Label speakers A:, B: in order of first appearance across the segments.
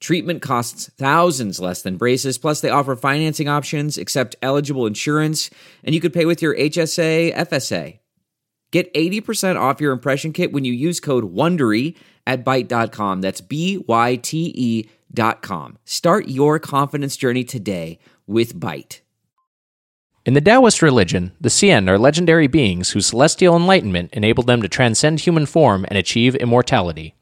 A: Treatment costs thousands less than braces, plus, they offer financing options, accept eligible insurance, and you could pay with your HSA, FSA. Get 80% off your impression kit when you use code WONDERY at Byte.com. That's B-Y-T-E E dot com. Start your confidence journey today with Byte.
B: In the Taoist religion, the Xian are legendary beings whose celestial enlightenment enabled them to transcend human form and achieve immortality.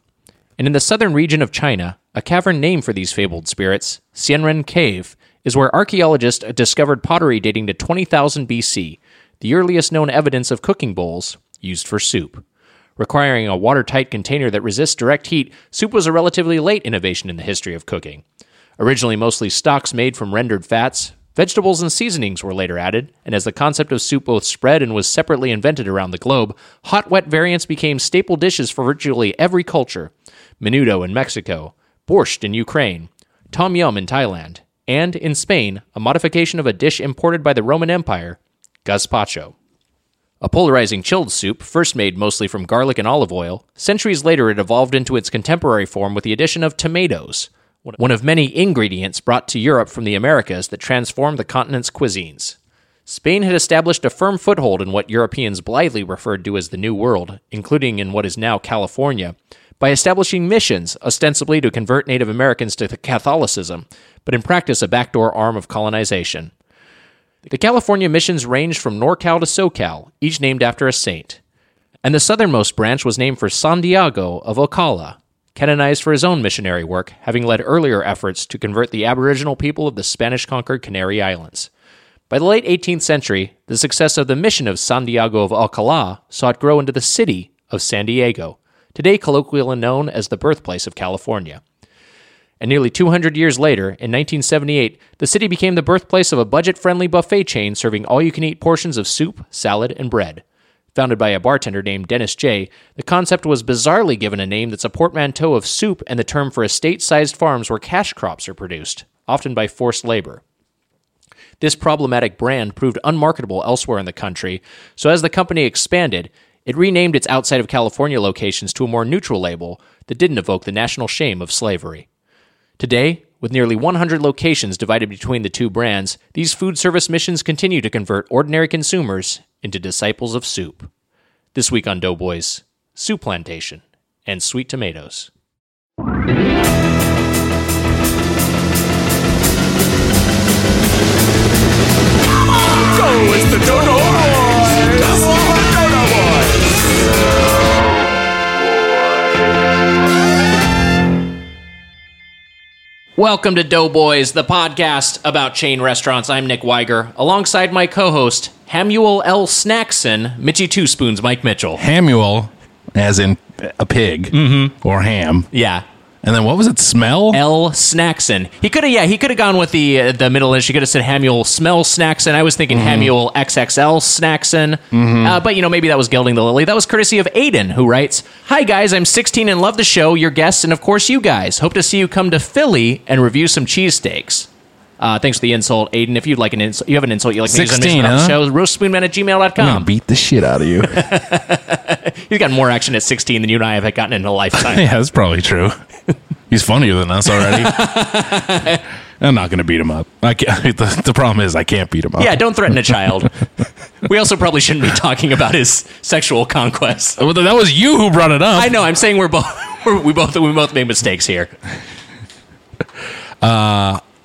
B: And in the southern region of China, a cavern named for these fabled spirits, Xianren Cave, is where archaeologists discovered pottery dating to 20,000 BC, the earliest known evidence of cooking bowls used for soup. Requiring a watertight container that resists direct heat, soup was a relatively late innovation in the history of cooking. Originally mostly stocks made from rendered fats, vegetables and seasonings were later added, and as the concept of soup both spread and was separately invented around the globe, hot wet variants became staple dishes for virtually every culture menudo in Mexico, borscht in Ukraine, tom yum in Thailand, and, in Spain, a modification of a dish imported by the Roman Empire, gazpacho. A polarizing chilled soup, first made mostly from garlic and olive oil, centuries later it evolved into its contemporary form with the addition of tomatoes, one of many ingredients brought to Europe from the Americas that transformed the continent's cuisines. Spain had established a firm foothold in what Europeans blithely referred to as the New World, including in what is now California, by establishing missions, ostensibly to convert Native Americans to Catholicism, but in practice a backdoor arm of colonization. The California missions ranged from NorCal to SoCal, each named after a saint. And the southernmost branch was named for Santiago of Ocala, canonized for his own missionary work, having led earlier efforts to convert the aboriginal people of the Spanish conquered Canary Islands. By the late 18th century, the success of the mission of Santiago of Ocala saw it grow into the city of San Diego, today colloquially known as the birthplace of California. And nearly 200 years later, in 1978, the city became the birthplace of a budget friendly buffet chain serving all you can eat portions of soup, salad, and bread. Founded by a bartender named Dennis J., the concept was bizarrely given a name that's a portmanteau of soup and the term for estate sized farms where cash crops are produced, often by forced labor. This problematic brand proved unmarketable elsewhere in the country, so as the company expanded, it renamed its outside of California locations to a more neutral label that didn't evoke the national shame of slavery. Today, with nearly 100 locations divided between the two brands, these food service missions continue to convert ordinary consumers into disciples of soup. This week on Doughboys, Soup Plantation and Sweet Tomatoes.
C: It's the Dodo Boys. The Dodo Boys.
B: Welcome to Doughboys, the podcast about chain restaurants. I'm Nick Weiger, alongside my co host, Hamuel L. Snackson, Mitchy Two Spoons, Mike Mitchell.
D: Hamuel, as in a pig or ham.
B: Yeah.
D: And then what was it? Smell?
B: L. Snackson. He could have, yeah, he could have gone with the uh, the middle inch. He could have said Hamuel Smell Snackson. I was thinking Hamuel XXL Snackson. Uh, but you know, maybe that was gilding the lily. That was courtesy of Aiden, who writes, "Hi guys, I'm 16 and love the show, your guests, and of course you guys. Hope to see you come to Philly and review some cheesesteaks." Uh, thanks for the insult, Aiden. If you'd like an insult, you have an insult you like to use on
D: 16,
B: the
D: huh?
B: show, roastspoonman at
D: I'm gonna
B: gmail.com.
D: beat the shit out of you. yeah,
B: He's got more action at 16 than you and I have gotten in a lifetime.
D: that's probably true. He's funnier than us already. I'm not gonna beat him up. I can't, the, the problem is I can't beat him up.
B: yeah, don't threaten a child. we also probably shouldn't be talking about his sexual conquests.
D: Well, that was you who brought it up.
B: I know. I'm saying we're both we're, we both we both made mistakes here.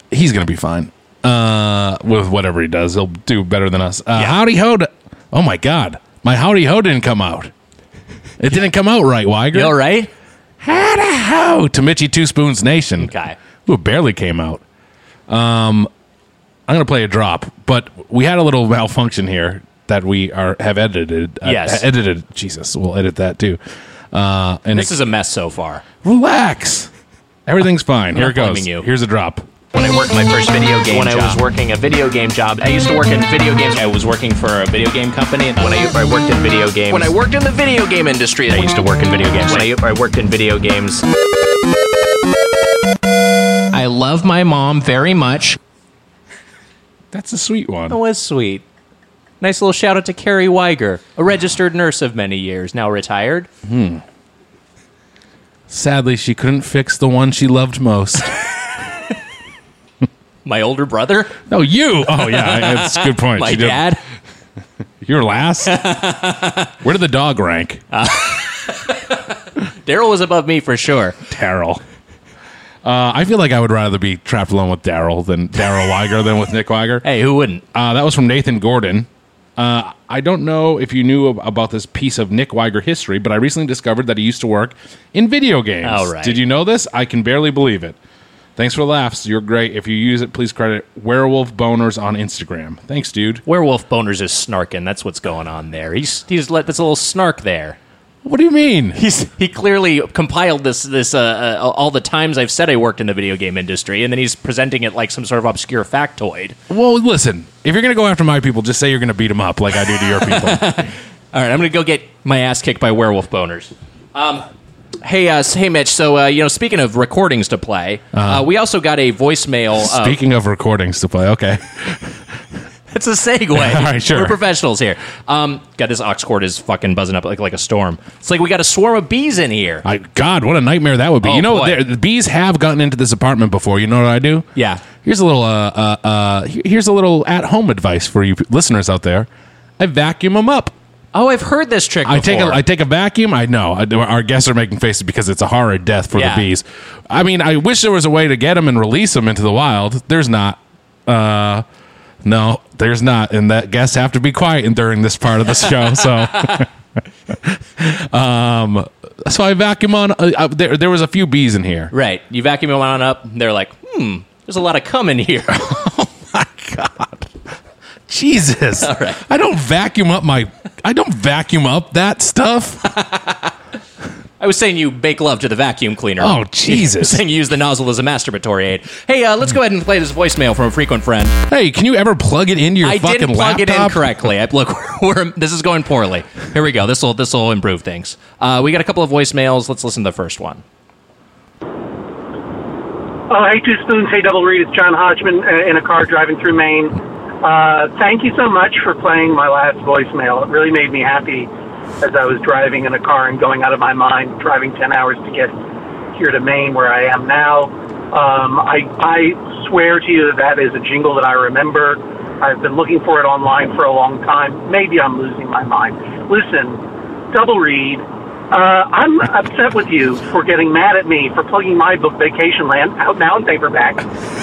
D: He's gonna be fine. Uh, with whatever he does, he'll do better than us. Uh, Howdy ho! d- Oh my god, my howdy ho didn't come out. It didn't come out right, Weiger.
B: You all right?
D: Howdy ho to Mitchy Two Spoons Nation.
B: Okay.
D: Ooh, it barely came out. Um, I'm gonna play a drop, but we had a little malfunction here that we are have edited. uh,
B: Yes.
D: edited. Jesus, we'll edit that too. Uh, and
B: This
D: it-
B: is a mess so far.
D: relax. Everything's fine. Here it
B: not blaming
D: goes.
B: you.
D: Here's a drop.
E: When I worked my first video game
B: when
E: job.
B: I was working a video game job. I used to work in video games. I was working for a video game company.
E: when I, I worked in video games.
B: when I worked in the video game industry,
E: I used to work in video games. When I, I worked in video games.
B: I love my mom very much.
D: That's a sweet one.
B: That was sweet. Nice little shout out to Carrie Weiger, a registered nurse of many years, now retired.
D: Sadly, she couldn't fix the one she loved most.
B: My older brother,
D: no, you. Oh yeah, that's a good point.
B: my
D: She did-
B: dad.
D: You're last. Where did the dog rank?
B: Daryl was above me for sure.
D: Daryl. Uh, I feel like I would rather be trapped alone with Daryl than Daryl Weiger than with Nick Weiger.
B: Hey, who wouldn't?
D: Uh, that was from Nathan Gordon. Uh, I don't know if you knew ab- about this piece of Nick Weiger history, but I recently discovered that he used to work in video games.
B: All right.
D: Did you know this? I can barely believe it. Thanks for the laughs. You're great. If you use it, please credit Werewolf Boners on Instagram. Thanks, dude.
B: Werewolf Boners is snarking. That's what's going on there. He's he's let this little snark there.
D: What do you mean?
B: He's he clearly compiled this this uh, uh, all the times I've said I worked in the video game industry, and then he's presenting it like some sort of obscure factoid.
D: Well, listen. If you're gonna go after my people, just say you're gonna beat them up like I do to your people.
B: All right, I'm gonna go get my ass kicked by werewolf boners. Um, hey, uh, s- hey, Mitch. So, uh, you know, speaking of recordings to play,
D: Uh-huh.
B: uh, we also got a voicemail. uh,
D: Speaking of recordings to play, okay.
B: That's a segue. All
D: right, sure.
B: We're professionals here. Um, God, this ox cord is fucking buzzing up like like a storm. It's like we got a swarm of bees in here.
D: I, God, what a nightmare that would be.
B: Oh,
D: you know,
B: boy.
D: there, the bees have gotten into this apartment before. You know what I do?
B: Yeah.
D: Here's a little. Uh, uh, uh, here- here's a little at-home advice for you p- listeners out there. I vacuum them up.
B: Oh, I've heard this trick.
D: I take a,
B: before.
D: I take a vacuum. I know I, our guests are making faces because it's a horror death for
B: Yeah.
D: the bees. I mean, I wish there was a way to get them and release them into the wild. There's not. Uh, no, there's not, and that guests have to be quiet in- during this part of the show. So. um so i vacuum on uh, uh, there, there was a few bees in here
B: right. You vacuum them on up. and They're like, hmm. There's a lot of cum in here.
D: Jesus. I don't vacuum up my I don't vacuum up that stuff.
B: I was saying you bake love to the vacuum cleaner.
D: Oh, Jesus.
B: saying you use the nozzle as a masturbatory aid. Hey, uh, let's go ahead and play this voicemail from a frequent friend.
D: hey, can you ever plug it into your
B: I
D: fucking
B: didn't plug it in
D: laptop?
B: correctly. I, look, we're, this is going poorly. Here we go. This will this will improve things. Uh, we got a couple of voicemails. Let's listen to the first one.
F: Oh, hey, Two Spoons, hey, Double Reed. It's John Hodgman uh, in a car driving through Maine. Uh, thank you so much for playing my last voicemail. It really made me happy as I was driving in a car and going out of my mind, driving 10 hours to get here to Maine where I am now. Um, I, I swear to you that is a jingle that I remember. I've been looking for it online for a long time. Maybe I'm losing my mind. Listen, Double Reed, uh, I'm upset with you for getting mad at me for plugging my book Vacation Land out now in paperback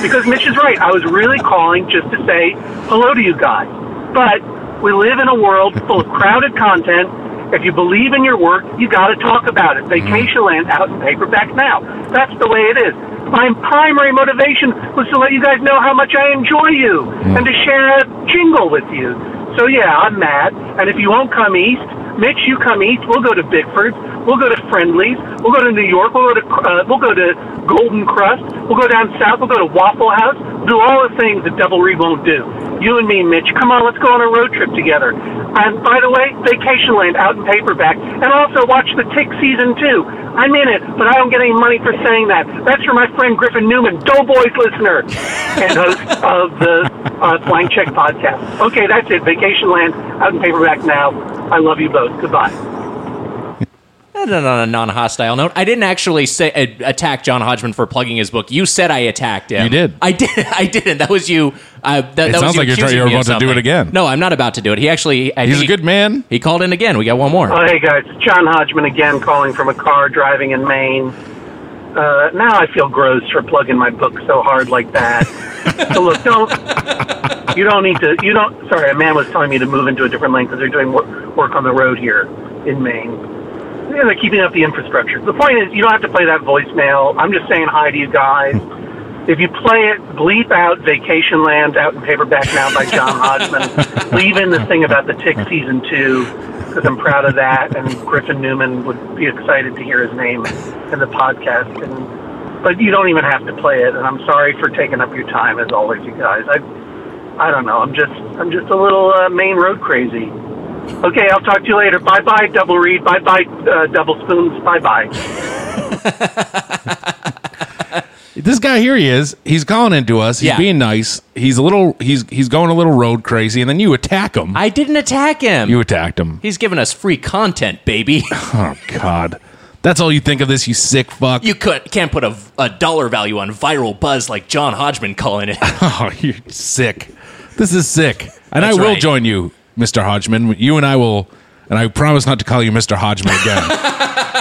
F: because Mitch is right. I was really calling just to say hello to you guys. But we live in a world full of crowded content. If you believe in your work, you got to talk about it. Vacation Land out in paperback now. That's the way it is. My primary motivation was to let you guys know how much I enjoy you and to share a jingle with you. So yeah, I'm mad. And if you won't come east, Mitch, you come east. We'll go to Bickford's. We'll go to Friendly's. We'll go to New York. We'll go to uh, we'll go to Golden Crust. We'll go down south. We'll go to Waffle House. We'll do all the things that Double Reed won't do. You and me, Mitch. Come on, let's go on a road trip together. And by the way, Vacation Land out in paperback, and also watch The Tick season two. I'm in it, but I don't get any money for saying that. That's for my friend Griffin Newman, Doughboys listener and host of the uh, Flying Check podcast. Okay, that's it. Vacation Land out in paperback now. I love you both. Goodbye.
B: And then on a non-hostile note, I didn't actually say uh, attack John Hodgman for plugging his book. You said I attacked him.
D: You did.
B: I did. I didn't. That was you. Uh, that, that was
D: sounds
B: you
D: like you're trying-
B: accusing
D: you're
B: me of
D: about to do
B: something.
D: it again.
B: No, I'm not about to do it. He actually. I
D: He's a
B: think
D: good
B: he,
D: man.
B: He called in again. We got one more.
F: Oh, hey guys, it's John Hodgman again, calling from a car driving in Maine. Uh, now I feel gross for plugging my book so hard like that. so look, don't you don't need to. You don't. Sorry, a man was telling me to move into a different lane because they're doing work, work on the road here in Maine. Yeah, they're keeping up the infrastructure. The point is, you don't have to play that voicemail. I'm just saying hi to you guys. If you play it, bleep out Vacation Land out in paperback now by John Hodgman. Leave in this thing about the Tick season two because I'm proud of that, and Griffin Newman would be excited to hear his name in the podcast. And but you don't even have to play it. And I'm sorry for taking up your time as always, you guys. I, I don't know. I'm just, I'm just a little uh, main road crazy. Okay, I'll talk to you later. Bye bye, Double Reed. Bye bye, uh, Double Spoons. Bye bye.
D: this guy here he is he's calling into us he's
B: Yeah.
D: being nice he's a little he's he's going a little road crazy and then you attack him
B: I didn't attack him.
D: you attacked him
B: He's giving us free content, baby.
D: oh god that's all you think of this you sick fuck
B: You could, can't put a, a dollar value on viral buzz like John Hodgman calling it.
D: oh you're sick this is sick and
B: That's
D: i will
B: right.
D: join you mr hodgman you and i will and i promise not to call you mr hodgman again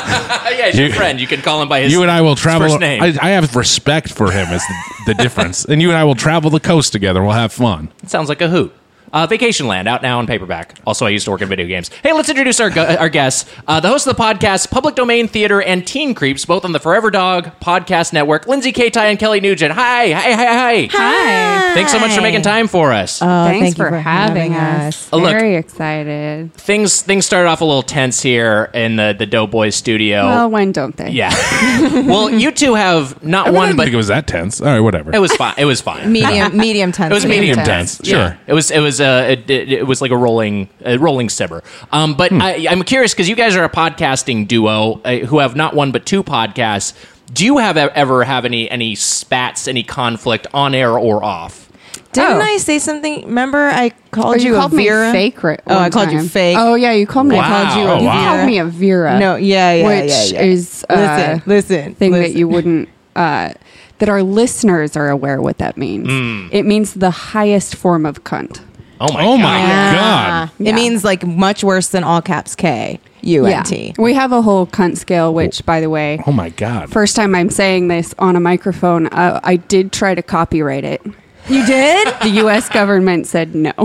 B: Oh, yeah, he's your friend. You can call him by his.
D: you and i will travel
B: first name.
D: I, I have respect for him as the, the difference and you and i will travel the coast together we'll have fun
B: It sounds like a hoot. Uh, Vacation Land, out now on paperback. Also, I used to work in video games. Hey, let's introduce our, gu- our guests. Uh, the host of the podcast, Public Domain Theater and Teen Creeps, both on the Forever Dog Podcast Network, Lindsay Katai and Kelly Nugent. Hi, hi, hi, hi.
G: Hi.
B: Thanks so much for making time for us.
G: Oh, Thanks
H: thank you
G: for,
H: for
G: having,
H: having
G: us.
B: Oh, look.
G: Very excited.
B: things things started off a little tense here in the, the Doughboys studio.
G: Well, when don't
B: Oh.
G: they?
B: yeah. well, you two have not
D: I
B: one,
D: didn't
B: but
D: think it was that tense all right whatever
B: it was fine. It was fine.
H: Medium, medium tense.
B: It was medium
D: tense.
B: Yeah.
D: Sure.
B: It was it was uh, it, it, it was like a rolling a rolling sibber. Um,
G: Hmm.
B: but I, I'm curious because you guys are a podcasting duo uh, who have not one but two podcasts. Do you have e, ever have any any spats, any conflict on air or off?
H: Didn't
G: Oh.
H: I say something? Remember, I
G: Or
H: called
G: you
H: you,
G: called
H: a
G: me
H: Vera?
G: fake. Right
H: oh, I
G: one
H: called you
G: time.
H: fake.
G: Oh yeah, you called me. I
B: Wow.
G: called you.
D: Oh,
G: you
D: wow.
G: called me a Vera.
H: No, yeah, yeah,
G: which
H: yeah, yeah.
G: is uh,
H: Listen, listen,
G: thing
H: listen.
G: that you wouldn't. Uh, that our listeners are aware what that means.
B: Hmm.
G: It means the highest form of cunt.
B: Oh my!
D: oh
B: God.
D: my god
H: It
G: Ah, Yeah.
H: means like much worse than all caps K U N T.
G: We have a whole cunt scale, which, by the way,
D: oh my god
G: first time I'm saying this on a microphone, uh, I did try to copyright it.
H: You did?
G: The U.S. government said no.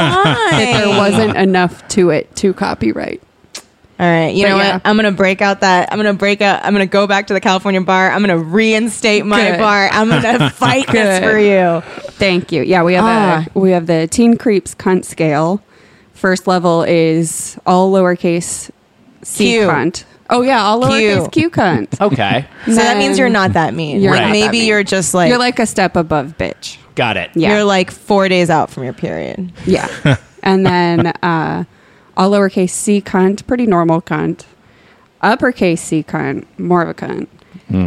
G: there wasn't enough to it to copyright.
H: All right, you
G: But
H: know
G: yeah.
H: what? I'm gonna break out that. I'm gonna break out. I'm gonna go back to the California bar. I'm gonna reinstate my
G: Good.
H: bar. I'm gonna fight this
G: Good.
H: for you.
G: Thank you. Yeah, we have
H: Ah.
G: a, we have the Teen Creeps cunt scale. First level is all lowercase c
H: Q.
G: cunt. Oh yeah, all lowercase q cunt.
B: Okay,
H: So that means you're
G: Then
H: not that mean.
G: you're
H: Like,
G: not that
H: Maybe
G: mean.
H: you're just like
G: you're like a step above bitch.
B: got it.
G: Yeah.
H: you're like four days out from your period.
G: Yeah. and then uh, all lowercase c cunt, pretty normal cunt. Uppercase c cunt, more of a cunt.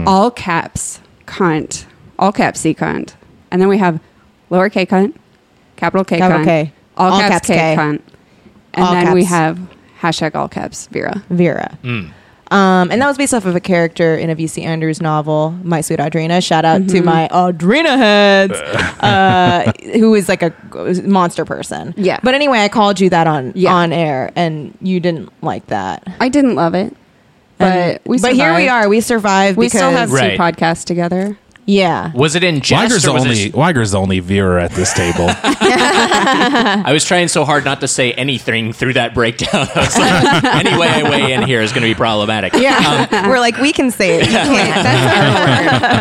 G: All caps cunt, all caps c cunt. And then we have lower k cunt, capital K
H: Capital
G: cunt,
H: K.
G: all,
H: All
G: caps,
H: caps
G: k,
H: K.
G: cunt. And
H: All
G: then we
H: caps.
G: have hashtag all caps Vera.
H: Vera. Um, and that was based off of a character in a VC Andrews novel, My Sweet Audrina. Shout out
G: Mm-hmm.
H: to my Audrina heads, uh, who is like a monster person.
G: Yeah.
H: But anyway, I called you that on
G: Yeah.
H: on air, and you didn't like that.
G: I didn't love it, but
H: And-
G: we
H: but here we
G: survived.
H: are. We survived.
G: We still
H: because-
G: have
B: Right.
G: two podcasts together.
H: yeah.
B: Was it in jest
D: Weiger's
B: or
D: the
B: was it-
D: only Weiger's the only viewer at this table.
B: I was trying so hard not to say anything through that breakdown. I was like, any way I weigh in here is going to be problematic.
H: Yeah, we're like we can say it. You can't.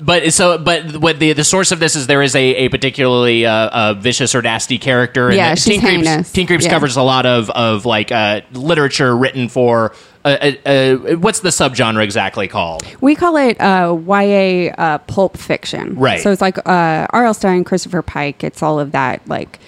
B: But so, but what the the source of this is there is a, a particularly uh, uh, vicious or nasty character.
G: Yeah,
B: the-
G: she's
B: Teen Creeps,
G: heinous.
B: Teen Creeps
G: Yeah.
B: covers a lot of of like uh, literature written for uh, uh, uh, what's the subgenre exactly called?
G: We call it uh, YA uh, pulp fiction.
B: Right.
G: So it's like uh, R.L. Stein, Christopher Pike. It's all of that like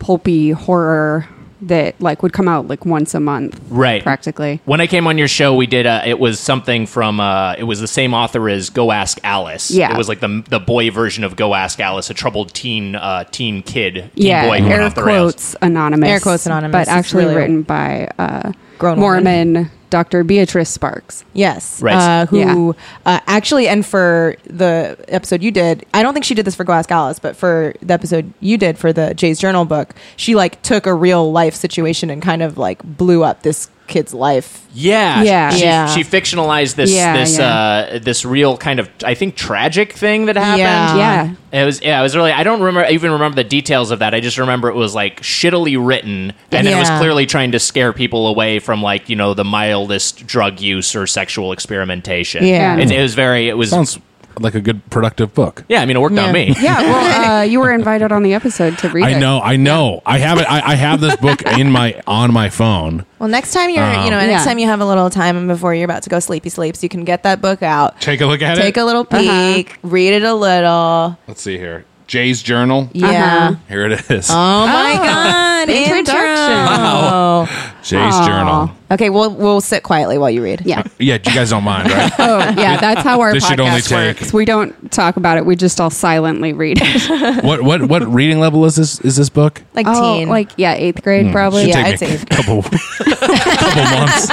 G: pulpy horror that like would come out like once a month.
B: Right.
G: Practically.
B: When I came on your show, we did. Uh, it was something from. Uh, it was the same author as Go Ask Alice.
G: Yeah.
B: it was like the the boy version of Go Ask Alice, a troubled teen uh, teen kid, teen
G: yeah.
B: boy who went
G: air
B: off the rails.
G: quotes anonymous.
H: Air quotes anonymous.
G: But
H: It's
G: actually
H: really-
G: written by uh,
H: Grown
G: Mormon Dr. Beatrice Sparks.
H: Yes.
B: Right.
H: Uh, who uh, actually, and for the episode you did, I don't think she did this for Glass Alice, but for the episode you did for the Jay's Journal book, she like took a real life situation and kind of like blew up this kid's life.
B: Yeah,
G: Yeah.
B: She,
H: Yeah.
B: she fictionalized this
G: Yeah,
B: this
G: yeah.
B: uh, this real kind of I think tragic thing that happened.
H: Yeah.
G: Yeah.
B: It was yeah, it was really I don't remember even remember the details of that. I just remember it was like shittily written and it was
H: Yeah.
B: clearly trying to scare people away from like, you know, the mildest drug use or sexual experimentation.
H: Yeah.
B: It, it was very it was
D: Sounds like a good productive book.
B: Yeah, I mean, it worked on me.
G: Yeah, well, uh, you were invited on the episode to read it.
D: I know, I know. I have it. I, I have this book in my on my phone.
H: Well, next time you're, you know, next
G: Yeah.
H: time you have a little time before you're about to go sleepy sleeps, you can get that book out,
D: Take a look at
H: take
D: it. Uh-huh.
H: a little peek, read it a little.
D: Let's see here. Jay's journal.
H: Yeah.
D: Here it is.
H: Oh my god!
G: Introduction.
H: Intro.
D: Jay's journal. Uh,
H: Okay, we'll we'll sit quietly while you read.
G: Yeah.
D: Yeah, you guys don't mind, right?
G: Oh, yeah. That's how our
D: This
G: podcast
D: should only take-
G: works. We don't talk about it. We just all silently read it.
D: what what what reading level is this? Is this book?
H: like
G: oh,
H: teen.
G: like yeah, eighth
B: Hmm.
G: grade probably.
H: Yeah,
D: Take
H: I'd
D: me
H: say-
D: a couple couple months.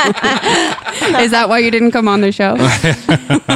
G: Is that why you didn't come on the show?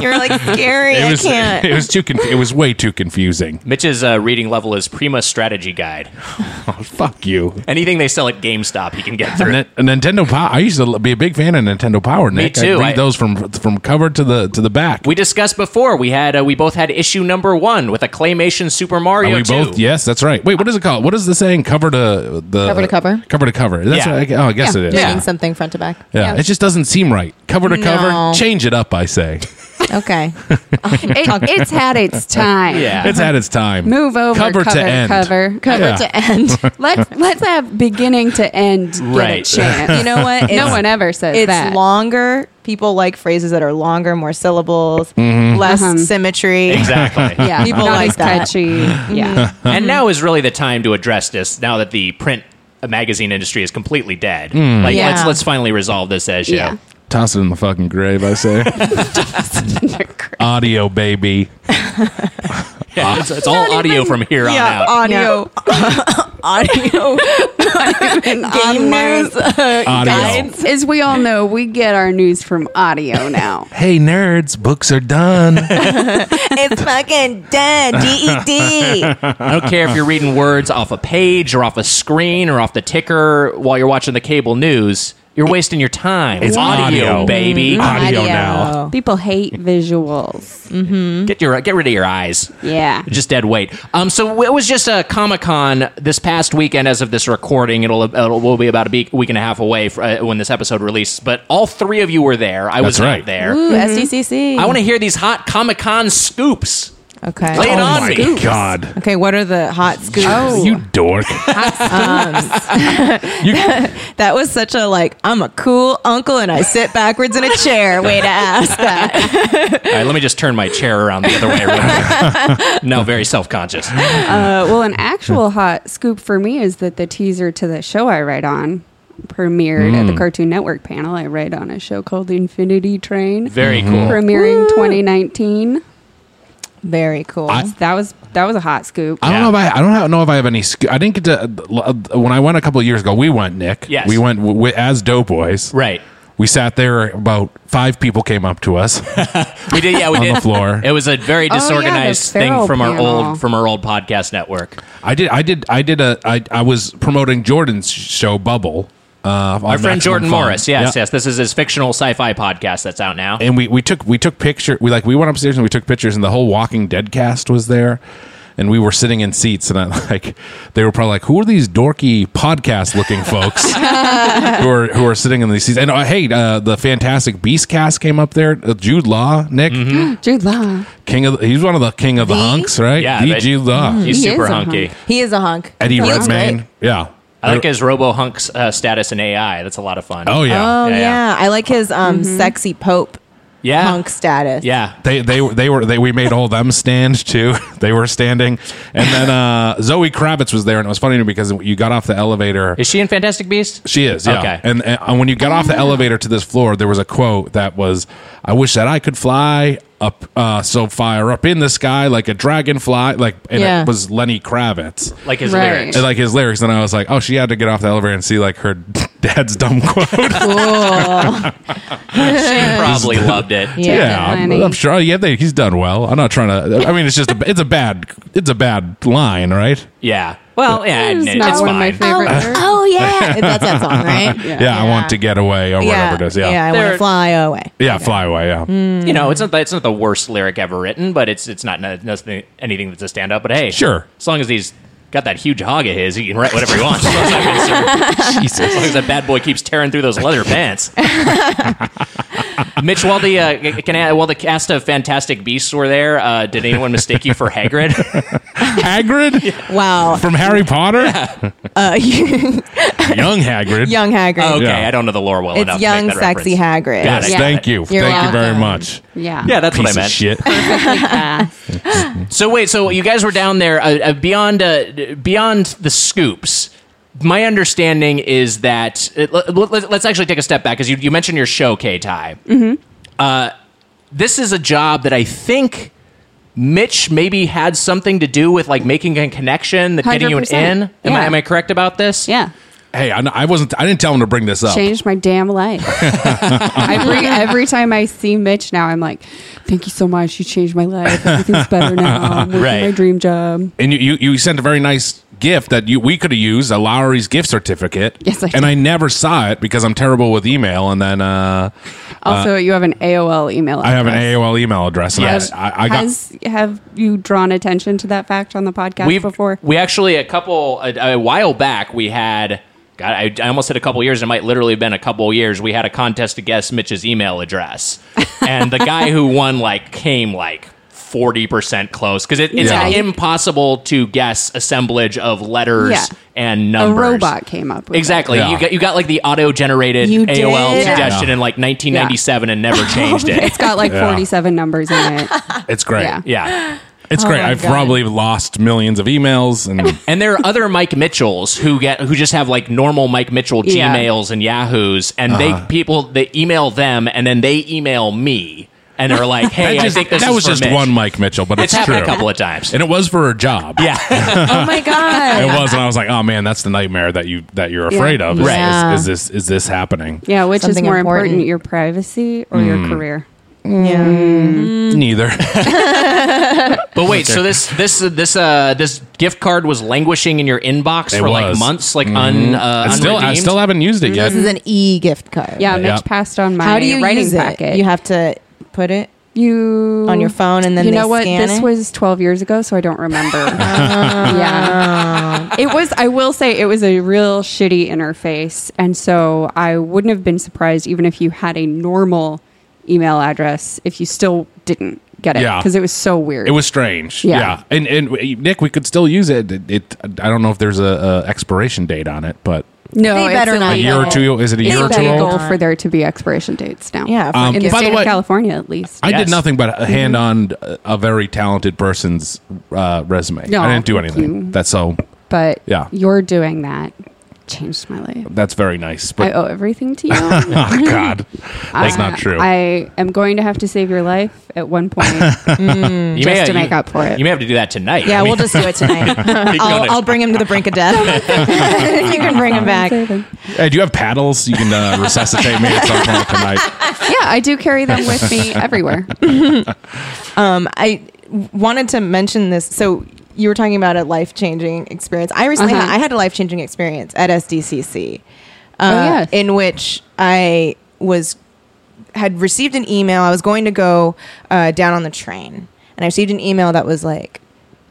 H: you're like scary.
D: It was
H: I can't.
D: it was too conf- it was way too confusing.
B: Mitch's uh, reading level is Prima Strategy Guide.
D: Oh, fuck you.
B: Anything they sell at GameStop, he can get through.
D: N- Nintendo Power. I used to be a big fan of Nintendo Power. Nick.
B: too.
D: I
B: I-
D: read those from from cover to the to the back.
B: We discussed before. We had uh, we both had issue number one with a claymation Super Mario.
D: And we
B: 2.
D: both yes, that's right. Wait, what is it called? What is the saying? Cover to the
H: Cover to cover?
D: Cover to cover. That's
B: Yeah.
D: right. I, oh, I guess
H: Yeah,
D: it is.
H: reading
D: Yeah.
H: something front to back.
D: it just doesn't seem right. Cover to
H: No.
D: cover. Change it up, I say.
H: Okay.
G: It- it's had its time.
B: Yeah.
D: It's at its time.
G: Move over.
D: Cover, to end.
G: Cover.
H: Cover
D: Yeah.
H: to end.
G: Let's let's have beginning to end. Get
B: Right.
G: A chance.
H: You know what?
G: no
H: It's-
G: one ever says
H: It's
G: that.
H: longer. People like phrases that are longer, more syllables,
D: Mm-hmm.
H: less symmetry.
B: Exactly.
G: Uh-huh. Yeah,
H: People
G: not
H: like
G: as
H: that.
G: catchy. Yeah,
B: and now is really the time to address this. Now that the print magazine industry is completely dead,
D: Hmm.
B: like
H: Yeah.
B: let's let's finally resolve this issue.
G: yeah.
D: Toss it in the fucking grave, I say. Audio baby.
B: Yeah, it's, it's all audio from here
H: Yeah,
B: on out.
H: audio, audio, game news uh,
D: Audio.
H: guides.
G: As we all know, we get our news from audio now.
D: Hey nerds, books are done.
H: It's fucking E dead. DED.
B: I don't care if you're reading words off a page or off a screen or off the ticker while you're watching the cable news. You're wasting your time.
D: It's audio.
B: baby.
G: Mm-hmm.
D: Audio now.
H: Oh.
G: People hate visuals.
B: Get your get rid of your eyes.
G: Yeah.
B: just dead weight. Um, so it was just a Comic Con this past weekend. As of this recording, it'll it'll will be about a be- week and a half away fr uh, when this episode releases. But all three of you were there. I was
D: That's
B: not
D: right.
B: there.
H: Ooh,
G: Mm-hmm.
H: E SDCC.
B: I want to hear these hot Comic Con scoops.
H: Okay.
B: Lay it
D: oh
B: on
D: my
B: me.
D: god.
H: Okay, what are the hot scoops?
G: Oh.
D: You dork.
H: That was such a like, I'm a cool uncle and I sit backwards in a chair way to ask that.
B: All right, let me just turn my chair around the other way. Around. no, very self conscious.
G: Uh, well, an actual hot scoop for me is that the teaser to the show I write on premiered at the Cartoon Network panel. I write on a show called The Infinity Train,
B: Very cool.
G: premiering 2019.
H: Very cool.
D: I-
G: That was that was a hot scoop.
D: I don't
B: Yeah.
D: know if I, I don't ha- know if I have any. sc- I didn't get to uh, when I went a couple of years ago. We went, Nick.
B: Yes.
D: we went w- w- as Doughboys.
B: Right.
D: We sat there. About five people came up to us
B: We did. Yeah, we
D: on
B: did.
D: the floor.
B: It was a very
G: Oh, yeah, the
B: disorganized thing
G: feral
B: from our
G: panel.
B: old from our old podcast network.
D: I did. I did. I did a. I, I was promoting Jordan's show Bubble. Uh,
B: Our friend Jordan Morris. Yes, yes. This is his fictional sci-fi podcast that's out now.
D: and we, we took we took picture we like we went upstairs and we took pictures and the whole Walking Dead cast was there, and we were sitting in seats and I like they were probably like who are these dorky podcast looking folks who are who are sitting in these seats and uh, hey uh, the Fantastic Beast cast came up there uh, Jude Law Nick
B: Mm-hmm.
G: Jude Law.
D: King of the, he's one of the King of the, Hunks right
B: Yeah,
D: the
B: they- Mm-hmm.
D: Jude Law
B: He's
G: He
B: super
G: is a
B: hunky.
G: hunk.
H: he is a hunk.
D: Eddie
H: He looks
D: Redmayne
H: great.
D: yeah
B: I like his Robo Hunk's uh, status in AI. That's a lot of fun.
D: oh yeah
H: Oh,
B: Yeah,
H: yeah,
B: yeah.
H: I like his um,
G: Mm-hmm.
H: sexy Pope
B: yeah,
H: hunk status.
B: yeah.
D: They they were they were they we made all them stand too. they were standing, and then uh, Zoe Kravitz was there, and it was funny to me because you got off the elevator.
B: Is she in Fantastic Beast?
D: She is, yeah.
B: Okay.
D: And, and when you got off the elevator to this floor, there was a quote that was, "I wish that I could fly up uh, so far up in the sky like a dragonfly." Like, and
H: Yeah.
D: it was Lenny Kravitz.
B: Like his
G: Right.
B: lyrics.
D: And like his lyrics, and I was like, "Oh, she had to get off the elevator and see like her dad's dumb quote."
B: She probably loved it.
D: yeah, I'm,
G: Lenny.
D: I'm sure. Yeah, they, he's done well. I'm not trying to. I mean, it's just a, it's a bad it's a bad line, right?
B: Yeah. Well, yeah,
G: It's
B: it's,
G: not
B: it's
G: one of my
B: fine.
G: favorite. lyrics.
H: Oh, yeah. That's that song, right?
D: Yeah, I want to get away or whatever it is. Yeah.
H: I
D: Yeah,
H: want
B: They're-
H: to fly away.
D: fly away. Yeah.
B: You know, it's not the, it's not the worst lyric ever written, but it's it's not no- nothing anything that's a stand up. But hey,
D: Sure.
B: As long as he's got that huge hog of his, he can write whatever he wants. As long as that- as long as that bad boy keeps tearing through those leather pants. Mitch, while the uh, can I, while the cast of Fantastic Beasts were there, uh, did anyone mistake you for Hagrid?
D: Hagrid
H: Wow.
D: from Harry Potter,
H: Uh,
D: young Hagrid.
H: young Hagrid.
B: okay,
D: Yeah.
B: I don't know the lore well
H: It's
B: enough. to
H: young,
B: Oh, make that
H: sexy
B: reference.
H: Hagrid.
B: Got
D: Yes,
B: it.
D: thank you,
H: You're
D: thank you very
H: welcome.
D: much.
G: Yeah.
B: Yeah, that's
D: Piece
B: what I meant.
D: of shit.
B: So wait, so you guys were down there uh, uh, beyond uh, beyond the scoops. My understanding is that uh, it, let, let, let's actually take a step back because you, you mentioned your show, K. Ty. Mm-hmm. Uh, this is a job that I think Mitch maybe had something to do with, like making a connection that getting you an
G: 100%.
B: in. Am I
G: Yeah.
B: am I correct about this?
G: Yeah.
D: hey, I, I wasn't. I didn't tell him to bring this up.
G: Changed my damn life. I bring, every time I see Mitch now, I'm like, thank you so much. You changed my life. Everything's better now. I'm working
B: Right.
G: my dream job.
D: and you, you, you sent a very nice gift that you we could have used a Lowry's gift certificate.
G: Yes, I
D: and
G: did.
D: I never saw it because I'm terrible with email. And then uh,
G: Also, you have an AOL email
D: I
G: address.
D: have an AOL email address. And
B: Yes.
D: I, I, I got
G: Has, have you drawn attention to that fact on the podcast
B: We've-
G: before?
B: We actually a couple a, a while back we had. God, I, I almost said a couple years. It might literally have been a couple years. We had a contest to guess Mitch's email address, and the guy who won like came like forty percent close because it, it's
G: Yeah.
B: like,
G: Yeah.
B: impossible to guess assemblage of letters
G: Yeah.
B: and
G: A
B: numbers.
G: robot came up with
B: Exactly.
D: Yeah.
B: You got you got like the auto generated
H: You
B: AOL
H: did?
G: Yeah.
B: suggestion in like 1997 and
G: Oh,
B: never changed
G: it.
B: it.
G: It's got like
D: Yeah.
G: 47 numbers in it.
D: it's great.
G: Yeah.
B: Yeah. Oh
D: It's great. I've probably lost millions of emails and
B: And there are other Mike Mitchells who get who just have like normal Mike Mitchell
G: Yeah.
B: Gmails and Yahoos, and
D: Uh-huh.
B: they people they email them and then they email me and are like, "Hey,
D: that,
B: I
D: just,
B: think this
D: that
B: is
D: was
B: for
D: just
B: Mitch."
D: one Mike Mitchell, but
B: It's
D: it's, true.
B: happened a couple of times.
D: and it was for a job.
B: yeah,
H: Oh my god.
D: It was, and I was like, "Oh man, that's the nightmare that you that you're afraid of. Is,
B: Right.
H: Yeah.
D: is, is this is this happening?
G: Yeah, which
H: Something
G: is more important.
H: important.
G: your privacy or your career?
H: Yeah.
D: Mm. Neither.
B: Uh, but wait. So this this this uh this gift card was languishing in your inbox
D: It
B: for like
D: was. Mm-hmm.
B: months, like un uh,
D: I still I
B: unredeemed? Mm-hmm.
D: still haven't used it yet.
H: This is an e gift card.
G: Yeah, Mitch
D: Yeah.
G: passed on my
H: How do you
G: writing
H: use
G: packet.
H: it? You have to put it.
G: you
H: on your phone and then
G: you
H: they
G: know what?
H: scan
G: This
H: it? Ah.
G: was 12 years ago, so I don't remember. yeah, it was. I will say it was a real shitty interface, and so I wouldn't have been surprised even if you had a normal email address if you still didn't get it
D: Yeah.
G: because it was so weird.
D: It was strange.
G: Yeah.
D: Yeah. And and uh, Nick, we could still use it. It, it- I don't know if there's a, a expiration date on it, but
G: no,
H: They
G: it's E
H: better
G: illegal.
H: not
D: a year or
H: know.
D: two is it a
G: It's
D: year or two
G: illegal
D: old?
G: for there to be expiration dates now.
H: Yeah. for
D: Um,
G: in the
D: By the
G: state
D: way-
G: of California, at least.
D: I
B: Yes.
D: did nothing but
G: Mm-hmm.
D: hand on uh, a very talented person's uh, resume.
G: No,
D: I didn't do
G: thank
D: anything.
G: you.
D: That's so.
G: but
D: Yeah.
G: you're doing that changed my life.
D: That's very nice.
G: I
D: But
G: owe everything to you.
D: oh god, that's
G: Uh,
D: not true.
G: I am going to have to save your life at one point
B: you
G: just
B: may,
G: to make
B: you,
G: up for it.
B: You may have to do that tonight.
H: yeah,
B: I mean,
H: we'll just do it tonight. I'll, I'll bring him to the brink of death. you can bring him back.
G: Saving.
D: hey, do you have paddles? You can uh, resuscitate me at some point tonight.
G: Yeah, I do carry them with me everywhere.
H: Um, I wanted to mention this. So you were talking about a life changing experience. I recently
G: Uh-huh.
H: had, I had a life changing experience at SDCC,
G: Oh, yes.
H: uh, in which I was had received an email. I was going to go uh, down on the train, and I received an email that was like,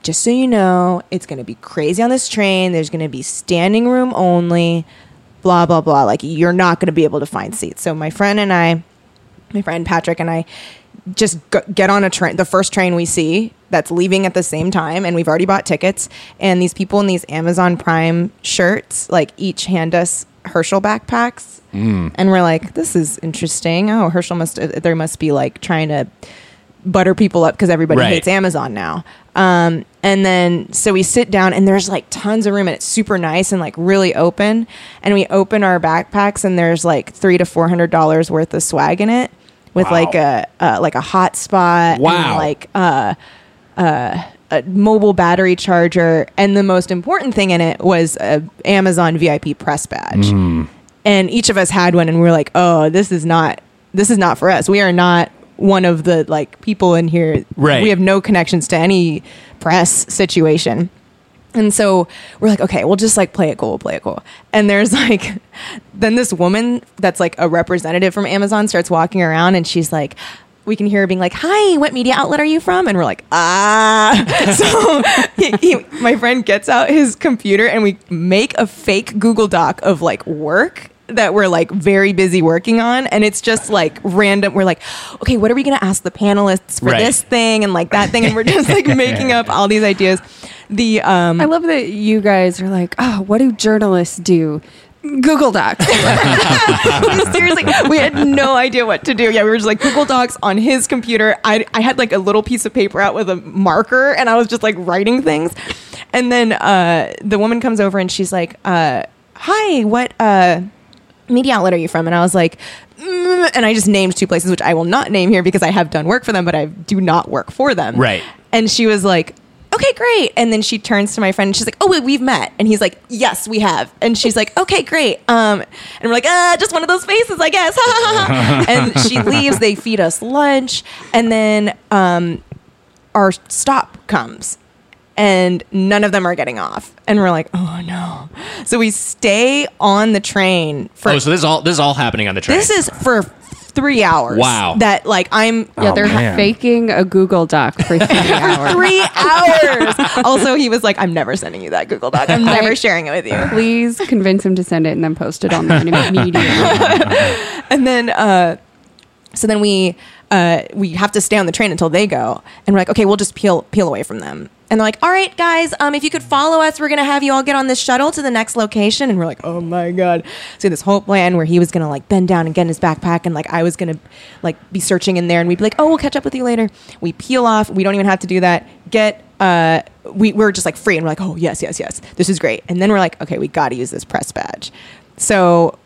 H: "Just so you know, it's going to be crazy on this train. There's going to be standing room only." Blah blah blah. Like you're not going to be able to find seats. So my friend and I my friend Patrick and I just g- get on a train, the first train we see that's leaving at the same time, and we've already bought tickets. And these people in these Amazon Prime shirts, like each hand us Herschel backpacks, and we're like, "This is interesting. Oh, Herschel must there must be like trying to butter people up because everybody
B: Right.
H: hates Amazon now." Um, and then so we sit down, and there's like tons of room, and it's super nice and like really open. And we open our backpacks, and there's like three to four hundred dollars worth of swag in it with like a uh, like a hot spot and
B: Wow.
H: like uh, uh, a mobile battery charger and the most important thing in it was a Amazon VIP press badge and each of us had one and we were like oh this is not this is not for us we are not one of the like people in here
B: Right.
H: we have no connections to any press situation and so we're like, okay, we'll just like play it cool, we'll play it cool. And there's like, then this woman that's like a representative from Amazon starts walking around and she's like, we can hear her being like, hi, what media outlet are you from? And we're like, ah. so he, he, my friend gets out his computer and we make a fake Google Doc of like work that we're like very busy working on and it's just like random we're like okay what are we going to ask the panelists for
B: Right.
H: this thing and like that thing and we're just like making up all these ideas the um
G: I love that you guys are like, oh, what do journalists do? Google Docs.
H: seriously we had no idea what to do yeah we were just like google docs on his computer i, I had like a little piece of paper out with a marker and i was just like writing things and then uh, the woman comes over and she's like uh, hi what uh, media outlet are you from and i was like mm, and i just named two places which i will not name here because i have done work for them but i do not work for them
B: Right.
H: and she was like okay great and then she turns to my friend and she's like oh wait we've met and he's like yes we have and she's like okay great um and we're like ah just one of those faces i guess and she leaves they feed us lunch and then um our stop comes and none of them are getting off and we're like oh no so we stay on the train for
B: Oh, so this is all this is all happening on the train.
H: this is for three hours
B: Wow.
H: that like i'm
G: yeah, they're
D: Oh, man.
G: faking a Google Doc for Oh. three hours.
H: three hours. also, he was like, I'm never sending you that Google Doc. I'm never sharing it with you.
G: Please convince him to send it and then post it online immediately.
H: And then, uh, so then we, uh, we have to stay on the train until they go. And we're like, okay, we'll just peel, peel away from them. And they're like, all right, guys, um, if you could follow us, we're going to have you all get on this shuttle to the next location. And we're like, oh my God. So this whole plan where he was going to like bend down and get in his backpack. And like, I was going to like be searching in there and we'd be like, oh, we'll catch up with you later. We peel off. We don't even have to do that. Get, uh, we, we're just like free and we're like, oh, yes, yes, yes. This is great. And then we're like, okay, we got to use this press badge. So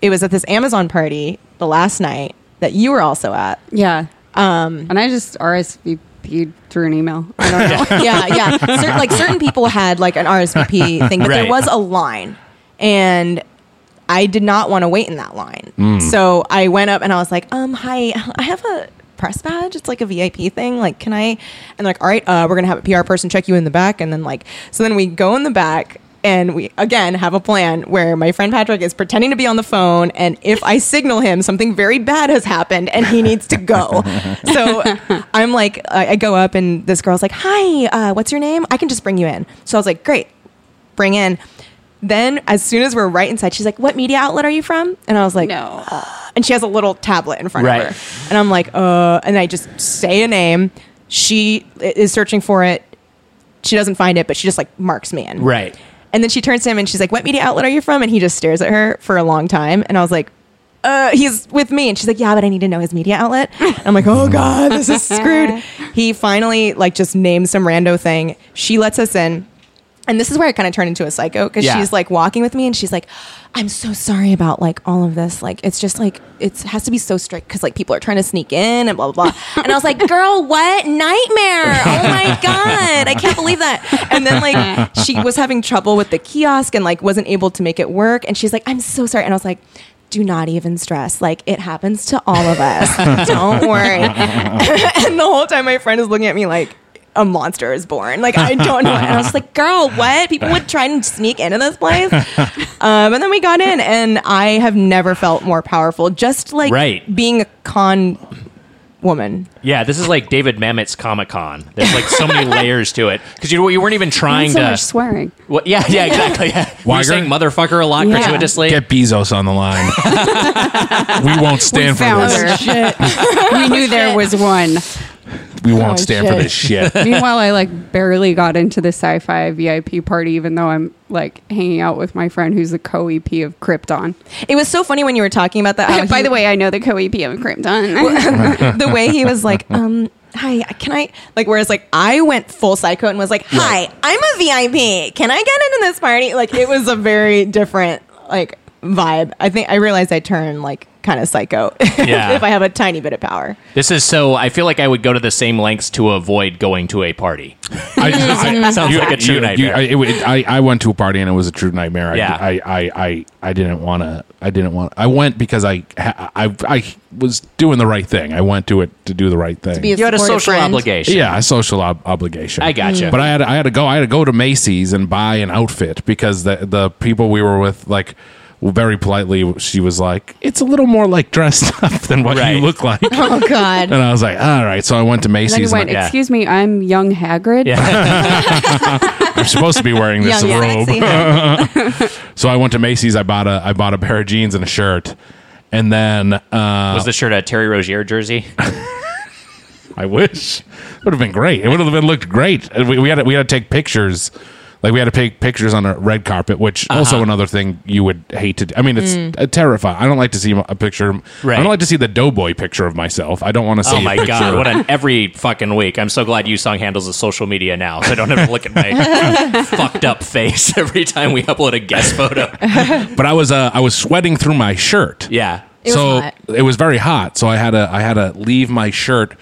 H: it was at this Amazon party the last night that you were also at.
G: yeah. Um, and I just RSVP'd through an email. I don't know.
H: yeah, yeah. Cer- like certain people had like an RSVP thing, but
B: Right.
H: there was a line, and I did not want to wait in that line. So I went up and I was like, "Um, hi, I have a press badge. It's like a VIP thing. Like, can I?" And they're like, "All right, uh, we're gonna have a PR person check you in the back." And then like, so then we go in the back. And we again have a plan where my friend Patrick is pretending to be on the phone, and if I signal him, something very bad has happened, and he needs to go. So I'm like, I I go up, and this girl's like, "Hi, uh, what's your name? I can just bring you in." So I was like, "Great, bring in." Then, as soon as we're right inside, she's like, "What media outlet are you from?" And I was like,
G: No.
H: And she has a little tablet in front
B: Right.
H: of her, and I'm like, "Uh," and I just say a name. She is searching for it. She doesn't find it, but she just like marks me in.
B: Right.
H: And then she turns to him and she's like, "What media outlet are you from?" And he just stares at her for a long time. And I was like, "Uh, he's with me." And she's like, "Yeah, but I need to know his media outlet." And I'm like, "Oh god, this is screwed." he finally like just names some rando thing. She lets us in. And this is where I kind of turn into a psycho because
B: Yeah.
H: she's like walking with me and she's like, I'm so sorry about like all of this. Like, it's just like, it has to be so strict because like people are trying to sneak in and blah, blah, blah. And I was like, girl, what nightmare? Oh my God. I can't believe that. And then like she was having trouble with the kiosk and like wasn't able to make it work. And she's like, I'm so sorry. And I was like, do not even stress. Like it happens to all of us. Don't worry and the whole time my friend is looking at me like a monster is born. Like I don't know. And I was like, girl, what? People would try and sneak into this place. Um, and then we got in, and I have never felt more powerful. Just like
B: Right.
H: being a con woman.
B: Yeah, this is like David Mamet's Comic Con. There's like so many layers to it because you, you weren't even trying
G: And so
B: to.
G: much swearing.
B: What- yeah, yeah, exactly. Yeah. We We're
D: Weiger?
B: saying motherfucker a lot
G: Yeah.
B: gratuitously.
D: Get Bezos on the line. we won't stand for
G: found
D: this.
G: her. we knew there was one.
D: We won't stand
G: Oh,
D: for this shit.
G: Meanwhile, I like barely got into the sci-fi VIP party, even though I'm like hanging out with my friend who's the co-EP of Krypton.
H: It was so funny when you were talking about that. how
G: By
H: he-
G: the way, I know the co-EP of Krypton.
H: the way he was like, um, hi, can I like whereas like I went full psycho and was like, Hi, I'm a VIP. Can I get into this party? Like it was a very different like vibe. I think I realized I turned like kind of psycho
B: Yeah.
H: if I have a tiny bit of power.
B: This is so. I feel like I would go to the same lengths to avoid going to a party.
D: I, I,
B: Sounds like a true nightmare.
D: I, it w- I, I went to a party and it was a true nightmare. I,
B: Yeah.
D: I, I, I, I didn't want to. I didn't want. I went because I, ha- I, I was doing the right thing. I went to it to do the right thing.
H: be a
B: You had a
H: supportive
B: social
H: friend.
B: obligation.
D: yeah, a social ob- obligation.
B: I gotcha.
D: But I had I had to go. I had to go to Macy's and buy an outfit because the the people we were with like. Very politely, she was like, "It's a little more like dressed up than what
B: Right.
D: you look like." and
H: Oh God.
D: I was like, "All right." So I went to
G: then you
D: Macy's.
G: went,
D: and
B: yeah.
G: "Excuse me, I'm young Hagrid."
D: I'm supposed to be wearing this
H: Young,
D: robe.
H: sexy.
D: So I went to Macy's. I bought a I bought a pair of jeans and a shirt, and then uh,
B: Was the shirt a Terry Rozier jersey?
D: I wish it would have been great. It would have been looked great. And We, we had to, we had to take pictures. Like we had to take pictures on a red carpet, which
B: Uh-huh.
D: also another thing you would hate to. do. I mean, it's uh terrifying. I don't like to see a picture. I
B: Mm. Right.
D: don't like to see the doughboy picture of myself. I don't want to see.
B: Oh
D: a
B: my
D: picture.
B: god! What an every fucking week. I'm so glad you song handles the social media now, so I don't have to look at my fucked up face every time we upload a guest photo.
D: But I was uh, I was sweating through my shirt.
B: Yeah.
H: was
D: so
H: hot.
D: it was very hot. So I had to I had to leave my shirt.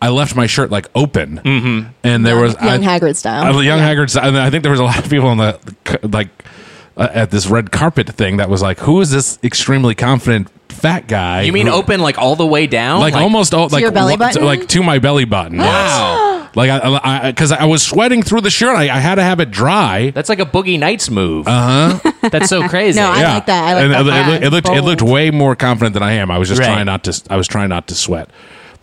D: I left my shirt like open, mm-hmm. and there was
I: Young
D: I,
I: Hagrid style.
D: I was a Uh, young Haggard's. And I think there was a lot of people on the like uh, at this red carpet thing that was like, "Who is this extremely confident fat guy?"
B: You mean
D: who-
B: open like all the way down?
D: Like, almost all, like
I: your belly
D: one- to-
I: button?
D: like to my belly button. Wow. like I, because I, was sweating through the shirt, I, I had to have it dry.
B: That's like a Boogie Nights move. Uh
D: Uh-huh.
B: huh. That's so crazy.
I: No, I like that. I like
D: and
I: that
D: it, it
I: vibe.
D: looked- it looked it looked way more confident than I am. I was just
B: Right.
D: trying not to. I was trying not to sweat.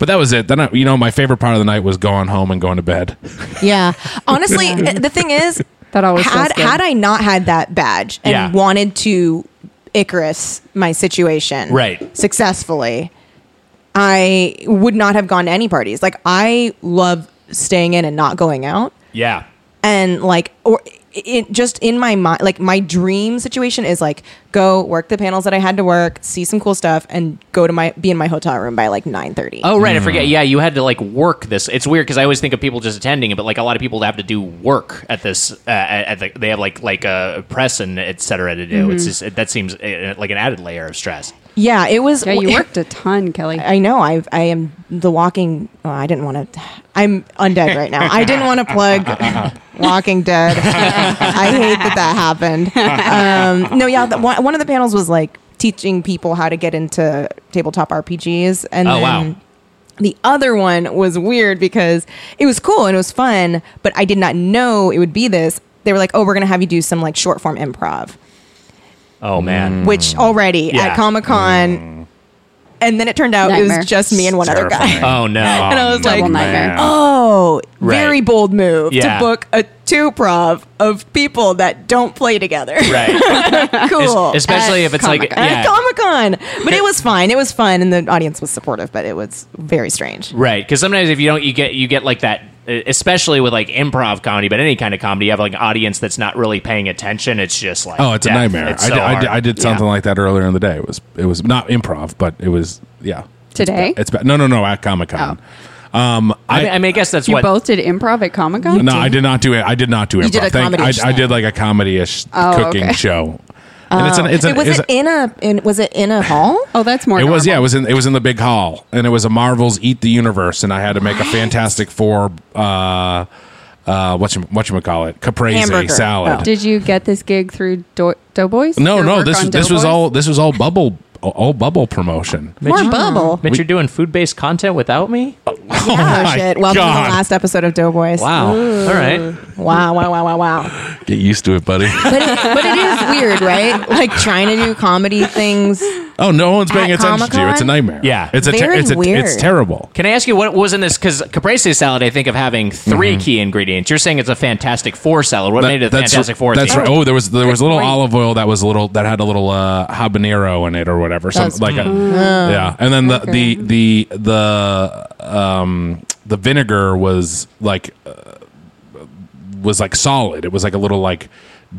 D: But that was it. Then I, you know, my favorite part of the night was going home and going to bed.
H: Yeah. Honestly, the thing is,
G: That always
H: had
G: feels good.
H: had I not had that badge and
B: Yeah.
H: wanted to Icarus my situation
B: Right.
H: successfully, I would not have gone to any parties. Like I love staying in and not going out,
B: yeah.
H: and like or. It just in my mind, like my dream situation is like go work the panels that I had to work, see some cool stuff, and go to my be in my hotel room by like nine thirty.
B: Oh right, I forget. Yeah, you had to like work this. It's weird because I always think of people just attending it, but like a lot of people have to do work at this. Uh, at at the, they have like like a press and et cetera to do. It's
G: Mm-hmm.
B: just that seems uh, like an added layer of stress.
H: yeah, it was.
G: Yeah, you worked a ton, Kelly.
H: I know. I I am the walking. Oh, I didn't want to. I'm undead right now. I didn't want to plug Walking Dead. I hate that that happened. Um, no, yeah. The, one one of the panels was like teaching people how to get into tabletop RPGs, and
B: Oh,
H: then
B: wow.
H: the other one was weird because it was cool and it was fun, but I did not know it would be this. They were like, "Oh, we're gonna have you do some like short form improv."
B: Oh man.
H: which already
B: Yeah. Mm.
H: at Comic Con. And then it turned out it
G: Nightmare.
H: was just me and one other guy.
B: Oh no.
H: And I was like,
G: Double nightmare.
H: oh, very
B: Right.
H: bold move
B: Yeah.
H: to book a two prov of people that don't play together.
B: right.
H: cool.
B: Especially
G: At
B: if it's like
G: Comic-Con.
B: yeah.
H: At Comic Con. But it was fine. It was fun. And the audience was supportive, but it was very strange.
B: Right, because sometimes if you don't, you get you get like that, uh, especially with like improv comedy, but any kind of comedy, you have like an audience that's not really paying attention. It's just like
D: Oh, it's
B: death.
D: a nightmare.
B: It's
D: I,
B: so
D: did, I, did,
B: hard.
D: I did
B: Yeah.
D: something like that earlier in the day. It was it was not improv, but it was yeah.
G: Today?
D: It's, ba- it's ba- no no no at Comic Con. Um,
B: I,
D: I,
B: mean, I mean, I guess that's
G: you
B: what.
G: both did improv at Comic Con?
D: no, I did not do it. I did not do improv.
I: did a
D: Thank-
I: comedy
D: I, I
I: show.
D: did like a comedy ish
G: Oh,
D: cooking
G: okay.
D: show. And it's an, it's an,
H: was
D: it's
H: Um, it in a in was it in a hall?
G: Oh, that's more.
D: It was yeah. It
G: normal.
D: was in it was in the big hall, and it was a Marvel's Eat the Universe, and I had to make a Fantastic Four. Uh, uh, what you what you call it? Caprese
H: Hamburger.
D: salad.
G: Oh. Did you get this gig through Do- Doughboys?
D: No,
G: Your
D: no.
G: work
D: This
G: on
D: this was
G: Doughboys?
D: all this was all bubble all bubble promotion.
G: more bubble.
B: Mitch, you're doing food based content without me?
D: Oh,
H: Oh,
D: my
H: shit. Welcome to
D: God.
H: the last episode of Doughboys.
B: Wow. All right.
H: Wow, wow, wow, wow, wow.
D: Get used to it, buddy.
H: But it, but it is weird, right? Like trying to do comedy things
D: oh, no one's paying
H: At
D: attention to you.
H: Comic-Con?
D: It's a nightmare.
B: Yeah.
D: it's a ter-
H: Very
D: it's a
H: weird.
D: it's terrible.
B: Can I ask you what was in this? Because caprese salad, I think of having 3 key ingredients. You're saying it's a Fantastic Four salad. What
D: Mm-hmm. That-
B: made it a
D: that's
B: Fantastic Four?
D: that's
B: theme?
D: right. Oh, there was there was a little olive oil that was a little that had a little uh, habanero in it or whatever. Some,
I: That's-
D: like a, yeah,
H: Oh.
D: and then the the the the um the vinegar was like uh, was like solid. It was like a little like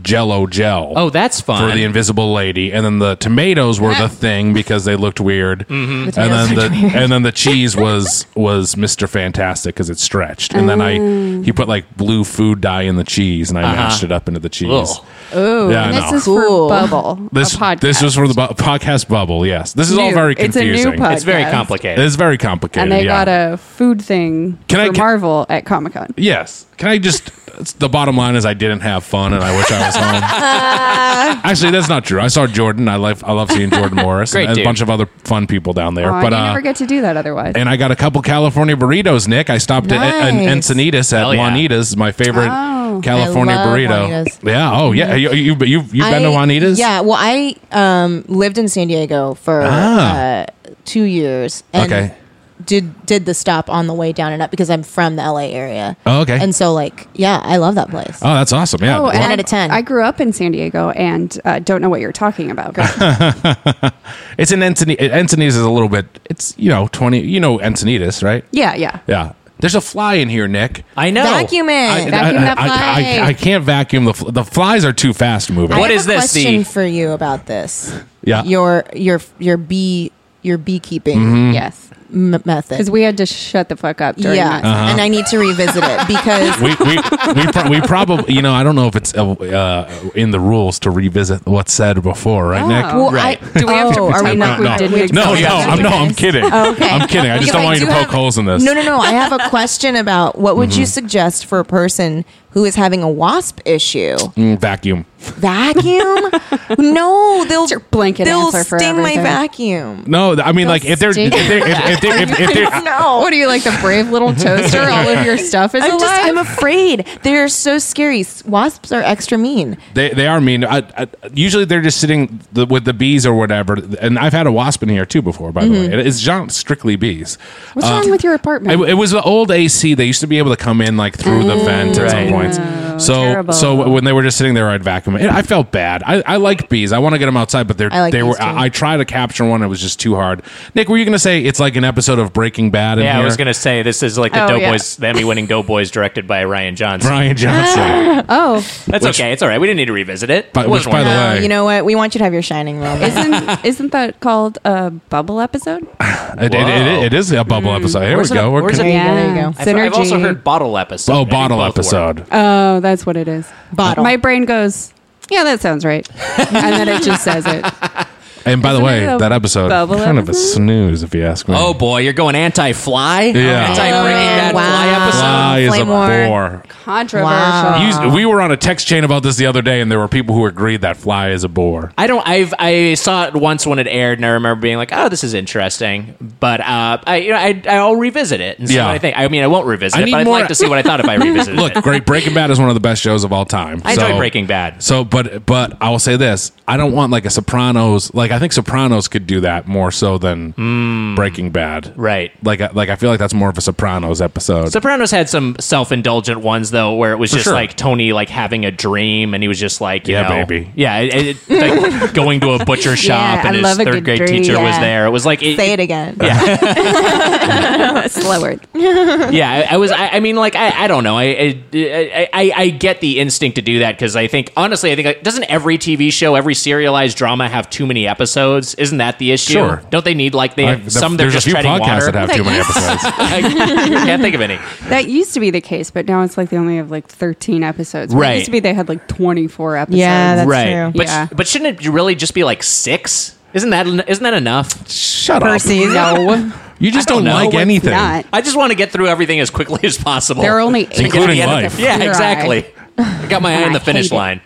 D: Jello gel.
B: Oh, that's fun.
D: for the invisible lady, and then the tomatoes were the thing because they looked weird,
B: Mm-hmm.
D: and then the and then the cheese was was Mister Fantastic because it stretched, and then I
G: Oh.
D: he put like blue food dye in the cheese, and I mashed it up into the cheese.
B: Uh-huh. Ugh.
D: Oh, yeah, I
G: This
D: know.
G: is
H: Cool.
G: for Bubble.
D: this
G: a podcast.
D: this was from the bu- podcast bubble. Yes, this is all
G: New.
D: very
G: It's a new
D: confusing.
G: pod-
B: It's very
G: podcast.
B: complicated.
D: It's very complicated.
G: and they
D: yeah.
G: got a food thing
D: Can I
G: for
D: get-
G: Marvel at Comic Con.
D: Yes. Can I just? it's- The bottom line is, I didn't have fun, and I wish I was home. Actually, that's not true. I saw Jordan. I love I love seeing Jordan Morris
B: Great
D: and a
B: dude.
D: bunch of other fun people down there.
G: Oh,
D: but
G: you
D: uh,
G: never get to do that otherwise.
D: and I got a couple California burritos, Nick. I stopped at en-
H: Nice. Oh.
D: Encinitas at
B: Hell yeah.
D: Juanita's, my favorite California
H: I love
D: burrito.
H: Juanita's.
D: Yeah. Oh, yeah. You, you, you, you've been to
H: I-
D: Juanita's?
H: Yeah. Well, I um, lived in San Diego for
D: Ah.
H: uh, two years. And
D: Okay.
H: did did the stop on the way down and up because I'm from the LA area.
D: Oh, okay.
H: And so like, yeah, I love that place.
D: Oh, that's awesome. Yeah.
G: Oh, and
H: One
G: I-
H: out of 10.
G: I grew up in San Diego and uh, don't know what you're talking about.
D: it's in Entoni- Encinitas is a little bit, it's, you know, 20, you know, Encinitas, right?
G: yeah, yeah.
D: Yeah. There's a fly in here, Nick.
B: I know.
H: Vacuum it.
G: Vacuum that
D: I, I,
G: fly.
D: I can't vacuum the fl- the flies are too fast moving.
H: I
B: What
H: have
B: is
H: a
B: this, the-
H: question for you about this?
D: Yeah.
H: Your your your bee your beekeeping
G: Yes.
D: Mm-hmm.
H: m- method.
G: Because we had to shut the fuck up during
H: yeah,
G: that.
D: Uh-huh.
H: and I need to revisit it because
D: we we we, pro- we probably you know I don't know if it's uh, uh, in the rules to revisit what's said before, right, Nick?
H: Oh. well,
B: Right.
H: I,
G: Do we have to
H: oh, are we
G: pretend
H: not?
G: like we
H: are
G: didn't
H: we-
G: exist?
D: No,
H: okay.
D: no, I'm no, I'm kidding.
H: Okay.
D: I'm kidding. I just
H: Because
D: don't want you
H: do
D: to poke
H: have-
D: holes in this. Mm-hmm.
H: No, no, no. I have a question about what would you suggest for a person who is having a wasp issue?
D: Mm, vacuum.
H: Vacuum? no, they'll
G: your blanket
H: they'll
G: answer for
H: sting my
G: everything.
H: vacuum.
D: No, th- I mean like if they're if they're
G: stink.
D: if they're if, if they're
H: No.
G: What are you like the brave little toaster? All of your stuff is
H: I'm
G: alive.
H: just I'm afraid. They're so scary. S- Wasps are extra mean.
D: They, they are mean. I, I, usually they're just sitting the, with the bees or whatever. And I've had a wasp in here too before, by the way. It- It's not strictly bees. Uh,
G: What's wrong with your apartment?
D: It, it was the old AC. They used to be able to come in like through the vent at some
B: Right.
D: points. So
G: terrible.
D: so when they were just sitting there, I'd vacuum it. I felt bad. I, I like bees. I want to get them outside, but they're
H: I like
D: they
H: bees,
D: were.
H: too.
D: I, I tried to capture one. It was just too hard. Nick, were you going to say it's like an episode of Breaking Bad? In
B: Yeah,
D: here?
B: I was gonna say this is like the
G: Oh, yeah.
B: Doughboys, the Emmy-winning Doughboys, directed by Ryan Johnson.
D: Brian Johnson.
G: oh,
B: That's okay. It's all right. We didn't need to revisit it.
D: By-
B: It wasn't
D: which, by
B: worth
D: the
B: it.
H: Oh,
D: way,
H: you know what? We want you to have your shining moment.
G: isn't isn't that called a bubble episode?
D: it, it- it- it is a bubble episode. Here
B: Mm-hmm. Where's
D: we
B: it-
D: go. We're
B: where's
D: con-
H: There you go. There you go.
B: I've, I've also
G: Synergy.
B: heard bottle episode. I
D: oh,
B: think
D: bottle
B: both work.
D: episode.
G: Oh, that's what it is.
H: Bottle.
G: My brain goes, yeah, that sounds right, and then it just says it.
D: And by the
G: Isn't
D: way,
G: it a
D: that episode
G: bubble
D: kind of a
G: episode?
D: snooze, if you ask me.
B: Oh boy, you're going anti-fly.
D: Yeah.
B: Anti-Breaking Bad fly
H: Wow.
B: episode.
D: fly is a
H: Flame war.
D: bore.
G: Controversial.
D: You- we were on a text chain about this the other day, and there were people who agreed that fly is a bore.
B: I don't. I've I saw it once when it aired, and I remember being like, "Oh, this is interesting," but uh, I you know I I'll revisit it and see
D: Yeah.
B: what I think. I mean, I won't revisit
D: I
B: it,
D: need
B: but I'd
D: more-
B: like to see what I thought if I revisited
D: Look,
B: it.
D: great Breaking Bad is one of the best shows of all time.
B: I enjoy Breaking Bad.
D: So, but but I will say this: I don't want like a Sopranos. Like I think Sopranos could do that more so than Breaking Bad.
B: Hmm. Right.
D: Like I- like I feel like that's more of a Sopranos episode.
B: Sopranos had some self-indulgent ones though, where it was just
D: sure.
B: like Tony like having a dream, and he was just like, you
D: Yeah,
B: know-
D: baby.
B: yeah, it, it, like going to a butcher shop,
G: I
B: and his
G: love a
B: third
G: good
B: grade
G: dream.
B: teacher was
H: Yeah.
B: there. It was like
H: Say it again.
G: Slower.
B: yeah, I, I was. I, I mean, like, I, I don't know. I, I I I- I get the instinct to do that because I think honestly, I think like, doesn't every TV show, every serialized drama have too many episodes? Isn't that the issue?
D: Sure.
B: Don't they need like they
D: I-
B: some? They're
D: there's
B: just
D: a few
B: treading
D: podcasts
B: water.
D: that have too many episodes.
B: I can't think of any.
G: That used to be the case, but now it's like they only have like 13 episodes. Where It
B: Right.
G: used to be they had like 24 episodes.
H: Yeah, that's
B: right,
H: true.
B: but
G: Yeah.
B: but shouldn't it really just be like six? Isn't that isn't that enough?
D: Shut up.
H: Percy's
G: no.
D: You just
B: I don't
D: don't,
B: know.
D: like
B: It's
D: anything.
G: not.
B: I just want to get through everything as quickly as possible.
G: There are only eight.
D: Including
G: episodes
D: life.
G: of
B: Yeah,
G: Queer Eye.
B: exactly. I got my eye on
G: I
B: the finish
G: hate it.
B: line.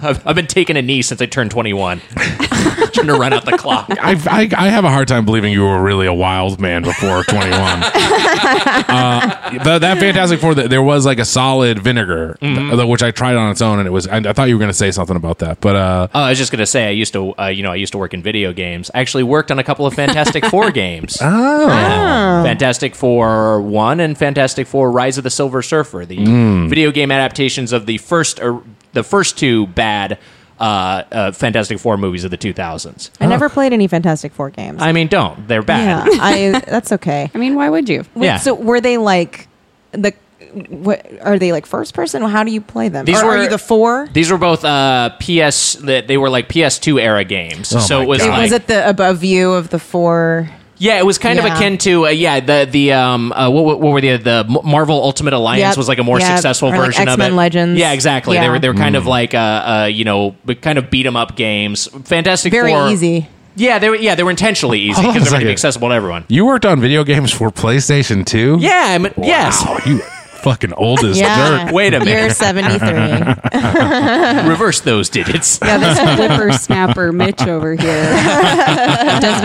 B: I've, I've been taking a knee since I turned 21. Trying to run out the clock. Uh,
D: I, I, I have a hard time believing you were really a wild man before 21. uh, but that Fantastic Four, th- there was like a solid vinegar,
B: Mm-hmm.
D: th- which I tried on its own, and it was. I, I thought you were going to say something about that, but uh,
B: Oh, I was just gonna say I used to, uh, you know, I used to work in video games. I actually worked on a couple of Fantastic Four games. Oh, Fantastic Four One and Fantastic Four Rise of the Silver Surfer, the video game adaptations of the first, or the first two bad uh, uh, Fantastic Four movies of the 2000s.
J: I
H: Never played any Fantastic Four games.
B: I mean, don't they're
H: yeah,
B: bad.
J: I
H: that's okay.
G: I mean, why would you?
H: Wait,
B: Yeah.
H: So were they like the what are they like first person? How do you play them?
B: These
H: Or
B: were-
H: are you the four?
B: These were both uh, PS. That they were like PS2 era games. so
D: Oh my
B: it was
D: God.
B: like
H: was it the above you of the four?
B: yeah, it was kind of
H: Yeah.
B: akin to uh, yeah the the um uh, what, what what were the the M- Marvel Ultimate Alliance
H: Yep,
B: was like a more
H: yep.
B: successful
H: Or like
B: version of
H: X-Men
B: it.
H: Legends.
B: Yeah, exactly. They
H: Yeah.
B: were they were kind
D: Hmm.
B: of like uh, uh you know but kind of beat 'em up games. Fantastic.
H: Very
B: Four-
H: easy.
B: Yeah, they were yeah they were intentionally easy
D: Hold on a
B: because they were going to
D: second.
B: be accessible to everyone.
D: you worked on video games for PlayStation 2?
B: Yeah, I mean, yes.
D: Wow, you fucking old as
H: Yeah.
D: dirt.
H: Wait a minute.
I: You're 73.
B: Reverse those digits.
G: Yeah, this whippersnapper Mitch over here doesn't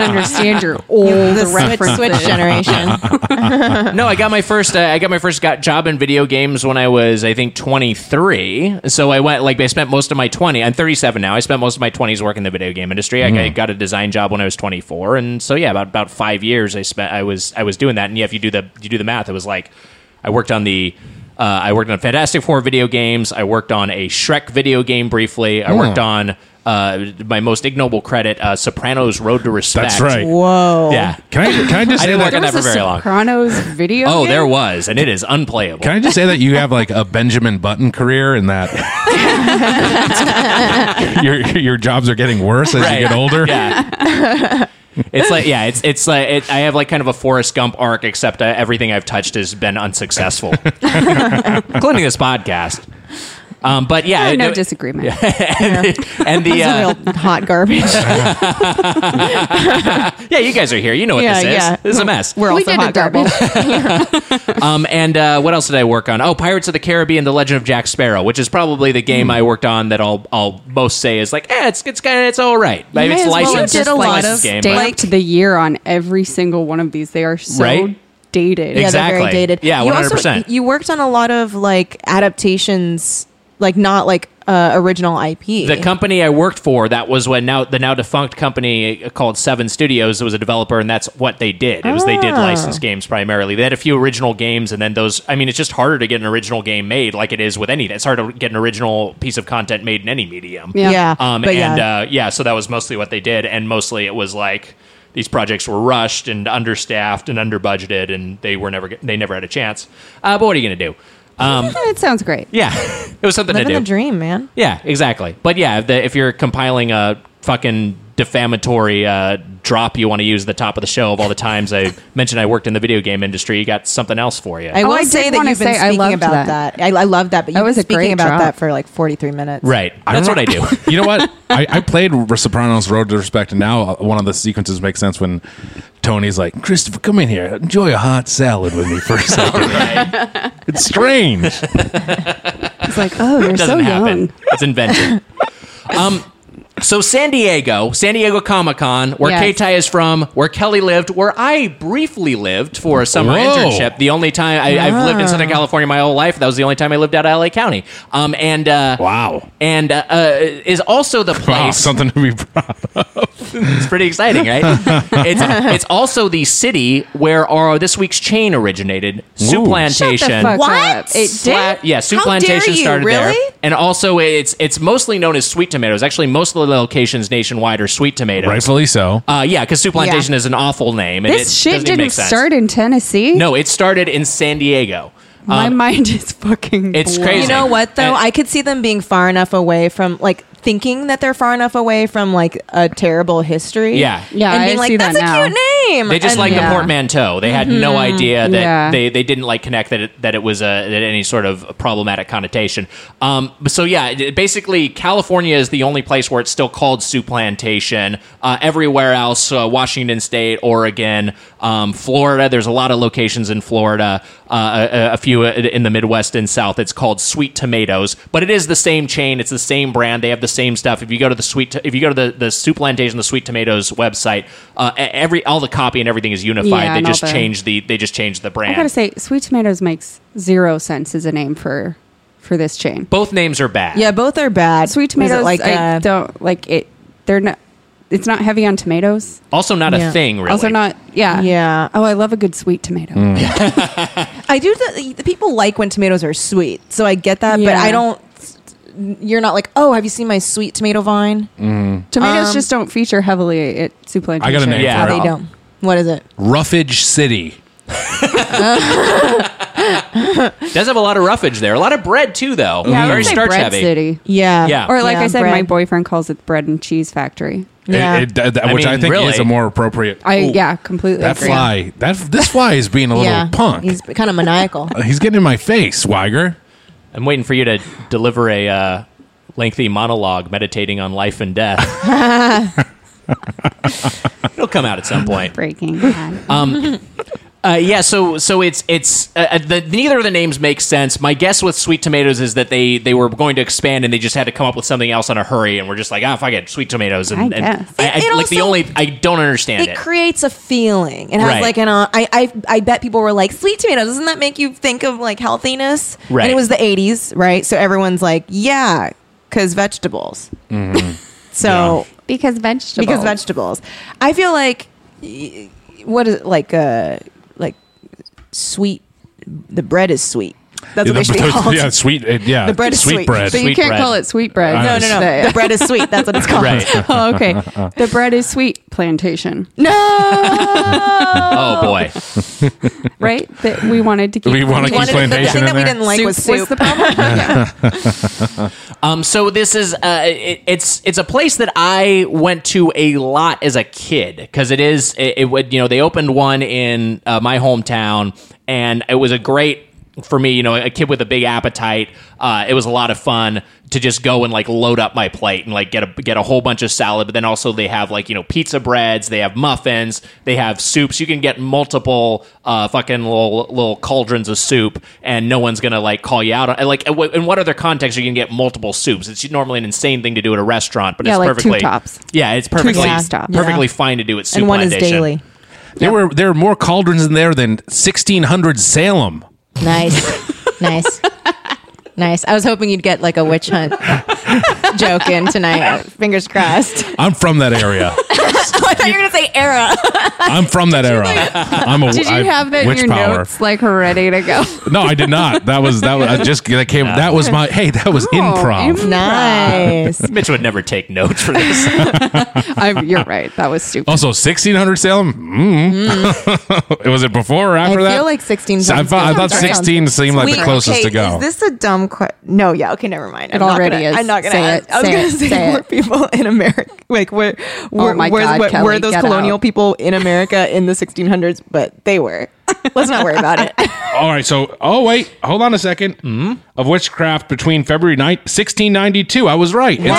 G: understand your old
I: the switch,
G: references.
I: switch generation.
B: no, I got my first. Uh, I got my first got job in video games when I was, I think, 23. So I went like I spent most of my 20. I'm 37 now. I spent most of my 20s working in the video game industry. I,
D: Mm-hmm.
B: I got a design job when I was 24, and so yeah, about about five years I spent. I was I was doing that, and yeah, if you do the you do the math, it was like I worked on the. Uh, I worked on Fantastic Four video games. I worked on a Shrek video game briefly. I worked
D: Mm.
B: on uh, my most ignoble credit, uh, Sopranos: Road to Respect.
D: That's right.
I: Whoa.
B: Yeah.
D: Can I can I just
B: I
D: say
B: didn't
D: that?
B: work on that
G: There
B: for
G: was a
B: very long.
G: Sopranos video.
B: Oh,
G: game?
B: there was, and it is unplayable.
D: Can I just say that you have like a Benjamin Button career and that your your jobs are getting worse as
B: Right.
D: you get older?
B: Yeah. it's like yeah, it's it's like it, I have like kind of a Forrest Gump arc, except uh, everything I've touched has been unsuccessful, including this podcast. Um, but yeah,
G: Oh, no
B: it-
G: disagreement.
B: and the
I: It's
B: uh,
I: a real hot garbage.
B: yeah, you guys are here. You know what
I: Yeah,
B: this is.
I: yeah.
B: This is a mess.
I: We're
G: we
I: also
G: did a
I: hot
G: double.
I: garbage.
B: Um, and uh, what else did I work on? Oh, Pirates of the Caribbean: The Legend of Jack Sparrow, which is probably the game I worked on that I'll I'll most say is like, eh, it's it's kind of it's all right. Like,
G: You
B: it's
G: may as well have
B: licensed,
I: did
B: it's
I: a lot
B: licensed
I: of
B: game, but-
G: Stamped the year on every single one of these. They are so
B: Right? Ex-
I: Yeah,
G: dated.
I: they're
B: Exactly.
I: very dated.
B: Yeah,
I: You also-
B: 100%.
I: You worked on a lot of like adaptations, like not like uh, original IP.
B: The company I worked for, that was when now the now defunct company called Seven Studios was a developer, and that's what they did. It was they did licensed games primarily. They had a few original games, and then those. I mean, it's just harder to get an original game made, like it is with anything. It's hard to get an original piece of content made in any medium.
G: Yeah.
I: yeah.
B: Um,
I: but
B: and
I: yeah.
B: Uh, yeah, so that was mostly what they did, and mostly it was like these projects were rushed and understaffed and underbudgeted, and they were never they never had a chance. Uh, but what are you gonna do? Um,
G: That sounds great.
B: yeah, it was something
I: living
B: to do.
I: the dream, man.
B: Yeah, exactly. But yeah, if, the, if you're compiling a fucking defamatory uh, drop you want to use at the top of the show of all the times I mentioned I worked in the video game industry, you got something else for you.
I: Oh, I will
G: I did
I: say that
G: wanna
I: you've been
G: say I
I: speaking
G: loved
I: about
G: that.
I: that. I, I love that, but you've
G: was
I: been
G: a great
I: speaking about
G: drop.
I: that for like 43 minutes.
B: right. That's what I do.
D: you know what? I, I played Sopranos Road to Respect, and now uh, one of the sequences makes sense when Tony's like, Christopher, come in here. Enjoy a hot salad with me for a second. It's strange.
G: It's like, oh, you're so
B: doesn't happen.
G: young.
B: It's invented. um, so San Diego, San Diego Comic Con, where
G: Yes.
B: Keitai is from, where Kelly lived, where I briefly lived for a summer
D: Whoa.
B: internship. The only time I, I've lived in Southern California my whole life. That was the only time I lived out of LA County. Um, and uh,
D: Wow.
B: and uh, uh, is also the place.
D: Wow, something to be proud of.
B: It's pretty exciting, right? it's it's also the city where our this week's chain originated, Soup
D: Ooh.
B: Plantation.
G: Shut the fuck up.
I: What?
G: It
B: Pla-
I: did?
B: yeah, Soup
I: How
B: Plantation
I: dare you?
B: started
I: really?
B: there, and also it's it's mostly known as sweet tomatoes. Actually, most of the locations nationwide are sweet tomatoes.
D: Rightfully so.
B: Uh, yeah, because Soup Plantation is an awful name, and
G: This
B: it
G: shit
B: doesn't even
G: didn't
B: make sense.
G: start in Tennessee.
B: no, it started in San Diego.
G: my mind is fucking.
B: It's
G: blown.
B: crazy.
I: You know what though?
B: And-
I: I could see them being far enough away from like thinking that they're far enough away from like a terrible history.
B: Yeah.
G: Yeah,
I: and
G: I
I: being like,
G: see that
I: that's a
G: now.
I: cute name.
B: They
H: Mm,
B: just
I: And-
B: like
G: Yeah.
B: the portmanteau. They had no idea that
G: Yeah.
B: they, they didn't like connect that it, that it was a, that any sort of problematic connotation. Um, so yeah, it- basically California is the only place where it's still called Soup Plantation. Uh, everywhere else, uh, Washington State, Oregon, um, Florida. There's a lot of locations in Florida. Uh, a- a, a few in the Midwest and South. It's called Sweet Tomatoes, but it is the same chain. It's the same brand. They have the same stuff. If you go to the sweet, to- if you go to the the Soup Plantation, the Sweet Tomatoes website, uh, e- every all the copy and everything is unified.
G: Yeah,
B: they
G: and
B: just
G: all the-
B: changed the they just changed the
G: I
B: brand.
G: gotta say, Sweet Tomatoes makes zero sense as a name for for this chain.
B: both names are bad.
I: yeah, both are bad.
G: Sweet
I: Was it
G: Tomatoes, like I
I: uh,
G: don't like it. They're not. It's not heavy on tomatoes.
B: Also, not a
I: Yeah.
B: thing really.
G: Also, not. Yeah.
I: Yeah.
G: Oh, I love a good sweet tomato.
D: Mm.
I: I do. Th- people like when tomatoes are sweet, so I get that. But
G: Yeah.
I: I don't. You're not like, oh, have you seen my sweet tomato vine?
G: Tomatoes
I: Um,
G: just don't feature heavily at soup
D: I
G: plantation.
D: got a name
B: Yeah.
D: for
I: Ah, They
D: it.
I: don't. What is it?
D: Roughage City.
B: does have a lot of roughage there. A lot of bread too, though.
G: Yeah, I
D: Mm-hmm.
B: Very
G: would say
B: starch
G: bread
B: heavy.
G: city.
I: Yeah.
B: Yeah.
G: Or like
I: Yeah,
G: I said,
I: bread.
G: my boyfriend calls it the bread and cheese factory.
I: Yeah.
D: It- it- that- that-
B: I
D: which I,
B: mean,
D: think
B: really.
D: is a more appropriate.
G: I
D: Ooh,
G: yeah, completely
D: That
G: agree.
D: fly. That this fly is being a little
I: yeah.
D: punk.
I: He's kind of maniacal.
D: Uh, He's getting in my face, Weiger.
B: I'm waiting for you to deliver a uh, lengthy monologue meditating on life and death. It'll come out at some point.
G: Breaking. Bad.
B: Uh, yeah, so so it's it's uh, uh, the, neither of the names makes sense. My guess with Sweet Tomatoes is that they they were going to expand and they just had to come up with something else on a hurry, and we're just like, ah, fuck it, Sweet Tomatoes. And,
I: I
B: and
I: guess.
B: I, I-
I: It- it
B: like the
I: also-
B: only I don't understand
I: it,
B: it.
I: creates a feeling. It has
B: Right.
I: like an. Uh, I, I I bet people were like sweet tomatoes. Doesn't that make you think of like healthiness?
B: Right.
I: And it was the '80s, right? So everyone's like, yeah, because vegetables.
D: Mm-hmm.
I: So
G: because vegetables.
I: because vegetables, I feel like y- what is it, like uh like sweet. The bread is sweet. That's what
D: Yeah,
I: they should be
D: the-
I: called.
D: yeah, sweet. uh, yeah,
I: The bread is sweet.
D: bread.
G: So you
B: Sweet
G: can't
B: bread.
G: call it sweet bread.
D: No,
I: No, no, no. the bread is sweet. That's what it's called.
B: Right.
G: oh, okay. The bread is sweet plantation,
I: No.
B: Oh boy.
G: right? That we wanted to keep.
D: We wanna keep
I: Wanted-
D: plantation
I: the thing
D: in
I: that we
D: there?
I: didn't like
G: soup
I: was soup.
G: was the problem. yeah.
B: Um, so this is uh, it, it's it's a place that I went to a lot as a kid because it is it, it would you know they opened one in uh, my hometown and it was a great for me you know a kid with a big appetite uh, it was a lot of fun to just go and like load up my plate and like get a get a whole bunch of salad but then also they have like you know pizza breads they have muffins they have soups you can get multiple uh, fucking little little cauldrons of soup and no one's gonna like call you out on like in what- in what other context are you gonna get multiple soups it's normally an insane thing to do at a restaurant but
G: Yeah,
B: it's
G: like two
B: perfectly
G: tops.
B: yeah it's perfectly
G: sauce tops.
B: perfectly fine to do at soup
I: And one is
B: Plantation.
I: daily.
D: There were there were more cauldrons in there than 1600 Salem.
H: Nice. nice. Nice. I was hoping you'd get like a witch hunt joke in tonight. Fingers crossed.
D: I'm from that area.
H: I thought you were going to say era.
D: I'm from that era. I'm a
G: Did you
D: I-
G: have that in
D: witch
G: your
D: power.
G: notes, like ready to go?
D: No, I did not. That was that was I just that came. That was my hey. That was improv.
G: improv.
H: Nice.
B: mitch would never take notes for this
G: I, you're right. That was stupid.
D: also, 1600 Salem. Mm. was it before or after
H: I
D: that?
H: feel like 16
D: So I,
H: sounds
D: thought- I
H: good.
D: thought
H: Sounds right.
D: 16 seemed like
I: Wait,
D: the closest
I: okay,
D: to go.
I: Is this a dumb question? No, yeah. Okay, never mind. I'm
G: It
I: not
G: already
I: gonna,
G: is.
I: I'm not going to
G: Say
I: ask.
G: it,
I: I was
G: say
I: going
G: it,
I: to say,
G: say
I: were
G: it. Oh
I: people in America, like, were, were,
G: my
I: were,
G: God,
I: were,
G: Kelly,
I: were those
G: get
I: colonial
G: out.
I: people in America in the 1600s? But they were. Let's not worry about it.
D: All right. So, oh wait, hold on a 2nd Of witchcraft between February 9th, 1692. I was right. In
B: okay.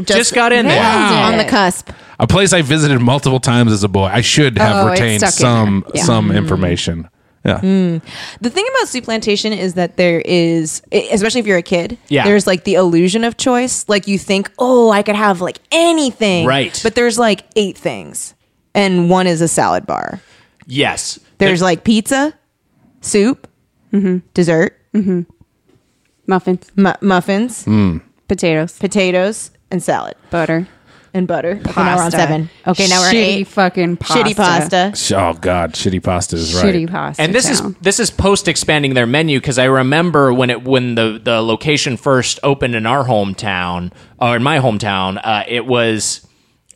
D: 1693.
B: just, got in there
D: Wow.
H: On the cusp.
D: A place I visited multiple times as a boy. I should have
H: Oh, it
D: retained
H: stuck in
D: some
H: there. Yeah. Mm.
D: some information. Yeah.
I: The thing about soup plantation is that there is, e, especially if you're a kid,
B: Yeah.
I: there's like the illusion of choice. Like you think, oh, I could have like anything.
B: Right.
I: But there's like eight things, and one is a salad bar.
B: yes
I: There's like pizza, soup, dessert,
G: Muffins,
I: mu- muffins,
G: potatoes,
I: potatoes, and salad
G: butter,
I: and butter. Okay, now we're on
G: pasta.
I: seven. Okay, now we're at
G: shitty
I: eight.
G: fucking pasta.
I: Shitty pasta.
D: Oh God, shitty pasta is right.
G: Shitty pasta.
B: and this
G: town.
B: is this is post expanding their menu because I remember when it when the the location first opened in our hometown or in my hometown, uh, it was.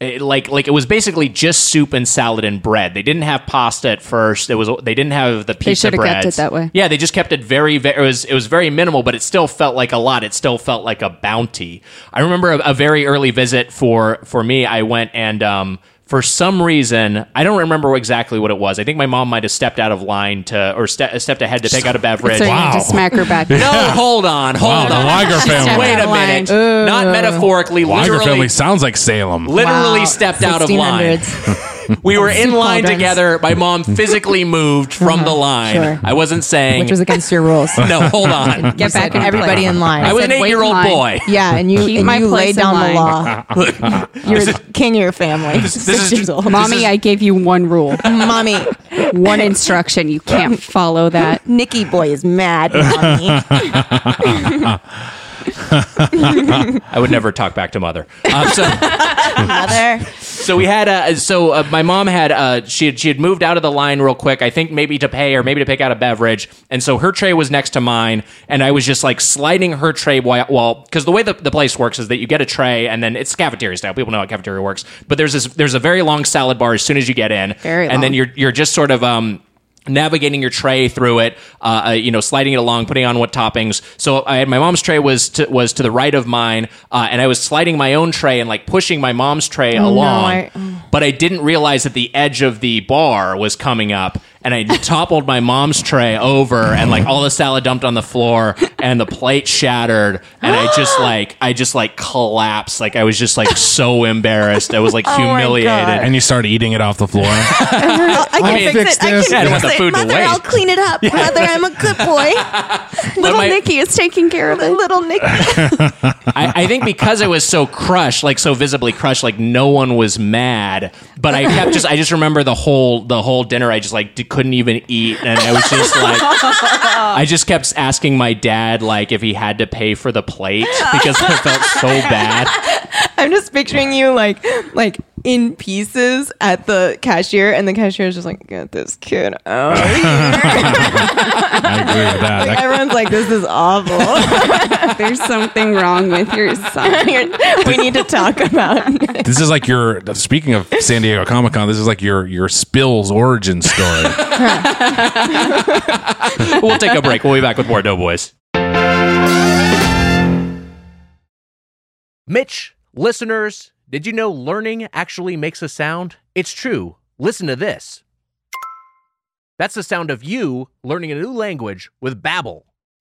B: It, like like it was basically just soup and salad and bread. They didn't have pasta at first. There was they didn't have the pizza
G: should have kept
B: breads.
G: it that way.
B: Yeah, they just kept it very very. It was it was very minimal, but it still felt like a lot. It still felt like a bounty. I remember a, a very early visit for for me. I went and um, for some reason I don't remember exactly what it was. I think my mom might have stepped out of line to or ste- stepped ahead to pick out a beverage.
G: So you need
D: Wow.
G: to smack her back.
B: No, hold on, hold
D: Wow, the
B: on.
D: Weiger family.
B: Wait a minute. Not metaphorically,
D: Lager
B: literally
D: family sounds like Salem.
B: literally
H: Wow.
B: stepped out of line.
H: 1600s.
B: We were in line
H: cauldrons.
B: together. My mom physically moved from the line.
H: Uh-huh. sure.
B: I wasn't saying
H: Which was against your rules.
B: no, hold on.
H: Get back
G: in
H: and everybody in line.
B: I was an
H: Said,
B: eight
H: "Wait
B: year
H: in
B: old
H: line."
B: boy.
H: Yeah, and you, and
G: my
H: you
G: place in
H: laid down the
G: line.
H: law. You're the king of your family. Six
B: is-
H: years old.
G: Mommy, I gave you one rule,
H: Mommy,
G: one instruction. You can't follow that.
H: Nikki boy is mad. Mommy.
B: I would never talk back to mother. Um, so,
H: Mother.
B: so we had uh, so uh, my mom had uh, she had she had moved out of the line real quick. I think maybe to pay or maybe to pick out a beverage, and so her tray was next to mine, and I was just like sliding her tray while well because the way the, the place works is that you get a tray and then it's cafeteria style. People know how cafeteria works, but there's this there's a very long salad bar as soon as you get in,
G: Very
B: and then
G: long.
B: you're you're just sort of um navigating your tray through it uh, uh, you know sliding it along putting on what toppings so i had my mom's tray was to, was to the right of mine uh, and i was sliding my own tray and like pushing my mom's tray along
H: I-
B: but i didn't realize that the edge of the bar was coming up
K: and I toppled my mom's tray over, and like all the salad dumped on the floor, and the plate shattered, and I just like I just like collapsed. Like I was just like so embarrassed. I was like humiliated.
D: and you start eating it off the floor.
L: I can
K: I mean,
L: fix it. I
D: fix this.
L: can
D: Yeah, I don't
L: fix
D: want
K: the
L: it.
K: food to
L: Mother, I'll
K: waste.
L: clean it up. Mother, I'm a good boy.
G: Little
K: my-
G: Nikki is taking care of it.
L: Little Nick.
K: I, I think because I was so crushed, like so visibly crushed, like no one was mad. But I kept just, I just remember the whole, the whole dinner. I just like d- couldn't even eat, and I was just like, I just kept asking my dad like if he had to pay for the plate because I felt so bad.
H: I'm just picturing you like like in pieces at the cashier, and the cashier is just like, get this kid out. of here."
D: I agree with that.
H: like,
D: That-
H: everyone's like, this is awful.
G: There's something wrong with your son.
H: we need to talk about.
D: this is like your. Speaking of San Diego Comic Con, this is like your your spills origin story.
K: We'll take a break. We'll be back with more Doughboys.
B: Mitch, listeners, did you know learning actually makes a sound? It's true. Listen to this. That's the sound of you learning a new language with Babbel.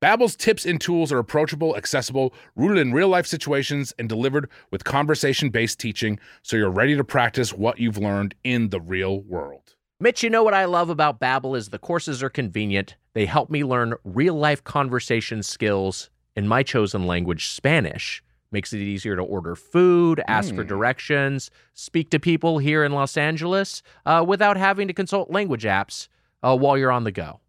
D: Babbel's tips and tools are approachable, accessible, rooted in real-life situations and delivered with conversation-based teaching so you're ready to practice what you've learned in the real world.
B: Mitch, you know what I love about Babbel is the courses are convenient. They help me learn real-life conversation skills in my chosen language, Spanish. Makes it easier to order food, ask for directions, speak to people here in Los Angeles uh, without having to consult language apps uh, while you're on the go.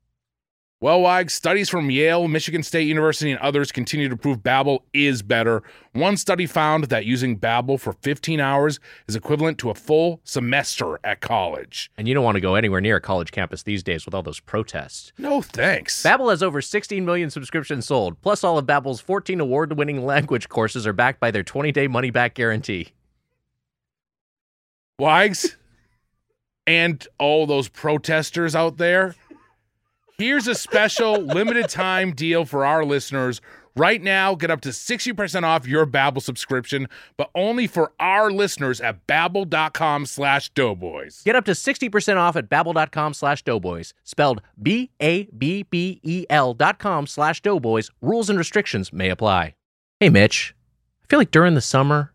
D: Well, Wag, studies from Yale, Michigan State University, and others continue to prove Babbel is better. One study found that using Babbel for 15 hours is equivalent to a full semester at college.
B: And you don't want to go anywhere near a college campus these days with all those protests.
D: No thanks.
B: Babbel has over 16 million subscriptions sold. Plus, all of Babbel's 14 award-winning language courses are backed by their 20-day money-back guarantee.
D: Wags and all those protesters out there. Here's a special limited time deal for our listeners. Right now, get up to 60% off your Babbel subscription, but only for our listeners at babbel.com slash doughboys.
B: Get up to 60% off at babbel.com slash doughboys, spelled B-A-B-B-E-L E dot com slash doughboys. Rules and restrictions may apply. Hey, Mitch. I feel like during the summer,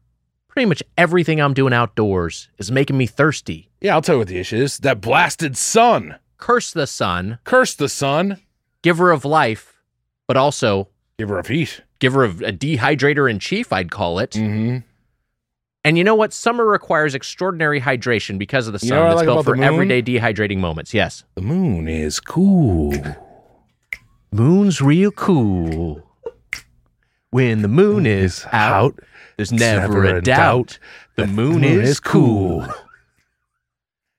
B: pretty much everything I'm doing outdoors is making me thirsty.
D: Yeah, I'll tell you what the issue is. That blasted sun.
B: Curse the sun,
D: Curse the sun.
B: giver of life, but also
D: Give her a heat.
B: giver of a dehydrator in chief, I'd call it.
D: Mm-hmm.
B: And you know what? Summer requires extraordinary hydration because of the sun
D: You know what I
B: that's
D: like
B: built
D: about the
B: for
D: moon?
B: everyday dehydrating moments. Yes.
D: The moon is cool.
B: Moon's real cool. When the moon is out, there's never, a doubt. The moon, is cool.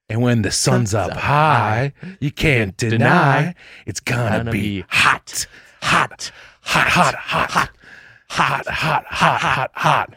D: And when the sun's up high, you can't deny
B: deny
D: it's gonna
B: gonna
D: be
B: be
D: hot, hot, hot, hot, hot, hot, hot, hot, hot, hot, hot.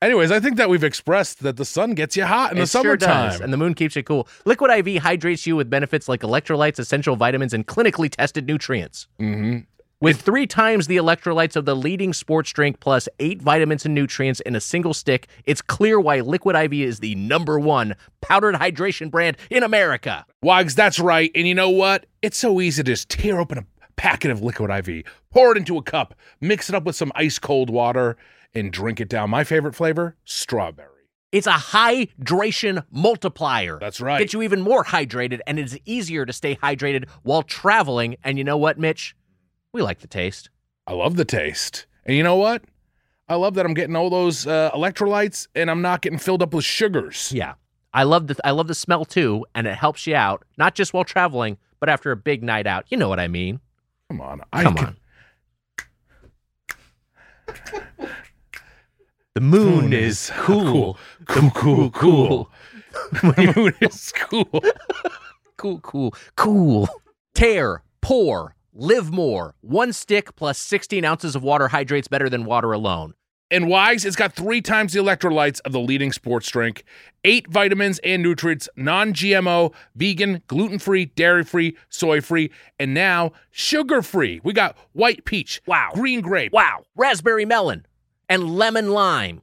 D: Anyways, I think that we've expressed that the sun gets you hot in the
B: It sure
D: summertime.
B: does, and the moon keeps you cool. Liquid IV hydrates you with benefits like electrolytes, essential vitamins, and clinically tested nutrients. Mm-hmm.
D: Mhm.
B: With three times the electrolytes of the leading sports drink, plus eight vitamins and nutrients in a single stick, it's clear why Liquid IV is the number one powdered hydration brand in America.
D: Wags, that's right. And you know what? It's so easy to just tear open a packet of liquid IV, pour it into a cup, mix it up with some ice cold water, and drink it down. My favorite flavor, strawberry.
B: It's a hydration multiplier.
D: That's right.
B: Get you even more hydrated, and it's easier to stay hydrated while traveling. And you know what, Mitch? We like the taste.
D: I love the taste. And you know what? I love that I'm getting all those uh, electrolytes and I'm not getting filled up with sugars.
B: Yeah. I love the I love the smell too, and it helps you out, not just while traveling, but after a big night out. You know what I mean.
D: Come on. I
B: Come
D: can-
B: on. The moon, is cool.
D: Cool, cool, cool. The moon is cool.
B: Cool, cool, cool. Tear, pour, live more. One stick plus 16 ounces of water hydrates better than water alone.
D: and wise, it's got three times the electrolytes of the leading sports drink, eight vitamins and nutrients, non GMO, vegan, gluten free, dairy free, soy free, and now sugar free. We got white peach, wow, green grape,
M: wow, raspberry melon, and lemon lime.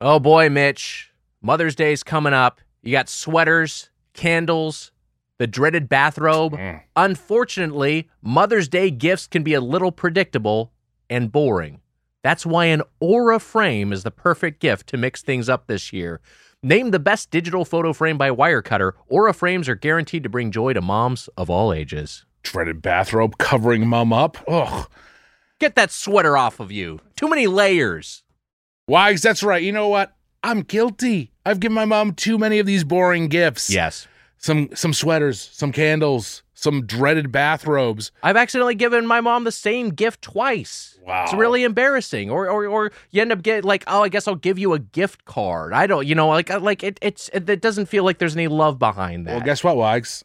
M: Oh boy, Mitch. Mother's Day's coming up. You got sweaters, candles, the dreaded bathrobe. Unfortunately, Mother's Day gifts can be a little predictable and boring. That's why an Aura frame is the perfect gift to mix things up this year. Named the best digital photo frame by Wirecutter, Aura frames are guaranteed to bring joy to moms of all ages.
D: Dreaded bathrobe covering mum up. Ugh.
M: Get that sweater off of you. Too many layers.
D: Wags, that's right. You know what? I'm guilty. I've given my mom too many of these boring gifts.
M: Yes.
D: Some some sweaters, some candles, some dreaded bathrobes.
M: I've accidentally given my mom the same gift twice.
D: Wow.
M: It's really embarrassing. Or or or you end up getting like, "Oh, I guess I'll give you a gift card." I don't, you know, like uh, like it it's it, it doesn't feel like there's any love behind that.
D: Well, guess what, Wags?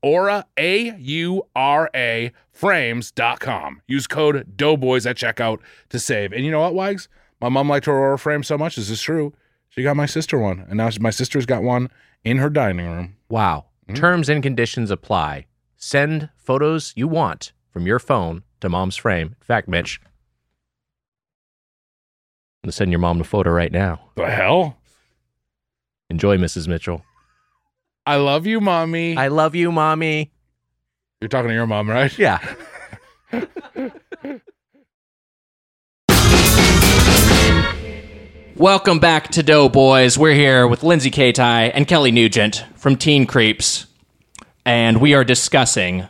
D: aura, A U R A, frames.com. Use code DOUGHBOYS at checkout to save. And you know what, Wags? My mom liked her Aura frame so much. This is true. She got my sister one, and now she- my sister's got one in her dining room.
M: Wow.
D: Hmm.
M: Terms and conditions apply. Send photos you want from your phone to mom's frame. In fact, Mitch, I'm going to send your mom a photo right now.
D: The hell?
M: Enjoy, Mrs. Mitchell.
D: I love you, mommy.
M: I love you, mommy.
D: You're talking to your mom, right?
M: Yeah.
B: Welcome back to Dough Boys. We're here with Lindsay Katai and Kelly Nugent from Teen Creeps, and we are discussing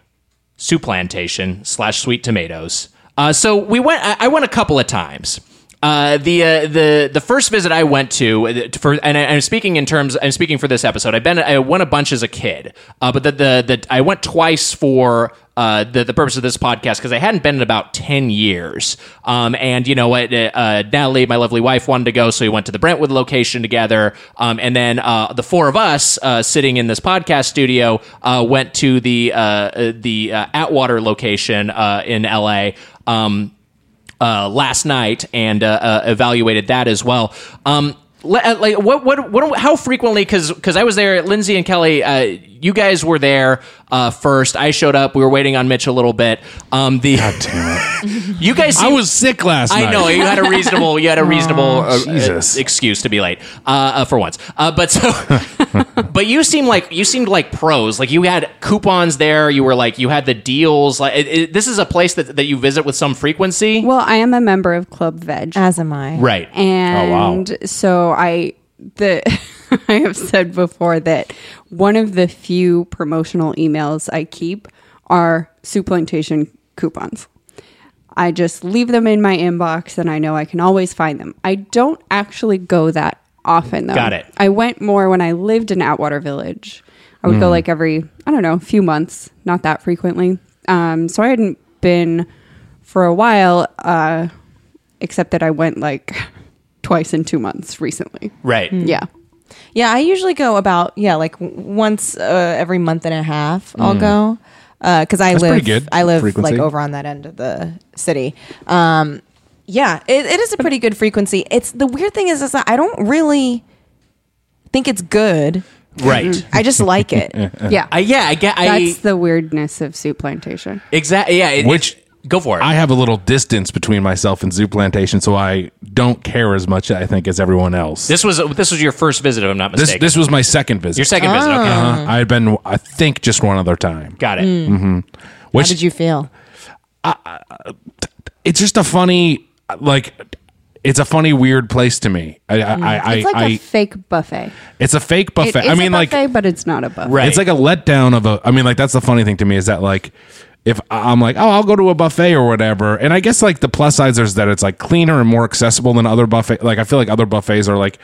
B: supplantation slash sweet tomatoes. Uh, so we went. I, I went a couple of times. Uh, the uh, the the first visit I went to uh, for, and I, I'm speaking in terms. I'm speaking for this episode. I've been. I went a bunch as a kid, uh, but the, the the I went twice for uh, the the purpose of this podcast because I hadn't been in about ten years. Um, and you know what, uh, uh, Natalie, my lovely wife, wanted to go, so we went to the Brentwood location together. Um, and then uh, the four of us uh, sitting in this podcast studio uh, went to the uh, uh, the uh, Atwater location uh, in LA. Um, uh, last night and uh, uh, evaluated that as well. Um, le- uh, like what, what, what, how frequently? Because because I was there, Lindsay and Kelly, uh, you guys were there uh, first. I showed up. We were waiting on Mitch a little bit. Um, the you guys,
N: I
B: seem-
N: was sick last
B: I
N: night.
B: know you had a reasonable,
D: Oh,
B: you had a reasonable uh, uh,
N: Jesus.
B: excuse to be late uh, uh, for once. Uh, but so, but you seem like you seemed like pros. Like you had coupons there. You were like you had the deals. Like it, it, this is a place that, that you visit with some frequency.
G: Well, I am a member of Club Veg.
H: As am I.
B: Right.
G: And so I the I have said before that one of the few promotional emails I keep are supplantation coupons. I just leave them in my inbox and I know I can always find them. I don't actually go that often though.
B: Got it.
G: I went more when I lived in Atwater Village. I would go
D: Hmm.
O: Mm.
G: like every, I don't know, few months, not that frequently. Um, so I hadn't been for a while, uh, except that I went like twice in two months recently.
B: Right.
G: Yeah.
H: Yeah, I usually go about yeah, like w- once uh, every month and a half. I'll
G: Mm.
H: go because I
G: That's
H: live
G: pretty good
H: I live
G: frequency.
H: like over on that end of the city. Um, yeah, it, it is a pretty good frequency. It's the weird thing is, is that I don't really think it's good.
B: Right.
G: Mm-hmm.
H: I just like it.
G: Yeah.
B: I, yeah. I get. I
G: That's the weirdness of soup plantation.
B: exactly. Yeah. It,
N: Which
B: Go for it.
D: I have a little distance between myself and Zoo Plantation, so I don't care as much, I think, as everyone else.
B: This was this was your first visit, if I'm not
D: This,
B: mistaken.
D: this was my second visit.
B: Your second visit, okay. Mm-hmm.
D: Uh-huh. I had been, I think, just one other time.
B: Got it.
G: Mm.
D: hmm
H: How did you feel?
D: it's just a funny like it's a funny weird place to me i
B: Mm.
D: i i,
G: it's like
D: I
G: a fake buffet.
D: it's a fake buffet
G: It is
D: i mean
G: a
D: like
G: buffet, but it's not a buffet.
D: it's like a letdown of a i mean like that's the funny thing to me is that like if I- i'm like oh i'll go to a buffet or whatever and i guess like the plus sides is that it's like cleaner and more accessible than other buffet like i feel like other buffets are like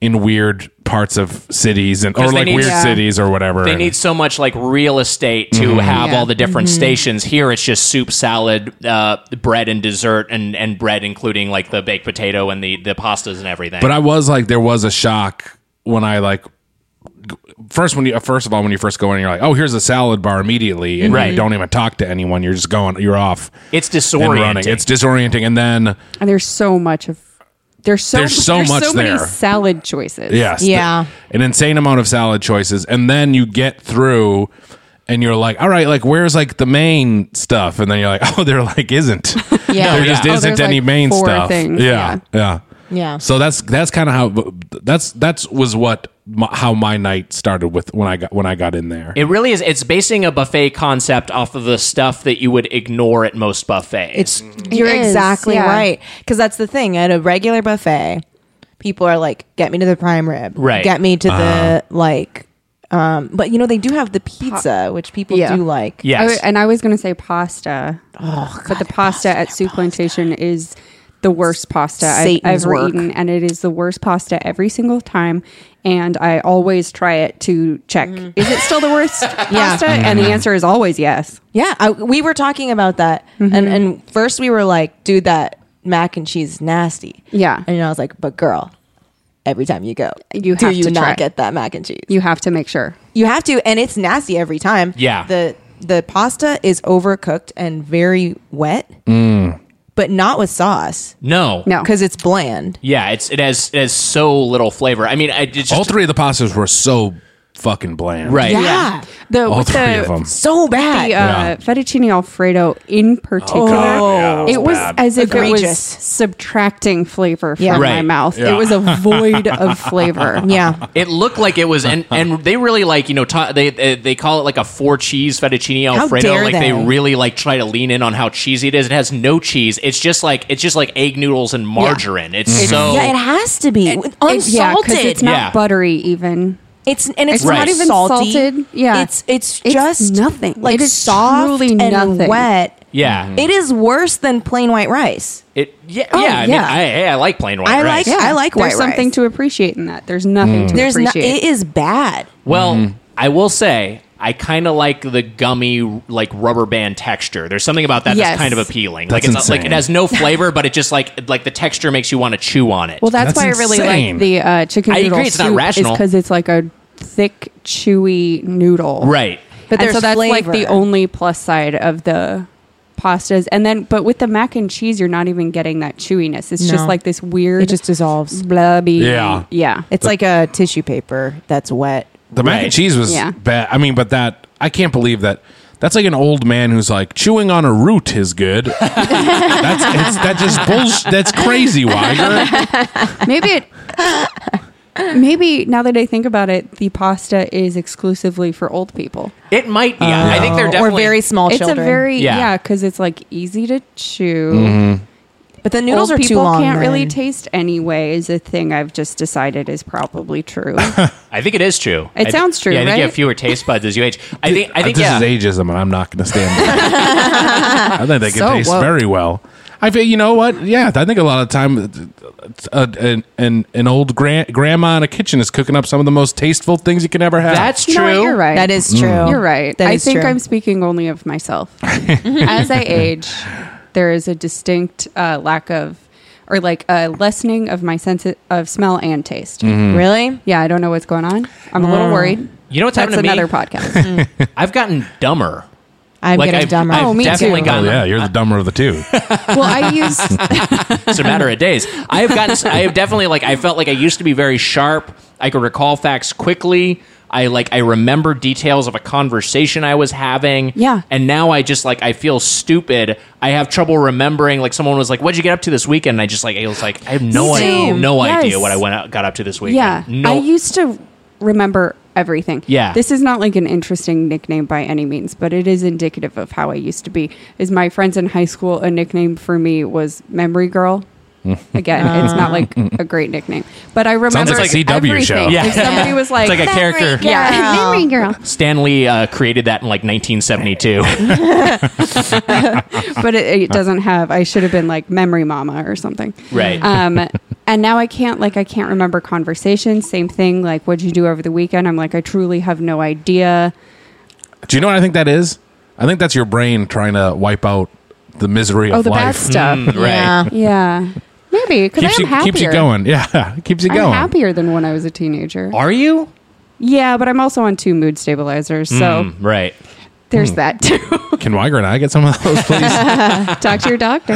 D: in weird parts of cities and or
B: 'Cause they
D: like
B: need-
D: weird
B: Yeah.
D: cities or whatever
B: They
D: And-
B: need so much like real estate to
D: Mhm.
B: have
D: Yeah.
B: all the different
D: Mhm.
B: stations. Here it's just soup, salad, uh, bread and dessert, and and bread including like the baked potato and the the pastas and everything.
D: But I was like, there was a shock when I like g- first when you first of all when you first go in, you're like, oh, here's a salad bar immediately, and
B: Right.
D: you don't even talk to anyone. You're just going, you're off.
B: it's
D: and running.
B: disorienting.
D: It's disorienting, and then
G: And there's so much of there's so
D: There's so much
G: so many
D: there.
G: salad choices.
D: yes, the- an insane amount of salad choices, and then you get through. And you're like, all right, like where's like the main stuff? And then you're like, oh, there like isn't.
H: Yeah.
D: there just
H: Yeah. Oh,
D: isn't
H: there's,
D: any
H: like,
D: main
H: four
D: stuff.
H: things.
D: Yeah, yeah,
H: Yeah.
D: So that's that's kind of how that's that's was what my, how my night started with when I got when I got in there.
B: It really is. It's basing a buffet concept off of the stuff that you would ignore at most buffets. It's
H: You're exactly
G: yeah.
H: right. Because that's the thing at a regular buffet, people are like, "Get me to the prime rib,
B: Right.
H: Get me to
B: Uh-huh.
H: the like." Um, but you know they do have the pizza, which people
G: Yeah.
H: do like. Uh,
G: I w- and I was going to say pasta.
H: Oh,
G: but the pasta at Soup Plantation is the worst pasta
H: Satan's
G: I've ever
H: work.
G: eaten, and it is the worst pasta every single time. And I always try it to check
H: Mm-hmm.
G: is it still the worst pasta?
D: Mm-hmm.
G: And the
H: Mhm.
G: answer is always yes.
H: Yeah, I, we were talking about that, and
G: Mm-hmm.
H: and first we were like, "Dude, that mac and cheese is nasty."
G: Yeah,
H: and I was like, "But girl, every time you go,
G: You
H: do
G: have
H: you
G: to
H: not
G: try.
H: get that mac and cheese?
G: You have to make sure
H: You have to, and it's nasty every time.
G: Yeah.
H: the the pasta is overcooked and very wet, but not with sauce.
B: No.
H: because it's bland.
B: Yeah, it's it has it has so little flavor. I mean, I it just
D: All three of the pastas were so fucking bland.
B: Right.
H: Yeah.
G: The,
D: All
G: with
D: three
G: the-
D: of them.
H: So bad.
G: The uh,
D: Yeah. Oh,
G: fettuccine alfredo in particular,
D: God, yeah, that
G: Oh, it
D: was
G: was
D: bad.
G: as if it was
H: Egregious.
G: subtracting flavor from
B: Yeah.
G: my
B: Right.
G: mouth.
B: Yeah.
G: It was a void of flavor.
H: Yeah.
B: It looked like it was, and, and they really like you know ta- they, they they call it like a four cheese fettuccine
H: How
B: alfredo.
H: dare
B: Like they?
H: they.
B: really like try to lean in on how cheesy it is. It has no cheese. It's just like it's just like egg noodles and margarine. It's
H: Mhm.
B: Mm. so
H: yeah, it has to be with unsalted.
G: Yeah, 'cause it's not
B: Yeah.
G: buttery even.
H: It's and it's
G: It's
H: not
G: not
H: even
G: salty.
H: salted.
G: Yeah.
H: it's it's just
G: nothing.
H: Like
G: It is
H: soft
G: truly
H: and
G: nothing. Mm-hmm.
H: wet.
B: yeah.
H: It is worse than plain white rice.
B: It yeah
H: Oh,
B: yeah. I mean,
H: yeah.
B: I, hey, I like plain white
H: I
B: rice.
H: like I like
G: There's
H: white
G: something
H: rice.
G: to appreciate in that. There's
B: Mm.
G: nothing to
H: There's no,
G: appreciate.
H: it is bad.
B: Well,
D: Mm-hmm.
B: I will say I kind of like the gummy like rubber band texture. There's something about that
G: Yes.
B: that's kind of appealing.
D: That's
B: like it's uh, like
D: insane.
B: it has no flavor, but it just like like the texture makes you want to chew on it.
G: well, that's, why I really like the uh, chicken
B: I
G: noodle
B: agree, it's not
G: soup
B: rational.
G: because it's like a thick, chewy noodle.
B: Right.
G: But
H: But
G: and so
H: there's
G: that's like the
H: flavor.
G: only plus side of the pastas. And then, but with the mac and cheese, you're not even getting that chewiness. It's
H: No.
G: just like this weird.
H: It just dissolves.
G: blubby.
D: Yeah.
G: Yeah.
H: It's like a tissue paper that's wet.
D: The mac and cheese was
G: Yeah.
D: bad. I mean, but that I can't believe that. That's like an old man who's like chewing on a root is good. that's it's, that just bullshit. That's crazy, Weiger.
G: maybe it. Maybe now that I think about it, the pasta is exclusively for old people.
B: It might be. I think they're
H: Uh, Or
B: definitely
H: very small
G: it's
H: children.
G: a very
B: Yeah. Mm-hmm.
G: yeah, because it's like easy to chew.
H: but the noodles
G: Old
H: are too
G: people
H: long.
G: can't really
H: then.
G: taste anyway. Is a thing I've just decided is probably true.
B: I think it is true.
G: It
B: I-
G: sounds true,
B: Yeah, I think you
G: right?
B: have fewer taste buds as you age. I think. I think.
D: Uh,
B: yeah.
D: this is ageism, and I'm not going to stand. It. I think they can
B: So
D: taste
B: woke.
D: very well. I feel you know what? Yeah, I think a lot of time, uh, an an an old gran- grandma in a kitchen is cooking up some of the most tasteful things you can ever have.
B: That's
G: You know what?
B: true.
G: You're right.
H: That
B: Mm.
H: is true.
G: You're right.
H: That
G: I
H: is
G: think
H: true.
G: I'm speaking only of myself. As I age, there is a distinct uh, lack of, or like a lessening of my sense of smell and taste.
B: Mm-hmm.
H: really.
G: Yeah, I don't know what's going on. I'm a little worried.
B: You know Mm. what's
G: That's
B: happened to me?
G: another podcast.
B: I've gotten dumber.
H: I'm
B: Like,
H: getting
B: I've-
H: dumber.
B: I've
G: Oh, me too.
B: definitely
D: oh
B: gotten.
D: yeah, you're the dumber of the two.
G: well, I used
B: it's a matter of days. I have gotten. I have definitely like. I felt like I used to be very sharp. I could recall facts quickly. I like I remember details of a conversation I was having.
G: Yeah.
B: And now I just like I feel stupid. I have trouble remembering. Like someone was like, "What'd you get up to this weekend?" And I just like I was like, I have no
G: Me
B: idea,
G: too.
B: no
G: Yes.
B: idea what I went out, got up to this weekend.
G: Yeah.
B: No.
G: I used to remember everything.
B: Yeah.
G: This is not like an interesting nickname by any means, but it is indicative of how I used to be. Is my friends in high school a nickname for me was Memory Girl? Again, it's not like a great nickname, but I remember
B: Sounds like a CW
G: everything.
B: show. Yeah.
G: If somebody was like,
B: It's like a
G: "Memory
B: character."
G: Girl." Yeah,
P: Memory girl.
B: Stanley uh, created that in like 1972.
G: but it, it doesn't have. I should have been like Memory Mama or something.
B: Right.
G: Um, and now I can't like I can't remember conversations. Same thing. Like, what'd you do over the weekend? I'm like, I truly have no idea.
D: Do you know what I think that is? I think that's your brain trying to wipe out the misery
G: Oh,
D: of
G: the
D: life.
G: bad stuff.
D: right.
G: Yeah. Maybe because
D: Keeps
G: I'm
D: you
G: happier.
D: keeps you going. Yeah, keeps you
G: I'm
D: going.
G: happier than when I was a teenager.
B: Are you?
G: Yeah, but I'm also on two mood stabilizers, so
D: Hmm.
B: Mm, right.
G: there's that too.
D: Can Weiger and I get some of those, please?
G: Talk to your doctor.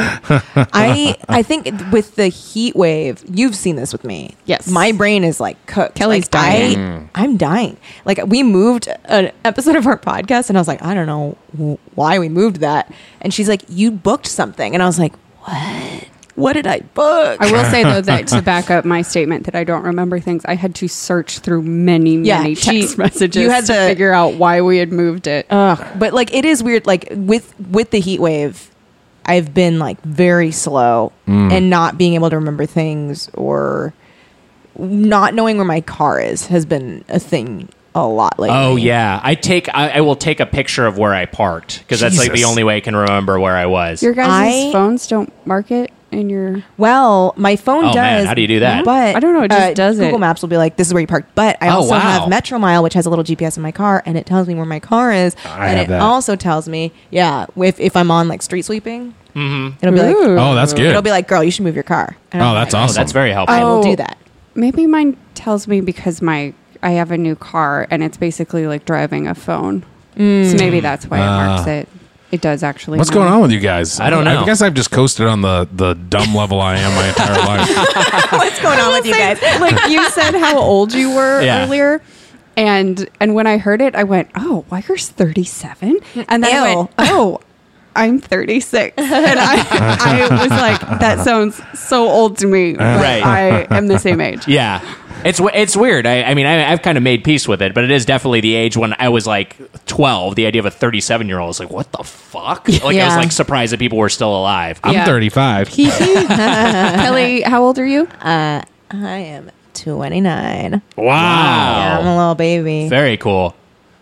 H: I I think with the heat wave, you've seen this with me.
G: Yes.
H: my brain is like cooked.
G: Kelly's
H: Like, I-
G: dying.
D: Mm.
H: I'm dying. Like we moved an episode of our podcast, and I was like, I don't know wh- why we moved that. And she's like, you booked something, and I was like, what? What did I book?
G: I will say though that to back up my statement that I don't remember things, I had to search through many,
H: Yeah,
G: many
H: she-
G: text messages
H: you had
G: to
H: to-
G: figure out why we had moved it.
H: Ugh, but like it is weird. Like with with the heat wave, I've been like very slow
G: Mm.
H: and not being able to remember things or not knowing where my car is has been a thing a lot lately.
B: Oh yeah, I take I, I will take a picture of where I parked because that's like the
H: Jesus.
B: only way I can remember where I was.
G: Your guys'
H: I-
G: phones don't mark it in your.
H: Well, my phone
B: Oh,
H: does.
B: man, how do you do that?
H: But
G: I don't know, it just
H: uh,
G: does it.
H: Google Maps will be like, "This is where you parked." But I
B: Oh,
H: also
B: wow.
H: have Metro Mile, which has a little GPS in my car, and it tells me where my car is,
D: I
H: and
D: have
H: it
D: that.
H: also tells me, yeah, if if I'm on like street sweeping,
B: Mm-hmm.
H: it'll be like,
G: Ooh.
D: Oh, that's good.
H: It'll be like, "Girl, you should move your car." And
D: Oh,
H: I'm
D: that's
H: like,
D: awesome.
B: that's very helpful.
H: I will
G: Oh.
H: do that.
G: Maybe mine tells me because my I have a new car and it's basically like driving a phone. So maybe that's why it marks
D: Ah.
G: it. It does actually.
D: What's
G: mark.
D: going on with you guys?
B: I don't know.
D: I guess I've just coasted on the the dumb level I am my entire life.
H: What's going on with you guys?
G: like you said how old you were
B: Yeah.
G: earlier and and when i heard it i went oh weiger's 37 and then i
H: Ew.
G: went oh i'm 36 and I, I was like that sounds so old to me but
B: Right.
G: i am the same age
B: Yeah. It's w- it's weird. I, I mean, I, I've kind of made peace with it, but it is definitely the age when I was like twelve. The idea of a thirty-seven year old is like, what the fuck? Like I was
H: Yeah.
B: like surprised that people were still alive.
D: I'm
G: Yeah.
D: 35.
G: kelly how old are you
H: Uh, I am 29. Yeah, I'm
B: Wow,
H: a little baby,
B: very cool.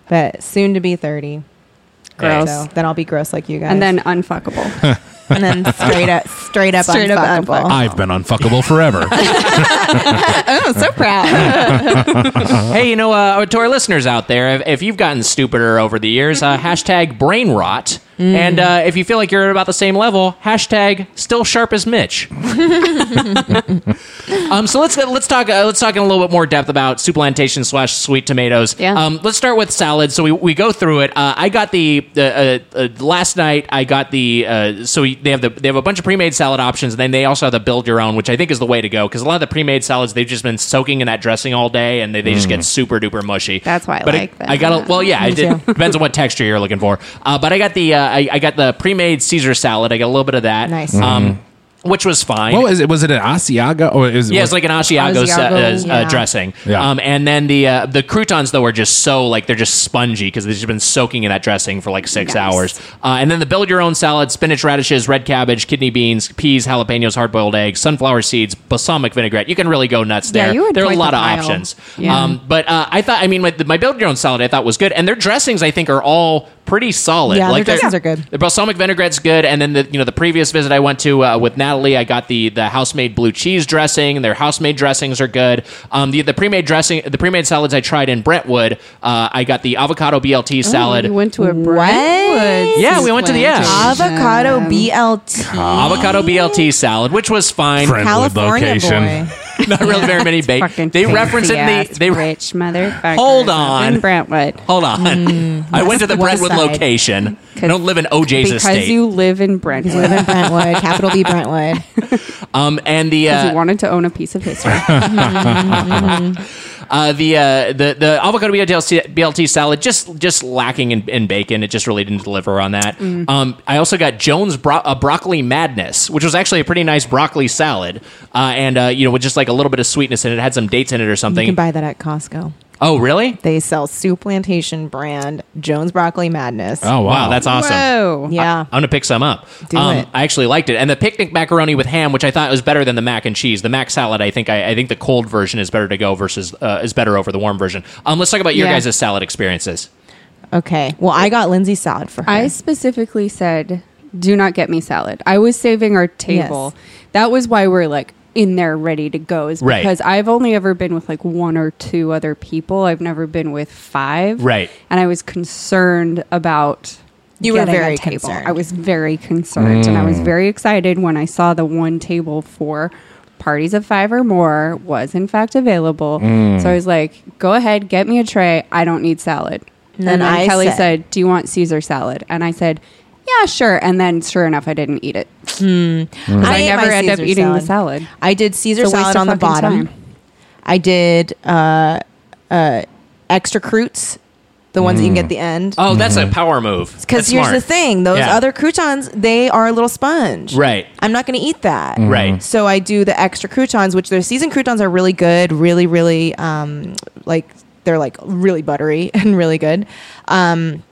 H: but soon to be 30.
G: Gross.
H: So then I'll be gross like you guys,
G: and then unfuckable
H: and then straight up, straight up,
G: Straight up
H: unfuckable.
G: unfuckable.
D: I've been unfuckable forever.
G: Oh,
H: I'm so proud.
B: Hey, you know, uh, to our listeners out there, if, if you've gotten stupider over the years, uh, hashtag brain rot. And uh, if you feel like you're at about the same level, hashtag still sharp as Mitch. um, so let's let's talk uh, let's talk in a little bit more depth about supplantation slash sweet tomatoes.
G: Yeah.
B: Um, let's start with salad. So we, we go through it. Uh, I got the uh, uh, uh, last night. I got the uh, so they have the they have a bunch of pre made salad options, and then they also have the build your own, which I think is the way to go because a lot of the pre made salads they've just been soaking in that dressing all day, and they, they just
D: Mm.
B: get super duper mushy.
G: That's why I
B: But
G: like them.
B: I got a well, yeah. It,
H: too.
B: depends on what texture you're looking for. Uh, but I got the uh, I, I got the pre made Caesar salad. I got a little bit of that.
H: Nice.
B: Um, which was fine.
D: Mm-hmm. what was it? Was it an Asiaga or is it?
B: Yeah, it's like an Asiago sa-
G: Asiago,
B: uh,
H: yeah.
B: uh, dressing.
D: Yeah.
B: Um, and then the uh, the croutons though are just so like they're just spongy because they've just been soaking in that dressing for like six
G: Nice.
B: hours. Uh, and then the build your own salad: spinach, radishes, red cabbage, kidney beans, peas, jalapenos, hard boiled eggs, sunflower seeds, balsamic vinaigrette. You can really go nuts
G: Yeah,
B: there.
G: you had
B: there are a
G: quite
B: lot
G: the
B: of
G: pile.
B: options.
G: Yeah.
B: Um, but uh, I thought, I mean, my, my build your own salad I thought was good, and their dressings I think are all pretty solid.
H: Yeah, their
B: they're-
H: dressings are good.
B: the balsamic vinaigrette's good, and then the you know the previous visit I went to uh, with Natalie, I got the the house made blue cheese dressing. Their house made dressings are good. Um, the the pre made dressing, the pre made salads I tried in Brentwood, uh, I got the avocado BLT salad.
G: Oh, you went to a Brentwood
B: Yeah, we went to the- yeah.
G: plantation.
H: Avocado BLT.
B: Avocado BLT salad, which was fine.
D: Friendwood
H: California
D: location.
H: boy.
B: Not really very many baked.
G: Fucking
B: They reference it in the
G: fancy-ass
B: they
G: rich motherfucker
B: Hold on.
G: in Brentwood
B: Hold on.
G: Mm.
B: I went to the
H: West
B: Brentwood
H: side.
B: location. I don't live in OJ's
G: because
B: estate.
G: you live in Brentwood
H: Live in Brentwood, capital B Brentwood.
B: um, and the
G: because
B: uh,
G: you wanted to own a piece of history.
B: Uh, Uh, the, uh, the the avocado BLT, BLT salad just just lacking in, in bacon. It just really didn't deliver on that.
Q: Mm.
B: Um, I also got Jones bro- uh, broccoli madness, which was actually a pretty nice broccoli salad, uh, and uh, you know with just like a little bit of sweetness in it. It had some dates in it or
H: You can
B: something.
H: buy that at Costco.
B: oh really?
H: They sell Sioux Plantation brand Jones Broccoli Madness.
B: Oh, wow. Wow, that's awesome. Uh,
H: Whoa. Yeah.
B: I'm gonna pick some up. Um,
H: Do it.
B: I actually liked it, and the picnic macaroni with ham, which I thought was better than the mac and cheese. The mac salad, I think, I, I think the cold version is better to go versus uh, is better over the warm version. Um, let's talk about your
H: Yeah.
B: guys' salad experiences.
H: Okay. Well, I got Lindsay salad for her.
G: I specifically said, do not get me salad. I was saving our table. That was why we're like in there ready to go, is
B: Right.
G: because I've only ever been with like one or two other people. I've never been with five.
B: Right.
G: And I was concerned about.
H: You were
G: getting
H: very
G: a table.
H: concerned.
G: I was very concerned, and I was
H: Mm.
G: very excited when I saw the one table for parties of five or more was in fact available.
H: Mm.
G: So I was like, "Go ahead, get me a tray. I don't need salad."
H: And
G: And,
H: then
G: then
H: I
G: Kelly
H: said-
G: said, "Do you want Caesar salad?" And I said, "Yeah, sure." And then, sure enough, I didn't eat it.
H: Mm.
G: I,
H: ate
G: never
H: my
G: end up
H: Caesar
G: eating the salad.
H: I did Caesar
G: It's a waste
H: salad
G: of
H: on the
G: fucking
H: bottom.
G: time.
H: I did uh, uh, extra croûtes, the ones that you can get at the end.
B: Oh, that's a power move.
H: Because
B: That's
H: here's
B: smart.
H: the thing: those
B: Yeah.
H: other croutons, they are a little sponge.
B: Right.
H: I'm not going to eat that.
I: Mm-hmm.
B: Mhm. Right.
H: So I do the extra croutons, which their seasoned croutons are really good, really, really, um, like they're like really buttery and really good. Um,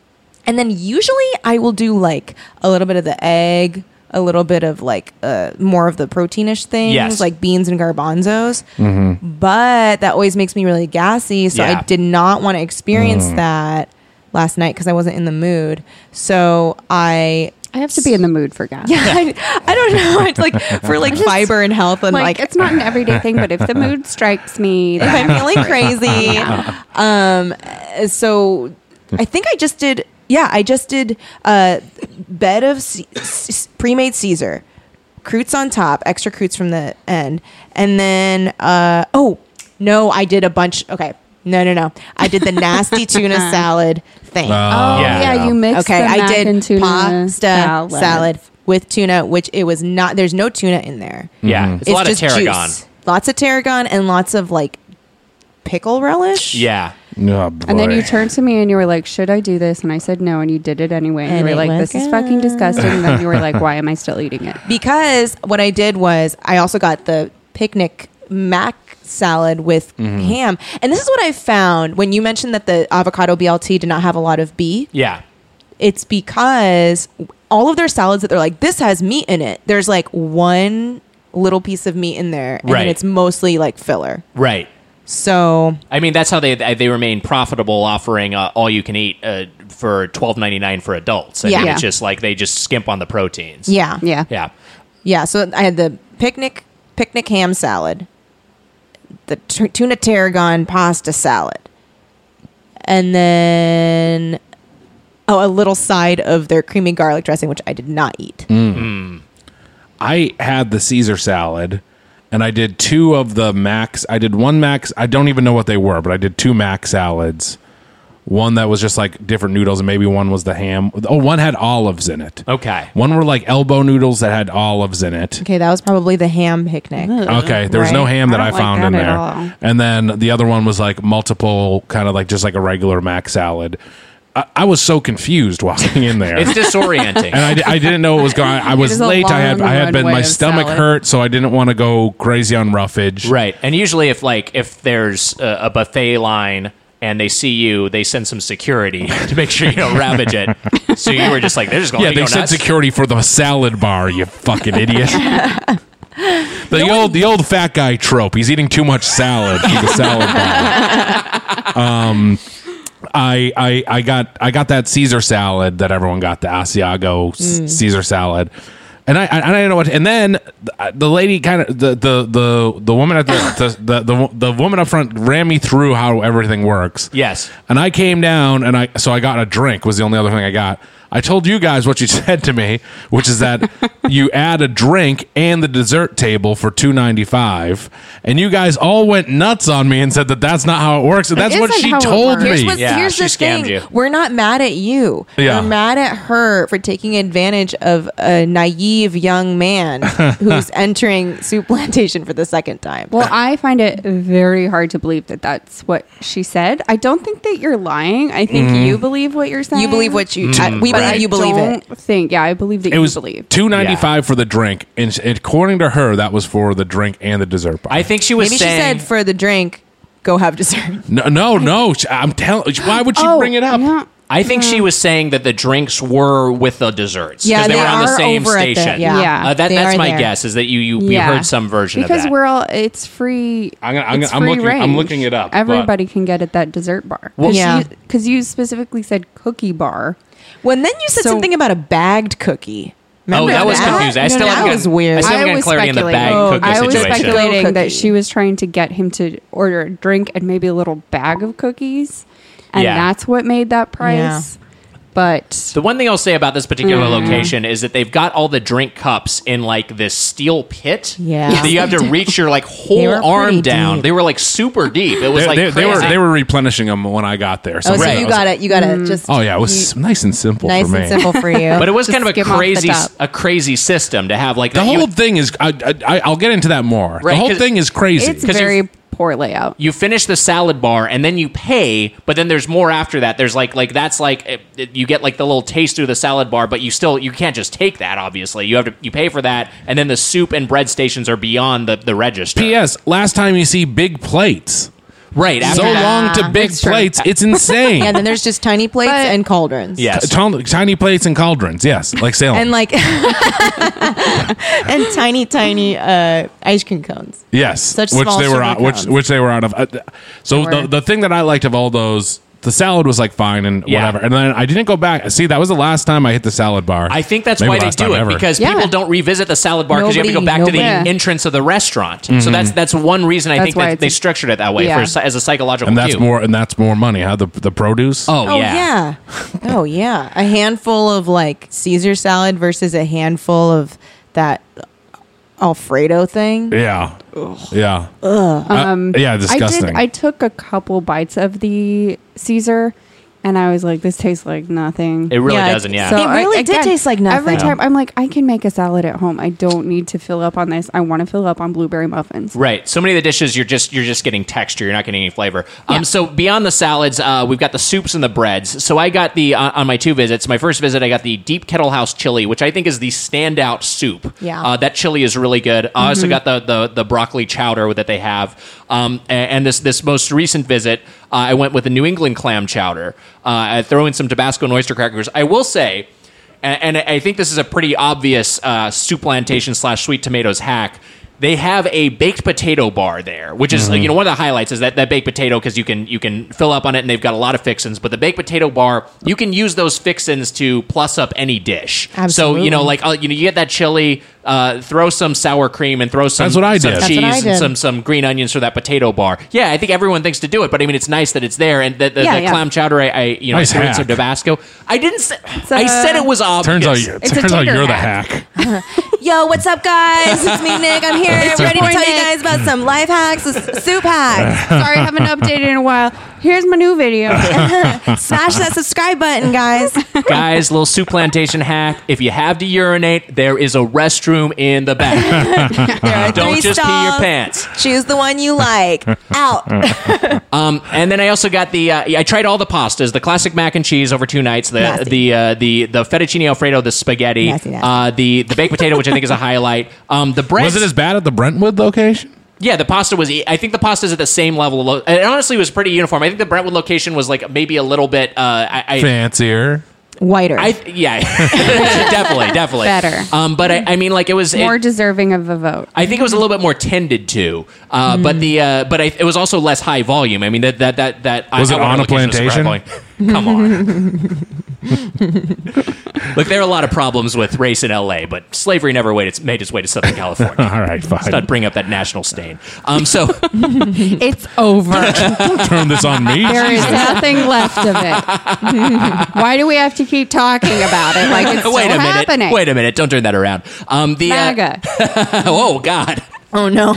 H: and then usually I will do like a little bit of the egg, a little bit of like uh, more of the proteinish things,
I: Yes. Mm-hmm.
H: like beans and garbanzos but that always makes me really gassy. So
I: Yeah.
H: I did not want to experience
I: Mm.
H: that last night because I wasn't in the mood. So I.
G: I have to be in the mood for gas.
H: Yeah, I, I don't know. It's like for like fiber and health and like,
G: like, it's not an everyday thing, but if the mood strikes me,
H: if I'm
G: then-
H: feeling crazy. Um, so I think I just did. Yeah, I just did a bed of c- c- pre-made Caesar, croûtes on top, extra croûtes from the end, and then uh, oh no, I did a bunch. Okay, no, no, no, I did the nasty tuna salad thing.
I: Oh, Oh, yeah. yeah, you mixed
H: Okay,
I: the
H: I
I: mac
H: did
I: and tuna
H: pasta salad.
I: salad.
H: with tuna, which it was not. There's no tuna in there.
B: Yeah, it's, a lot of
H: just
B: tarragon.
H: juice. Lots of tarragon and lots of like pickle relish.
B: Yeah.
D: No,
G: And then you turned to me and you were like, "Should I do this?" And I said no, and you did it anyway. And,
H: And
G: you
H: it
G: were like,
H: was
G: "This is fucking disgusting." And then you were like, "Why am I still eating it?"
H: Because what I did was I also got the picnic mac salad with
G: Mhm.
H: ham. And this is what I found when you mentioned that the avocado BLT did not have a lot of B.
B: Yeah.
H: It's because all of their salads that they're like, this has meat in it, there's like one little piece of meat in there. And then
B: Right.
H: it's mostly like filler.
B: Right.
H: So
B: I mean, that's how they they remain profitable, offering uh, all you can eat uh, for twelve ninety nine for adults. I mean,
H: Yeah.
B: it's just like they just skimp on the proteins.
H: Yeah.
G: Yeah.
B: Yeah.
H: Yeah, so I had the picnic picnic ham salad, the t- tuna tarragon pasta salad, and then oh, a little side of their creamy garlic dressing, which I did not eat.
D: Mm. I had the Caesar salad and I did two of the max. I did one max. I don't even know what they were, but I did two max salads. One that was just like different noodles and maybe one was the ham. Oh, one had olives in it.
B: Okay.
D: One were like elbow noodles that had olives in it.
H: Okay, that was probably the ham picnic.
D: Okay, there was no
H: Right?
D: ham that I,
H: don't like
D: found
H: that
D: in
H: at
D: there.
H: all.
D: And then the other one was like multiple, kind of like just like a regular mac salad. I, I was so confused walking in there.
B: It's disorienting.
D: and I, di- I didn't know what was going. on. I
B: It
D: was
B: is a
D: late. I had
B: long
D: I had been
B: runway
D: my
B: of
D: stomach
B: salad.
D: hurt, so I didn't want to go crazy on roughage.
B: Right. And usually, if like if there's a, a buffet line and they see you, they send some security to make sure you don't ravage it. So you were just like, they're just going.
D: yeah,
B: to
D: they
B: go
D: said
B: nuts.
D: security for the salad bar. You fucking idiot. The old the old fat guy trope. He's eating too much salad from the salad bar. Um, I, I I got I got that Caesar salad that everyone got the Asiago s-
R: Mm.
D: Caesar salad, and I, I and I didn't know what. And then the, the lady kind of the, the the the woman at the the, the the the woman up front ran me through how everything works.
B: Yes.
D: And I came down and I so I got a drink was the only other thing I got. I told you guys what you said to me, which is that you add a drink and the dessert table for two ninety five, and you guys all went nuts on me and said that that's not how it works. And that's
H: It
D: what
H: isn't
D: she
H: how it
D: told
H: works.
D: me.
H: Here's what- here's the thing. We're not mad at you.
D: Yeah.
H: We're mad at her for taking advantage of a naive young man who's entering soup plantation for the second time.
G: Well, I find it very hard to believe that that's what she said. I don't think that you're lying. I think
D: Mhm.
G: you believe what you're saying.
H: You believe what you- Mm, I- we
G: But
H: believe
G: I
H: you believe it.
G: don't Think yeah, I believe that
D: It
G: you
D: was
G: believe.
D: two ninety five for the drink, and sh- according to her, that was for the drink and the dessert. Bar.
B: I think she was
H: Maybe
B: saying.
H: she said for the drink, go have dessert.
D: No, no, no. sh- I'm telling. Why would she
H: Oh,
D: bring it up?
B: I think she was saying that the drinks were with the desserts because
G: Mm. Yeah,
B: they,
G: they
B: were on the
G: are
B: same
G: over at the-
B: station.
G: yeah. Yeah,
B: Uh, that,
G: they
B: that's
G: are
B: my
G: there.
B: guess is that you you, you heard some version
G: because
B: of that.
G: we're all it's free.
D: I'm gonna- I'm
G: it's
D: gonna- I'm
G: free
D: looking- I'm
G: range.
D: looking it up, but-
G: Everybody can get at that dessert bar.
D: Well-
G: Cause
D: Yeah.
G: because you, specifically said cookie bar.
H: When then you said something about a bagged
B: oh,
H: cookie. Remember
B: that was
H: that?
B: confusing. I
H: No,
B: still
H: no,
B: haven't
H: that
B: gotten-
H: was weird.
B: I still haven't
H: I
B: gotten
H: was
B: clarity on the bag
H: speculating.
B: cookie
G: I was
B: situation.
G: speculating
H: Oh, Cookie.
G: that she was trying to get him to order a drink and maybe a little bag of cookies, and
B: Yeah.
G: that's what made that price. But
B: The one thing I'll say about this particular
G: Mm.
B: location is that they've got all the drink cups in like this steel pit.
H: Yeah.
B: that you have to reach your like whole
H: were
B: arm
H: pretty
B: down.
H: deep.
B: They were like super deep. It was
D: They,
B: like
D: they- they were
B: crazy.
D: they were replenishing them when I got there.
H: Oh, so
D: that
H: you
D: was-
H: got it. You got it. Just
D: Oh yeah, it was
H: you-
D: nice and simple.
H: nice
D: for me.
H: and simple for you.
B: but it was kind of a
H: Just skim off the
B: crazy
H: top.
B: a crazy system to have like
D: The whole thing is. I, I, I'll get into that more.
B: Right,
D: the whole
B: 'cause-
D: thing is crazy.
G: it's very poor layout.
B: you finish the salad bar and then you pay but then there's more after that there's like like that's like eh, you get like the little taste through the salad bar but you still you can't just take that obviously you have to you pay for that and then the soup and bread stations are beyond the, the register
D: P.S. Last time you see big plates.
B: right
D: So
B: after that.
D: long to big plates. It's insane.
H: Yeah, then there's just tiny plates and cauldrons.
D: T- ton- tiny plates and cauldrons. Yes, like Salem.
H: And like and tiny tiny uh, ice cream cones.
D: yes,
H: such
D: which
H: small
D: they were
H: sugar
D: out, which
H: cones.
D: which they were out of. Uh, th- so
H: They were.
D: the, the thing that I liked of all those, the salad was like fine and
B: Yeah.
D: whatever. And then I didn't go back. See, that was the last time I hit the salad bar.
B: I think that's
D: Maybe
B: why they
D: last
B: do
D: time
B: it
D: ever.
B: because
G: Yeah.
B: people don't revisit the salad bar because you have to go
G: Nobody-
B: back to the
G: nobody.
B: entrance of the restaurant. So
D: Mhm.
B: that's that's one reason I
G: That's
B: think
G: why
B: that
G: it's
B: they
G: a-
B: structured it that way
H: Yeah.
B: for, as a psychological
D: and that's
B: cue.
D: more and that's more money. Huh? The the produce.
B: Oh,
H: Oh yeah. Oh yeah. A handful of like Caesar salad versus a handful of that Alfredo thing.
D: yeah, yeah.
H: Ugh.
I: Uh,
D: Um, yeah, disgusting.
G: I, did, I took a couple bites of the Caesar, and I was like, "This tastes like nothing."
B: It really Yeah, it- doesn't, yeah.
H: it really did taste like nothing.
G: Every
H: Yeah.
G: time I'm like, I can make a salad at home. I don't need to fill up on this. I want to fill up on blueberry muffins.
B: Right. So many of the dishes you're just you're just getting texture. You're not getting any flavor. Um. So beyond the salads, uh, we've got the soups and the breads. So I got the uh, on on my two visits. My first visit, I got the deep kettle house chili, which I think is the standout soup.
H: Yeah.
B: Uh, that chili is really good. I also
H: Mhm.
B: got the, the the broccoli chowder that they have. Um. a- And, this this most recent visit, uh, I went with the New England clam chowder. Uh, I throw in some Tabasco and oyster crackers. I will say. And, and I think this is a pretty obvious uh, soup plantation slash sweet tomatoes hack. They have a baked potato bar there, which is
D: Mhm.
B: you know one of the highlights is that, that baked potato because you can you can fill up on it and they've got a lot of fixins. But the baked potato bar, you can use those fixins to plus up any dish. So you know
H: Absolutely.
B: like uh, you know you get that chili, uh, throw some sour cream and throw some
D: That's what I
B: some
D: did. That's
B: cheese
D: what I
B: and
D: did.
B: some some green onions for that potato bar. Yeah, I think everyone thinks to do it, but I mean it's nice that it's there and the, the,
G: Yeah,
B: the
G: yeah.
B: clam chowder. I, I you know
D: Nice
B: I threw in
D: hack.
B: some Tabasco. I didn't. Say,
G: a-
B: I said it was obvious.
D: turns out you-
B: It's a
D: turns out
B: tater
D: you're
B: hack.
D: the hack.
H: Yo, what's up, guys? It's me, Nick. I'm here,
D: It's
H: ready to
D: our
H: tell
D: boy,
H: you guys about some life hacks, s- soup hacks.
G: Sorry, I haven't updated in a while. Here's my new video.
H: Smash that subscribe button, guys.
B: Guys, little soup plantation hack. If you have to urinate, there is a restroom in the back. Don't
H: three
B: just pee your
H: stalls.
B: pants.
H: Choose the one you like. Out.
B: Um, and then I also got the uh, I tried all the pastas, the classic mac and cheese over two nights, the
H: Nasty.
B: the uh, the the fettuccine alfredo, the spaghetti,
H: Nasty, nasty.
B: Uh, the the baked potato, which I think is a highlight. Um, the bread
D: Was it as bad at the Brentwood location?
B: Yeah, the pasta was. I think the pasta's at the same level. Of lo- it honestly was pretty uniform. I think the Brentwood location was like maybe a little bit. Uh, I, I
D: Fancier.
H: Whiter.
B: I yeah, definitely, definitely
G: Better.
B: Um, but I, I mean, like it was. it-
G: More deserving of a vote.
B: I think it was a little bit more tended to, uh, but the uh, but I, it was also less high volume. I mean that that that that I-
D: Was
B: I
D: it
B: went
D: on a
B: location to
D: plantation?
B: Sagrada Valley. Come on. Look, there are a lot of problems with race in LA, but slavery never waited, it's made its way to Southern California.
I: All right, fine.
B: Let's not bring up that national stain. Um, so
G: it's over.
I: Don't turn this on me.
G: There is
I: Jesus.
G: nothing left of it. Why do we have to keep talking about it? Like it's
B: wait
G: still
B: a minute.
G: happening.
B: Wait a minute. Don't turn that around. Um, the uh,
G: MAGA.
B: oh God.
H: Oh no!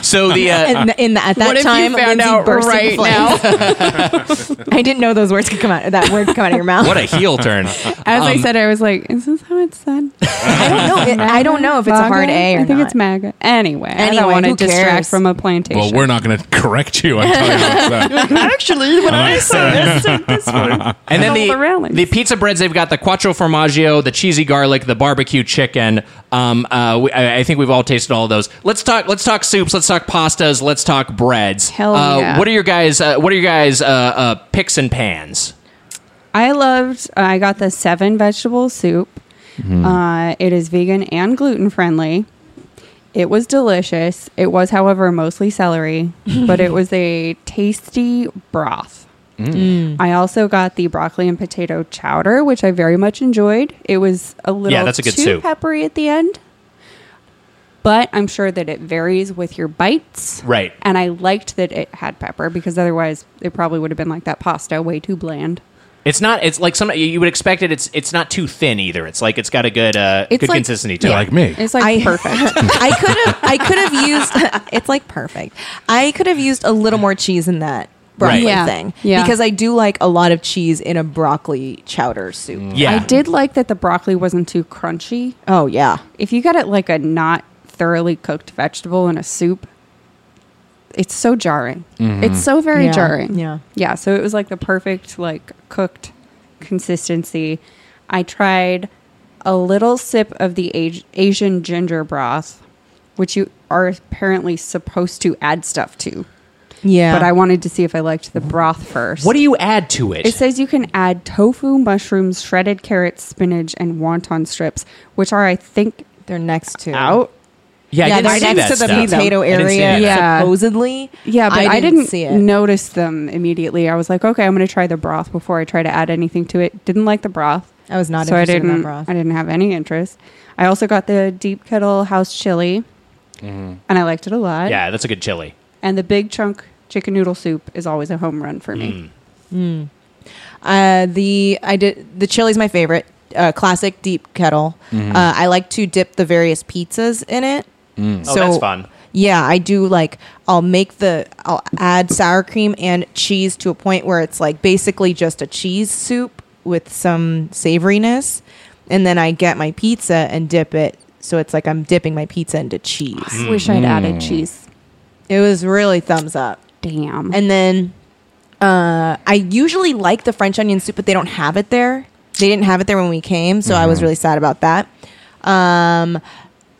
B: So the uh,
H: in, the, in the, at that
S: What if you
H: time,
S: found
H: Lindsay
S: out
H: burst into
S: right
H: flames. I didn't know those words could come out. That word could come out of your mouth.
B: what a heel turn.
G: As I
B: Um,
G: said, I was like, "Is this how it's said?"
H: I don't know. It- I don't know if it's a hard
G: MAGA?
H: A or
G: I think
H: not.
G: it's MAGA. Anyway, I
H: Anyway,
G: don't want to
H: who
G: distract
H: cares?
G: from a plantation.
I: Well, we're not going to correct you. I'm telling you about that.
H: Actually,
I: when
B: Uh-huh.
I: I said this, said this one.
B: And then
G: All the
B: the,
G: railings.
B: the pizza breads they've got the quattro formaggio, the cheesy garlic, the barbecue chicken. Um, uh, we, I, I think we've all tasted all of those. Let's talk. Let's talk soups. Let's talk pastas. Let's talk breads.
G: Hell
B: uh,
G: yeah.
B: What are your guys? Uh, what are your guys? Uh, uh, picks and pans.
G: I loved. I got the seven vegetable soup.
B: Mm-hmm.
G: Uh, it is vegan and gluten friendly. It was delicious. It was, however, mostly celery, but it was a tasty broth.
B: Mm.
G: I also got the broccoli and potato chowder, which I very much enjoyed. It was a little
B: that's a good
G: too
B: soup.
G: peppery at the end, but I'm sure that it varies with your bites.
B: Right.
G: And I liked that it had pepper because otherwise it probably would have been like that pasta, way too bland.
B: It's not. It's like some. You you would expect it. It's. It's not too thin either. It's like it's got a good. Uh,
G: It's
B: good
G: like-
B: consistency to
I: You're
B: it.
I: like me.
G: It's like
H: I-
G: perfect.
H: I could have I could have used it's like perfect. I could have used a little more cheese in that broccoli
B: Right.
G: Yeah.
H: thing.
G: Yeah.
H: Because I do like a lot of cheese in a broccoli chowder soup.
B: Mm. yeah.
G: I did like that the broccoli wasn't too crunchy.
H: Oh yeah.
G: If you got it like a not thoroughly cooked vegetable in a soup, it's so jarring. It's so very
H: Yeah.
G: jarring.
H: Yeah.
G: Yeah. So it was like the perfect like cooked consistency. I tried a little sip of the Aj- Asian ginger broth, which you are apparently supposed to add stuff to.
H: Yeah.
G: But I wanted to see if I liked the broth first.
B: What do you add to it?
G: It says you can add tofu, mushrooms, shredded carrots, spinach, and wonton strips, which are, I think,
H: they're next to
G: out.
B: yeah, I
H: yeah,
B: didn't
H: they're
B: see
H: next
B: that
H: to the
B: stuff.
H: potato
B: I didn't see
H: area
B: that.
G: Yeah.
H: supposedly.
G: Yeah, but I didn't,
H: see it.
G: notice them immediately. I was like, okay, I'm going to try the broth before I try to add anything to it. Didn't like the broth.
H: I was not
G: so I
H: interested in
G: didn't.
H: that broth.
G: I didn't have any interest. I also got the deep kettle house chili, and I liked it a lot.
B: Mm-hmm. Yeah, that's a good chili.
G: And the big chunk chicken noodle soup is always a home run for me.
H: Uh, the I did the chili's my favorite. Uh, classic deep kettle. Uh, I like to dip the various pizzas in it.
G: Mm.
B: Oh, that's fun.
H: Yeah, I do like I'll make the I'll add sour cream and cheese to a point where it's like basically just a cheese soup with some savoriness. And then I get my pizza and dip it so it's like I'm dipping my pizza into cheese.
B: Mm.
G: I wish I'd added cheese.
H: It was really thumbs up.
G: Damn.
H: And then uh, I usually like the French onion soup, but they don't have it there. They didn't have it there when we came, so I was really sad about that. Um,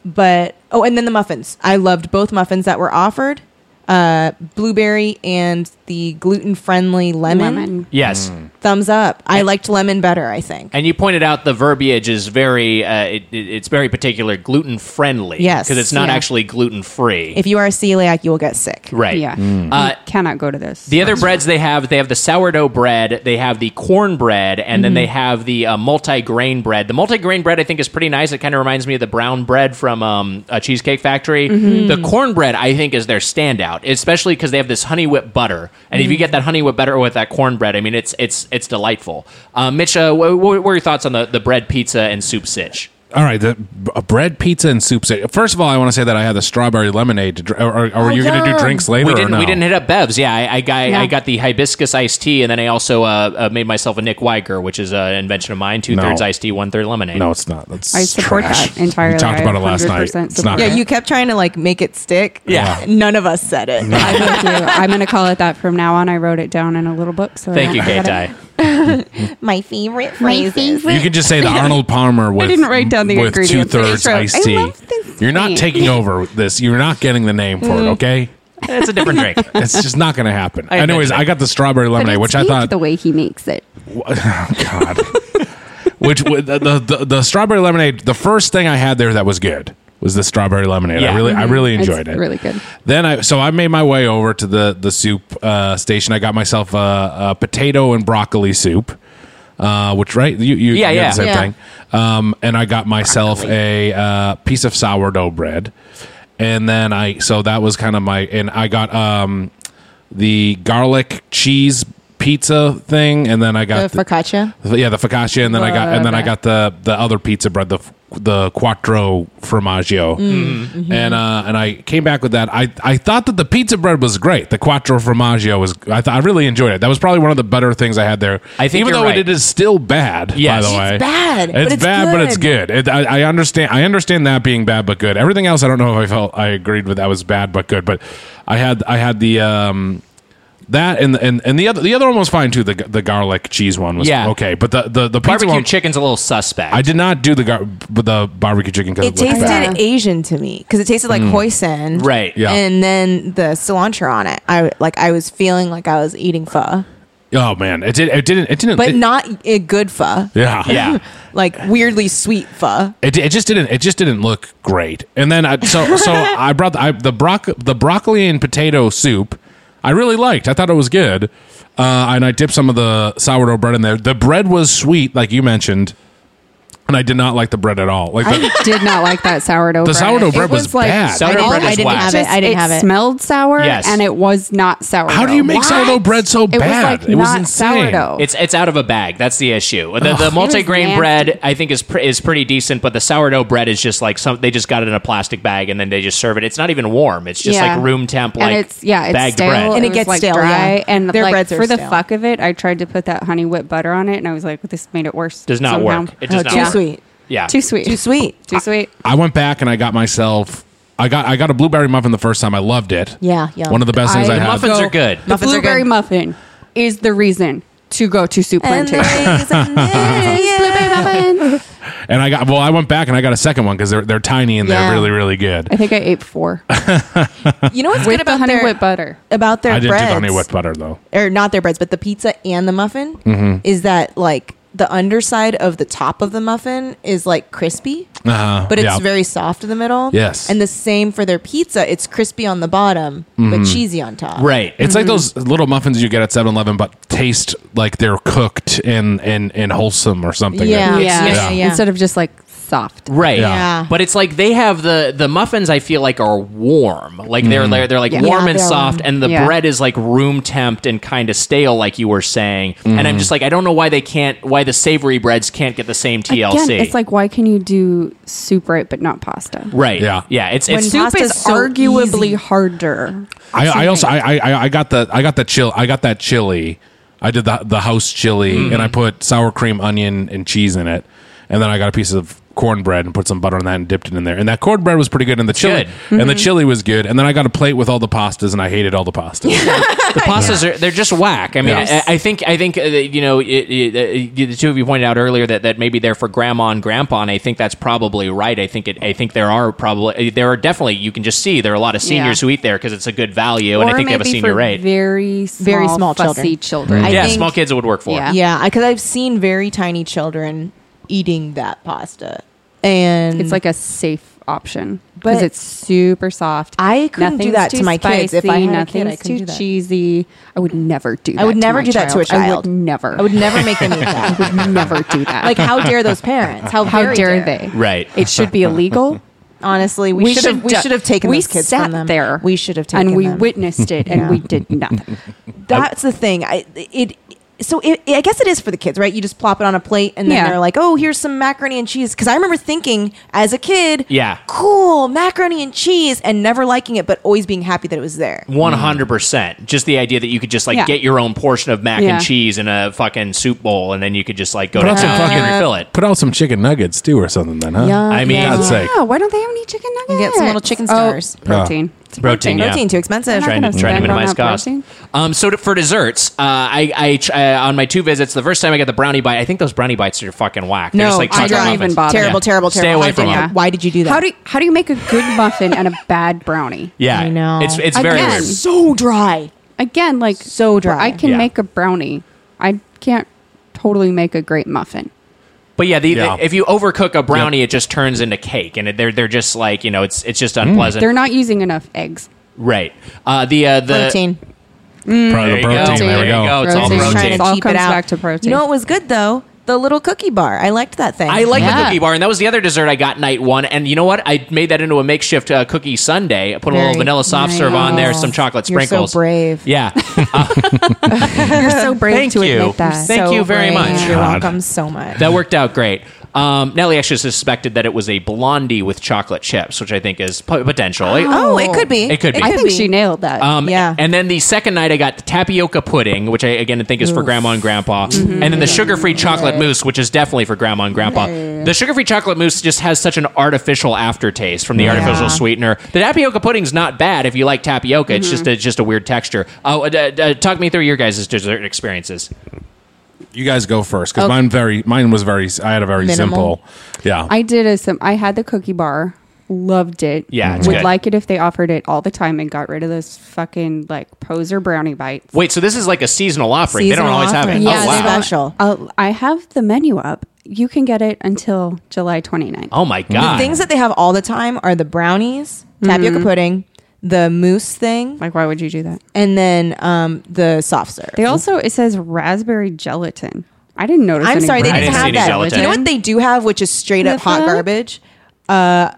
H: but oh, and then the muffins. I loved both muffins that were offered. Uh, blueberry and the gluten-friendly lemon.
G: lemon.
B: Yes.
H: Thumbs up. I liked lemon better. I think.
B: And you pointed out the verbiage is very, uh, it, it- it's very particular, gluten friendly.
H: Yes.
B: because it's not
H: Yeah.
B: actually gluten free.
H: If you are a celiac, you will get sick.
B: right.
G: Yeah.
B: Uh,
G: Cannot go to this.
B: the other breads they have, they have the sourdough bread, they have the corn bread, and then they have the uh, multi-grain bread. The multi-grain bread, I think, is pretty nice. It kind of reminds me of the brown bread from um, a Cheesecake Factory. The corn bread, I think, is their standout, especially because they have this honey whip butter. And if you get that honey whip butter with that corn bread, I mean, it's it's it's delightful. Uh, Mitch, uh, what, what were your thoughts on the, the bread pizza and soup sitch?
I: All right, the b-
D: uh,
I: a bread pizza and soup. sa- First of all, I want to say that I had the strawberry lemonade. To dr- or, or, or are you going to do drinks later?
B: We
I: or
B: didn't.
I: no?
B: We didn't hit up Bev's. Yeah, I I, got
G: Yeah.
B: I got the hibiscus iced tea, and then I also uh, uh, made myself a Nick Weiger, which is uh, an invention of mine. Two thirds
I: No.
B: iced tea, one third lemonade.
I: No, it's not. That's
G: I support
I: trash.
G: that entirely.
I: We talked about it last
G: I
I: night.
G: 100%
I: It's not.
G: support
H: Yeah, you kept trying to like make it stick.
B: Yeah.
H: None of us said it.
G: I'm with you. I'm going to call it that from now on. I wrote it down in a little book. So I
B: Thank you,
G: don't
B: Gay
G: forget it.
B: Tie.
H: My favorite phrases.
I: You could just say the Arnold Palmer with
G: didn't write down the
I: with two
G: ingredients. I
I: thirds
G: just wrote, I
I: iced tea.
G: love this
I: You're not
G: thing. Mm.
I: taking over with this. You're not getting the name for it. Okay,
B: It's a different drink.
I: it's just not going to happen.
B: I
I: Anyways,
B: admit it.
I: I got the strawberry
G: But
I: lemonade,
G: it's
I: which I
G: sweet
I: thought Oh,
G: the way he makes it.
I: God. Which w- the, the the the strawberry lemonade, the first thing I had there that was good was the strawberry lemonade. I really, I really enjoyed it.
G: Mm-hmm. Really good.
I: Then I so I made my way over to the the soup uh, station. I got myself a, a potato and broccoli soup, uh, which right you you
B: Yeah,
I: you had
B: yeah.
I: the same
B: Yeah.
I: thing. Um, and I got myself a uh, piece of sourdough bread, and then I so that was kind of my and I got um, the garlic cheese pizza thing, and then I got
H: the Uh, focaccia.
I: yeah, the focaccia, and then I got and then I got the the other pizza bread, the the quattro formaggio,
D: Mm, mhm.
I: and uh, and I came back with that. I I thought that the pizza bread was great. The quattro formaggio was I th- I really enjoyed it. That was probably one of the better things I had there.
B: I think
I: even
B: you're
I: though
B: right.
I: it is still bad.
B: Yes.
I: by the
B: It's
I: way,
H: bad,
I: It's
H: but it's
I: bad, but it's
H: good.
I: good. It, I, I understand. I understand that being bad but good. Everything else, I don't know if I felt I agreed with that was bad but good. But I had I had the. Um, that and and and the other the other one was fine too. The the garlic cheese one was
B: Yeah.
I: okay, but the the the pizza
B: Barbecue
I: one,
B: chicken's a little suspect.
I: I did not do the gar- but the barbecue chicken because
H: It
I: it, looked
H: tasted
I: bad.
H: Asian to me because it tasted like
I: Mm.
H: hoisin,
I: Right, yeah.
H: And then the cilantro on it, I like. I was feeling like I was eating pho,
I: Oh man, it did it didn't it didn't
H: but
I: it,
H: not a good pho.
I: Yeah. Yeah.
H: like weirdly sweet pho.
I: It, it just didn't. It just didn't look great. And then I, so so I brought the, I, the broc the broccoli and potato soup. I really liked. I thought it was good. Uh, and I dipped some of the sourdough bread in there. The bread was sweet, like you mentioned, and I did not like the bread at all. Like the,
G: I did not like that sourdough
I: The
G: bread.
I: sourdough bread
G: it
I: was bad.
G: I
I: Sourdough
G: didn't-
I: bread
G: I
I: is
G: didn't
I: whack.
G: have
I: It just-
G: it. I didn't have it. smelled sour
B: Yes.
G: and it was not sour.
I: How do you make sourdough bread so
G: It was
I: bad?
G: like not
I: Oh.
G: sourdough.
B: It's it's out of a bag. That's the issue. The, the
G: Ugh. Oh, It
B: multigrain
G: was
B: bread I think is pr- is pretty decent, but the sourdough bread is just like some. They just got it in a plastic bag and then they just serve it. It's not even warm. It's just
G: Yeah.
B: like room temp,
G: and
B: like
G: it's yeah, it's
B: bagged
G: stale
B: bread.
G: was, like, dry. And like for the fuck of it, I tried to put that honey whip butter on it, and I was like, this made it worse.
B: Does not
G: somehow.
B: work. It does Oh, not too work. sweet. Yeah.
G: too sweet, too
H: sweet,
G: too sweet.
I: I went back and I got myself. I got I got a blueberry muffin the first time. I loved it.
G: Yeah, yeah.
I: One of the best things I,
G: I-
I: had.
G: Muffins are
B: good.
G: The blueberry muffin is the reason to go to soup plantain. Blueberry muffin.
I: And I got well. I went back and I got a second one because they're they're tiny and
H: Yeah.
I: they're really really good.
G: I think I ate four.
H: You know what's
G: With
H: good
G: the
H: about
G: honey
H: their
G: whipped butter?
H: About their
I: I didn't do the
H: breads,
I: honey with butter though.
H: or not their breads, but the pizza and the muffin
I: Mhm.
H: is that like the underside of the top of the muffin is like crispy.
I: Uh-huh.
H: but it's
I: Yeah.
H: very soft in the middle.
I: Yes.
H: And the same for their pizza. It's crispy on the bottom, but
I: Mhm.
H: cheesy on top.
I: Right. It's like
H: Mhm.
I: those little muffins you get at 7-Eleven, but taste like they're cooked and and and wholesome or something.
G: Instead of just like soft.
B: Right.
I: Yeah. Yeah.
B: But it's like they have the the muffins I feel like are warm. Like they're
I: Mhm.
B: they're, they're like
G: Yeah.
B: warm
G: Yeah,
B: and
G: they're
B: soft
G: warm.
B: and the
G: Yeah.
B: bread is like room temped and kind of stale like you were saying. And I'm
I: Mhm.
B: just like I don't know why they can't why the savory breads can't get the same TLC.
G: Again, it's like why can you do soup right but not pasta?
B: right. Yeah. Yeah, it's
G: When
B: it's
G: soup is arguably harder.
I: I, I also I, I I got the I got the chill I got that chili. I did the the house chili
B: Mhm.
I: and I put sour cream, onion, and cheese in it, and then I got a piece of cornbread and put some butter on that and dipped it in there. And that cornbread was pretty good, and the chili
B: good.
I: and the
B: Mhm.
I: chili was good. And then I got a plate with all the pastas, and I hated all the pastas.
B: the pastas are they're just whack. I mean,
I: Yes.
B: I, I think I think uh, that, you know it, it, uh, you- the two of you pointed out earlier that, that maybe they're for grandma and grandpa, and I think that's probably right. I think it, I think there are probably uh, there are definitely you can just see there are a lot of seniors
G: Yeah.
B: who eat there because it's a good value, and
G: Or
B: I think they have a
G: maybe
B: senior
G: for
B: rate.
G: Very small,
H: Very small
G: fussy
H: children.
G: children.
H: I
B: yeah,
H: think-
B: small kids it would work for.
H: Yeah, because I've seen very tiny children eating that pasta, and
B: Mm-hmm.
G: It's like a safe option because
H: But-
G: it's super soft.
H: I couldn't do
G: Nothing's
H: that
G: too
H: to my kids. If I
G: spicy,
H: had a kid, I
G: nothing's
H: couldn't do
G: too
H: that.
G: cheesy, I would never do. that
H: I would never
G: my
H: do that to a
G: I
H: child.
G: would never.
H: I would never make them eat that.
G: I would never do that.
H: Like, how dare those parents? How
G: how
H: very
G: dare,
H: dare.
G: they?
B: Right.
G: It should be illegal.
H: Honestly, we, should have we
G: do-
H: should have taken
G: we
H: those kids
G: sat
H: from them.
G: there.
H: We should have taken
G: and we
H: them.
G: witnessed it, and
H: Yeah.
G: we did nothing.
H: That's the thing. I it so it, I guess it is for the kids, right? You just plop it on a plate, and then
G: Yeah.
H: they're like, "Oh, here's some macaroni and cheese." Because I remember thinking as a kid,
B: Yeah.
H: cool macaroni and cheese, and never liking it, but always being happy that it was there.
B: One hundred percent. Just the idea that you could just like
H: Yeah.
B: get your own portion of mac
H: Yeah.
B: and cheese in a fucking soup bowl, and then you could just like go
I: Put
B: to
I: out some
B: town
H: uh,
B: and you
I: fucking-
B: can refill it.
I: Put out some chicken nuggets too, or something. Then, huh?
B: Yeah, I mean-
I: For God's sake.
G: Yeah, why don't they have any chicken nuggets? Oh.
H: get some little chicken stars.
G: protein.
B: It's protein, yeah.
H: Protein, too expensive.
B: Trying to, trying to minimize cost. Um, so to, for desserts, uh, I, I ch- uh, on my two visits, the first time I got the brownie bite, I think those brownie bites are fucking whack. They're
G: No,
B: just like
G: I
B: chocolate
G: don't
B: muffins.
G: even bother.
B: Yeah. Stay away from them.
H: Why did you do that?
G: How do you, how do you make a good muffin and a bad brownie?
B: Yeah, I know. It's it's very
G: Again.
B: weird.
H: so dry.
G: Again, like so dry. I can
B: Yeah.
G: make a brownie. I can't totally make a great muffin.
B: But yeah, the,
D: Yeah.
B: if you overcook a brownie, it just turns into cake, and it, they're they're just like you know, it's it's just unpleasant.
G: Mm. They're not using enough eggs.
B: right. Uh, the uh, the
H: protein.
B: Mm. There you go. There you go. It's all protein.
H: Trying to
B: It all
H: cheap
G: comes
H: it out.
G: back to protein.
H: You know what was good though? The little cookie bar. I liked that thing.
B: I like the cookie bar, and that was the other dessert I got night one. And you know what? I made that into a makeshift uh, cookie sundae. I put a
H: Very
B: little vanilla soft serve on there,
H: nice.
B: some chocolate
H: You're so
B: sprinkles.
H: brave.
B: Yeah,
H: You're so brave
B: Thank
H: to
B: you.
H: admit that.
B: You're Thank
H: So
B: you very
H: brave.
B: much.
H: You're
B: God.
H: welcome so much.
B: that worked out great. Um, Nellie actually suspected that it was a blondie with chocolate chips, which I think is po- potential.
H: Oh, it could be.
B: It could be.
G: I think she nailed that.
B: Um,
H: yeah.
B: And then the second night, I got the tapioca pudding, which I again think is for grandma and grandpa,
H: Mm-hmm.
B: and then the sugar-free chocolate mousse, which is definitely for grandma and grandpa. The sugar-free chocolate mousse just has such an artificial aftertaste from the artificial sweetener. The tapioca pudding's not bad if you like tapioca. It's
H: Mm-hmm.
B: just a, just a weird texture. Oh, uh, d- uh, talk me through your guys' dessert experiences.
D: You guys go first because
G: Okay.
D: mine very mine was very I had a very
G: Minimal.
D: simple. Yeah.
G: I did a sim. I had the cookie bar, loved it.
D: Yeah, it's
G: would
D: good.
G: like it if they offered it all the time and got rid of those fucking like poser brownie bites.
B: Wait, so this is like a seasonal offering. they don't
G: Seasonal
B: always have it.
G: offering. Yeah,
B: oh, wow.
H: special.
G: I'll, Uh, I have the menu up. You can get it until July 29th.
B: Oh my god. Mm-hmm.
H: The things that they have all the time are the brownies, tapioca
G: Mhm.
H: pudding, the mousse thing.
G: Like, why would you do that?
H: And then um, the soft serve.
G: They also it says raspberry gelatin. I didn't notice.
H: I'm
G: any
H: sorry, they
G: raspberry
H: didn't have that. You know what they do have, which is straight up hot
G: Nothing?
H: garbage? Uh,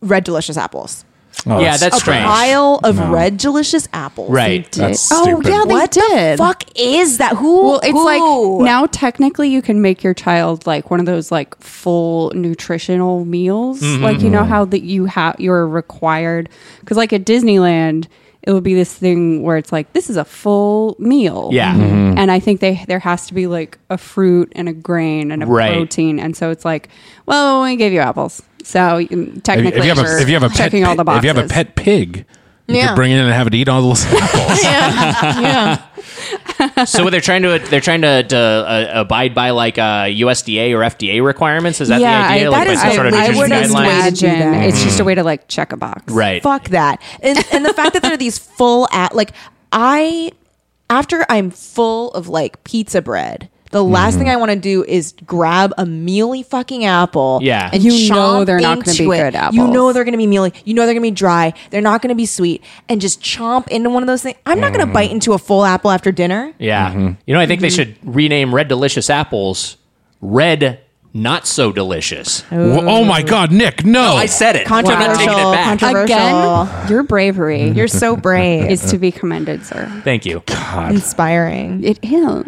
H: red delicious apples.
B: Oh, Yeah, that's- that's
H: a
B: strange.
H: pile of
B: No.
H: red delicious apples.
B: Right. They That's did.
G: Oh, stupid. yeah, they
H: what
G: did.
H: The fuck is that? Who?
G: Well, it's
H: who?
G: like now technically you can make your child like one of those like full nutritional meals.
D: Mm-hmm.
H: Mhm.
G: Like you know how that you have you're required because like at Disneyland it would be this thing where it's like this is a full meal.
B: Yeah. Mhm.
G: and I think they there has to be like a fruit and a grain and a
B: Right.
G: protein, and so it's like well we gave you apples, so you-
D: If-
G: technically
D: if you have
G: you're
D: a if you have a pet
G: checking all the
D: pig-
G: boxes.
D: if you have a pet pig, you
G: Yeah.
D: could bring it in and have it eat all those apples.
B: so what they're trying to they're trying to, to uh, abide by like uh, USDA or FDA requirements. Is that the idea? like by some sort of nutrition guidelines?
G: imagine
B: Mhm.
G: it's just a way to like check a box.
B: Right.
H: Fuck that. And, and the fact that there are these full at like I after I'm full of like pizza bread. The last
B: Mm-hmm.
H: thing I want to do is grab a mealy fucking apple.
G: Yeah.
H: and
G: You know
H: chomp
G: they're not gonna
H: into
G: be
H: it.
G: good
H: You know
G: apples.
H: they're going to be mealy. You know they're going to be dry. They're not going to be sweet. And just chomp into one of those things. I'm not going
B: Mm.
H: to bite into a full apple after dinner.
B: Yeah. You know, I think they should rename red delicious apples red not so delicious.
D: Wh- oh my god, Nick, no.
B: Oh, I said it. I'm not taking it back.
G: Again, your bravery.
H: You're so brave.
G: Is to be commended, sir.
B: Thank you.
H: Inspiring.
G: It is.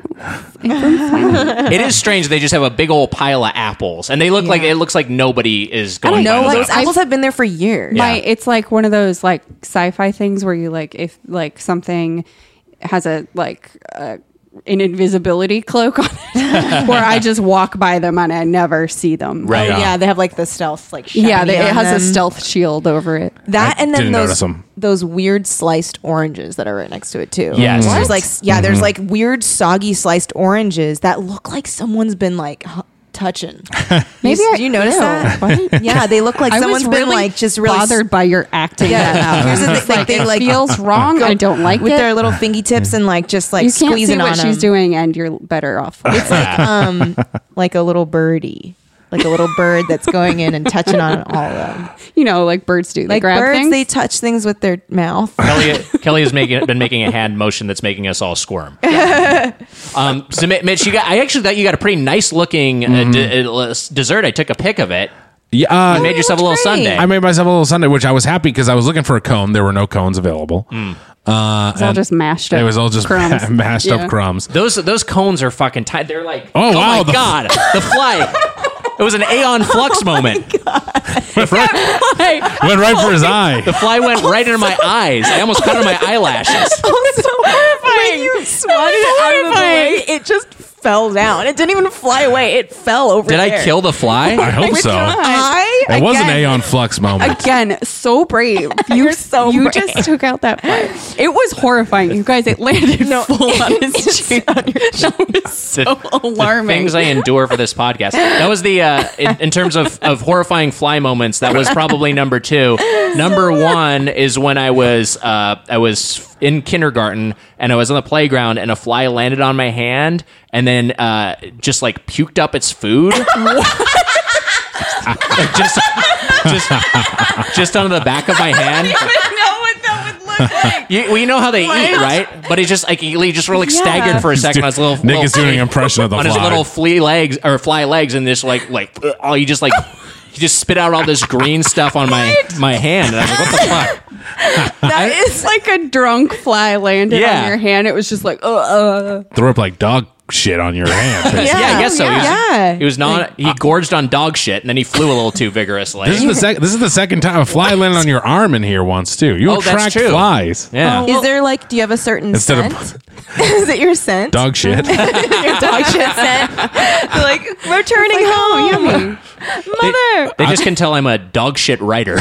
B: it is strange. They just have a big old pile of apples, and they look like it looks like nobody is going.
G: know,
B: by
G: like,
B: those
G: I-
B: apples.
H: Apples have been there for years.
G: My, it's like one of those like sci-fi things where you like if like something has a like uh, an invisibility cloak on it, where I just walk by them and I never see them.
H: Oh, yeah. they have like the stealth like
G: yeah. They,
H: shiny
G: it
H: on
G: has a
H: them.
G: stealth shield over it.
H: That and then
G: didn't
H: those
G: notice 'em.
H: those weird sliced oranges that are right next to it too.
G: Yes.
H: there's
G: What?
H: like yeah, there's
G: Mhm.
H: like weird soggy sliced oranges that look like someone's been like hu- touching.
G: Maybe
H: you,
G: I-
H: do you notice
G: ew,
H: that? Yeah, they look like
G: I was
H: someone's been
G: really
H: like just really
G: bothered by your acting.
H: Yeah.
G: that out.
H: Here's the
G: It's
H: thing,
G: like,
H: they,
G: it
H: like,
G: feels wrong. I don't like
H: with
G: it.
H: their little fingertips and like just like
G: you can't see
H: squeezing
G: what
H: on
G: she's
H: 'em.
G: doing, and you're better off. for
H: It's
G: it.
H: like um like a little birdie, like a little bird that's going in and touching on all of them.
G: you know, like birds do. They
H: Like
G: grab
H: birds,
G: things.
H: they touch things with their mouth.
B: Kelly, Kelly has making, been making a hand motion that's making us all squirm. Um, so, Mi- Mitch, you got, I actually thought you got a pretty nice looking
D: Mm-hmm.
B: uh, d- uh, s- dessert. I took a pic of it.
D: Yeah, uh,
B: you made yourself a little sundae.
D: I made myself a little sundae, which I was happy because I was looking for a cone. There were no cones available. Uh,
G: It's all
D: and
G: just mashed up
D: It was all just
G: crumbs.
D: mashed
G: Yeah.
D: up crumbs.
B: Those those cones are fucking tight. They're like,
D: Oh,
B: oh,
D: wow,
B: my
D: the-
B: god, the fly. It was an Aeon Flux moment.
D: Went right, went right for his eye.
B: The fly went right into my eyes. I almost cut out my eyelashes.
H: also horrifying. When you swatted it out of the way, it just fell down. It didn't even fly away. It fell over.
B: Did I
H: there.
B: kill the fly?
D: I hope so.
H: I
D: It was an
G: again-
D: Aeon Flux moment.
G: Again, so brave. You, are so you just took out that fly. It was horrifying, you guys. It landed full on his chin. That was so alarming.
B: things I endure for this podcast. That was the uh, in, in terms of of horrifying fly moments. That was probably number two. Number one is when I was uh, I was in kindergarten and I was on the playground and a fly landed on my hand and then uh, just like puked up its food. Like, just, just, just on the back of my hand. You, well, you know how they eat, right? But he just like he just really like,
I: Yeah.
B: staggered for a
I: He's
B: second
I: do-
B: on his little.
I: Nick
B: little
I: is doing an impression of the
B: on his
I: fly.
B: little flea legs or fly legs, and just like like oh, he just like he just spit out all this green stuff on my my hand, and I was like, what the fuck?
G: That is like a drunk fly landed
B: Yeah.
G: on your hand. It was just like, uh, uh.
I: Throw up like dog shit on your hand.
B: Yeah, I guess so. He was,
G: Yeah.
B: he was not. He gorged on dog shit, and then he flew a little too vigorously.
I: This is the second. This is the second time a fly landed on your arm in here once too. You
B: Oh, that's
I: attract
B: true.
I: flies.
B: Yeah.
H: Is there like, do you have a certain
I: Instead of-
H: scent? is it your scent?
I: Dog shit.
H: your dog shit scent? They're like, returning home. yummy. Mother.
B: They just can tell I'm a dog shit writer.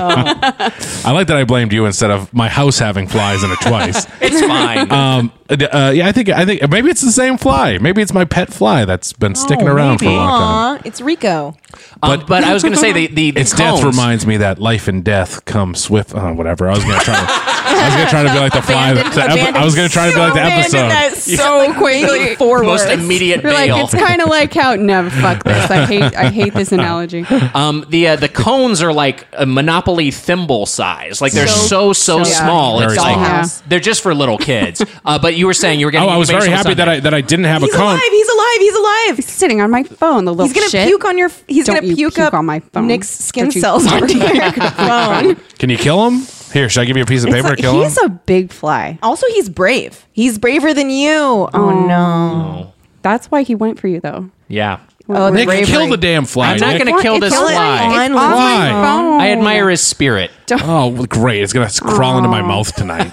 I: I like that I blamed you instead of my house having flies in it twice.
B: It's fine.
I: Um, uh, yeah, I think I think maybe it's the same fly. Maybe it's my pet fly that's been sticking around for a long time.
H: Oh, Aw, it's Rico.
B: But, Um, but I was going to say the, the, the
I: its
B: cones,
I: death reminds me that life and death come swift. Oh, whatever. I was gonna try. To, I was gonna try to be like the fly.
H: Abandoned-
I: the epi- I was gonna try to be like the
H: abandoned.
I: episode.
H: Abandoned that so quickly. Four
B: most
H: words.
B: immediate
G: You're like,
B: bail.
G: it's kind of like how, no, fuck this. I hate, I hate this analogy.
B: um, the uh, the cones are like a Monopoly thimble size. Like they're so
I: So-
B: so,
I: so-
B: small.
I: yeah.
B: It's
I: Very
B: like
I: small.
B: they're just for little kids. Uh, but you were saying you were
I: Oh,
B: getting.
I: I was very happy that I that I didn't have a cone.
H: He's alive. He's alive.
G: He's sitting on my phone. The little
H: He's gonna
G: shit.
H: puke on your. He's
G: Don't
H: gonna
G: you
H: puke,
G: puke
H: up
G: on my phone.
H: Nick's skin
G: Don't you
H: cells
G: puke
H: onto
G: on
H: your phone.
I: Can you kill him? Here, should I give you a piece of paper to kill him?
G: he's a big fly.
H: Also, he's brave. He's braver than you. Oh, no.
G: That's why he went for you, though.
B: Yeah.
H: Oh,
I: Nick,
H: bravery. Oh
I: kill the damn fly.
B: I'm not
I: Nick.
B: going to kill
G: It's
B: this
G: on-
B: fly.
G: It's on
I: Why?
G: my phone.
B: I admire his spirit.
I: Oh, well, great! It's gonna s- crawl into my mouth tonight.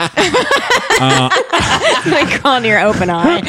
H: like on your open eye.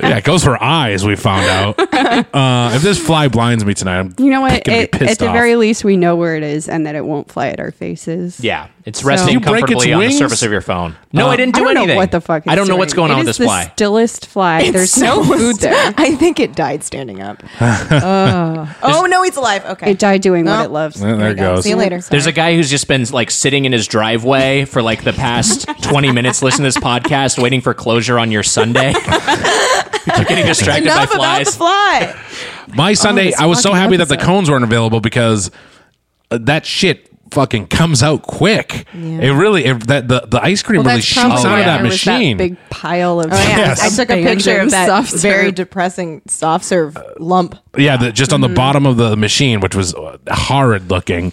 I: yeah, it goes for eyes. We found out. Uh, if this fly blinds me tonight, I'm
G: You know what?
I: gonna be
G: It,
I: pissed
G: at the
I: off.
G: very least, we know where it is and that it won't fly at our faces.
B: Yeah, it's
G: So-
B: resting
I: You break its
B: comfortably on the
I: wings?
B: surface of your phone. No,
I: Um,
B: I didn't
G: I
B: do
G: don't
B: anything.
G: know what the fuck.
B: I
G: it's
B: don't know what's
G: doing.
B: going on
G: It
B: with
G: is
B: this fly.
G: The stillest fly. There's no food there.
H: I think it died standing up. oh no, he's alive. Okay.
G: It died doing what
H: No.
G: it loves.
I: There, there it goes.
H: See you later.
B: There's a guy who's just been like sitting in his driveway for like the past 20 minutes listening to this podcast, waiting for closure on your Sunday. You're getting distracted by
H: Enough about the
B: flies.
H: fly.
I: My Sunday,
G: this
I: I was so
G: fucking
I: happy that the
G: episode.
I: cones weren't available because uh, that shit fucking comes out quick. It really, it, that the, the ice cream really shoots out
G: why
I: of that
G: there was
I: machine.
G: big pile of.
H: Oh, yeah.
I: Yes.
H: I took a picture of that
G: Abandoned soft
H: very
G: serve.
H: depressing soft serve lump.
I: yeah, the, just on the bottom of the machine, which was uh, horrid looking.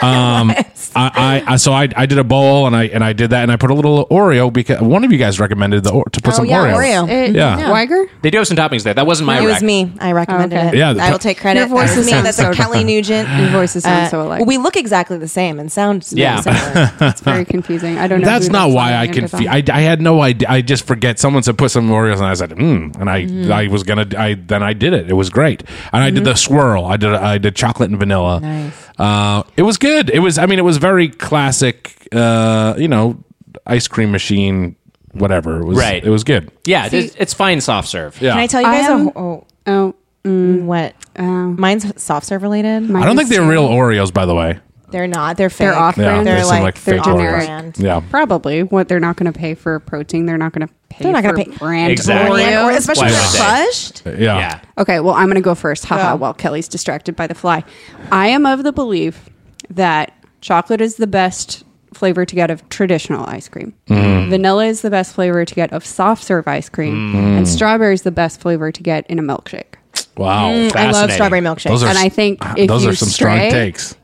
I: Um, I, I, I, so I, I did a bowl and I and I did that and I put a little Oreo because one of you guys recommended the or- to put
H: Oh,
I: some
H: yeah,
I: Oreo.
H: Oreo.
G: It,
I: Yeah. Yeah.
G: Weiger.
B: They do have some toppings there. That wasn't my
H: it was
B: rec.
H: me. I recommended
G: Oh, Okay.
H: it.
I: Yeah, the-
H: I will take credit.
G: Your
H: That was
G: voices
H: me.
G: sound
H: That's
G: so-
H: a Kelly Nugent.
G: Your voices sound
H: Uh,
G: so alike.
H: well, we look exactly the same and sound very
B: Yeah.
H: similar.
G: It's very confusing. I don't know.
I: That's
G: who
I: not
G: that
I: why
G: fly
I: I
G: landed
I: could. Fe-
G: on.
I: I, I had no idea. I just forget. Someone said put some Oreos, and I said, mm, and I I was gonna. I then I did it. It was great, and I did the swirl. I did I did chocolate and vanilla. Nice. Uh, it was good. It was. I mean, it was very classic. Uh, you know, ice cream machine. Whatever. It was,
B: Right.
I: It was good.
B: Yeah, it's, it's fine soft serve.
I: Yeah.
H: Can I tell you
G: I
H: guys
G: am-
H: a oh,
G: Oh, mm,
H: what?
G: oh. Mine
H: Mine's soft serve related.
I: I don't
G: is
I: think they're
G: too-
I: real Oreos, by the way.
H: They're not. They're fake.
G: They're off
I: Yeah,
G: brand.
I: they
H: They're
I: seem
H: like,
I: like
H: they're
I: fake
H: off
I: Oreos.
H: brand.
I: Yeah.
G: Probably what they're not going to pay for protein. They're not going to pay.
H: They're not
G: going to
H: pay
G: brand
B: Exactly.
H: Brand
G: Oreo.
H: Or, especially
B: Why
H: if
B: would they?
H: they're crushed.
I: Yeah.
B: Yeah.
G: Okay, well, I'm going to go first. Haha,
H: Go.
G: while Kelly's distracted by the fly. I am of the belief that chocolate is the best flavor to get of traditional ice cream.
I: Mm.
G: Vanilla is the best flavor to get of soft serve ice cream.
I: Mm.
G: And strawberry is the best flavor to get in a milkshake.
I: Wow.
H: Mm, I love
B: Fascinating.
H: strawberry milkshake.
I: Those are, ah,
G: And I think if
I: those
G: you
I: are some strong
G: stray-
I: takes.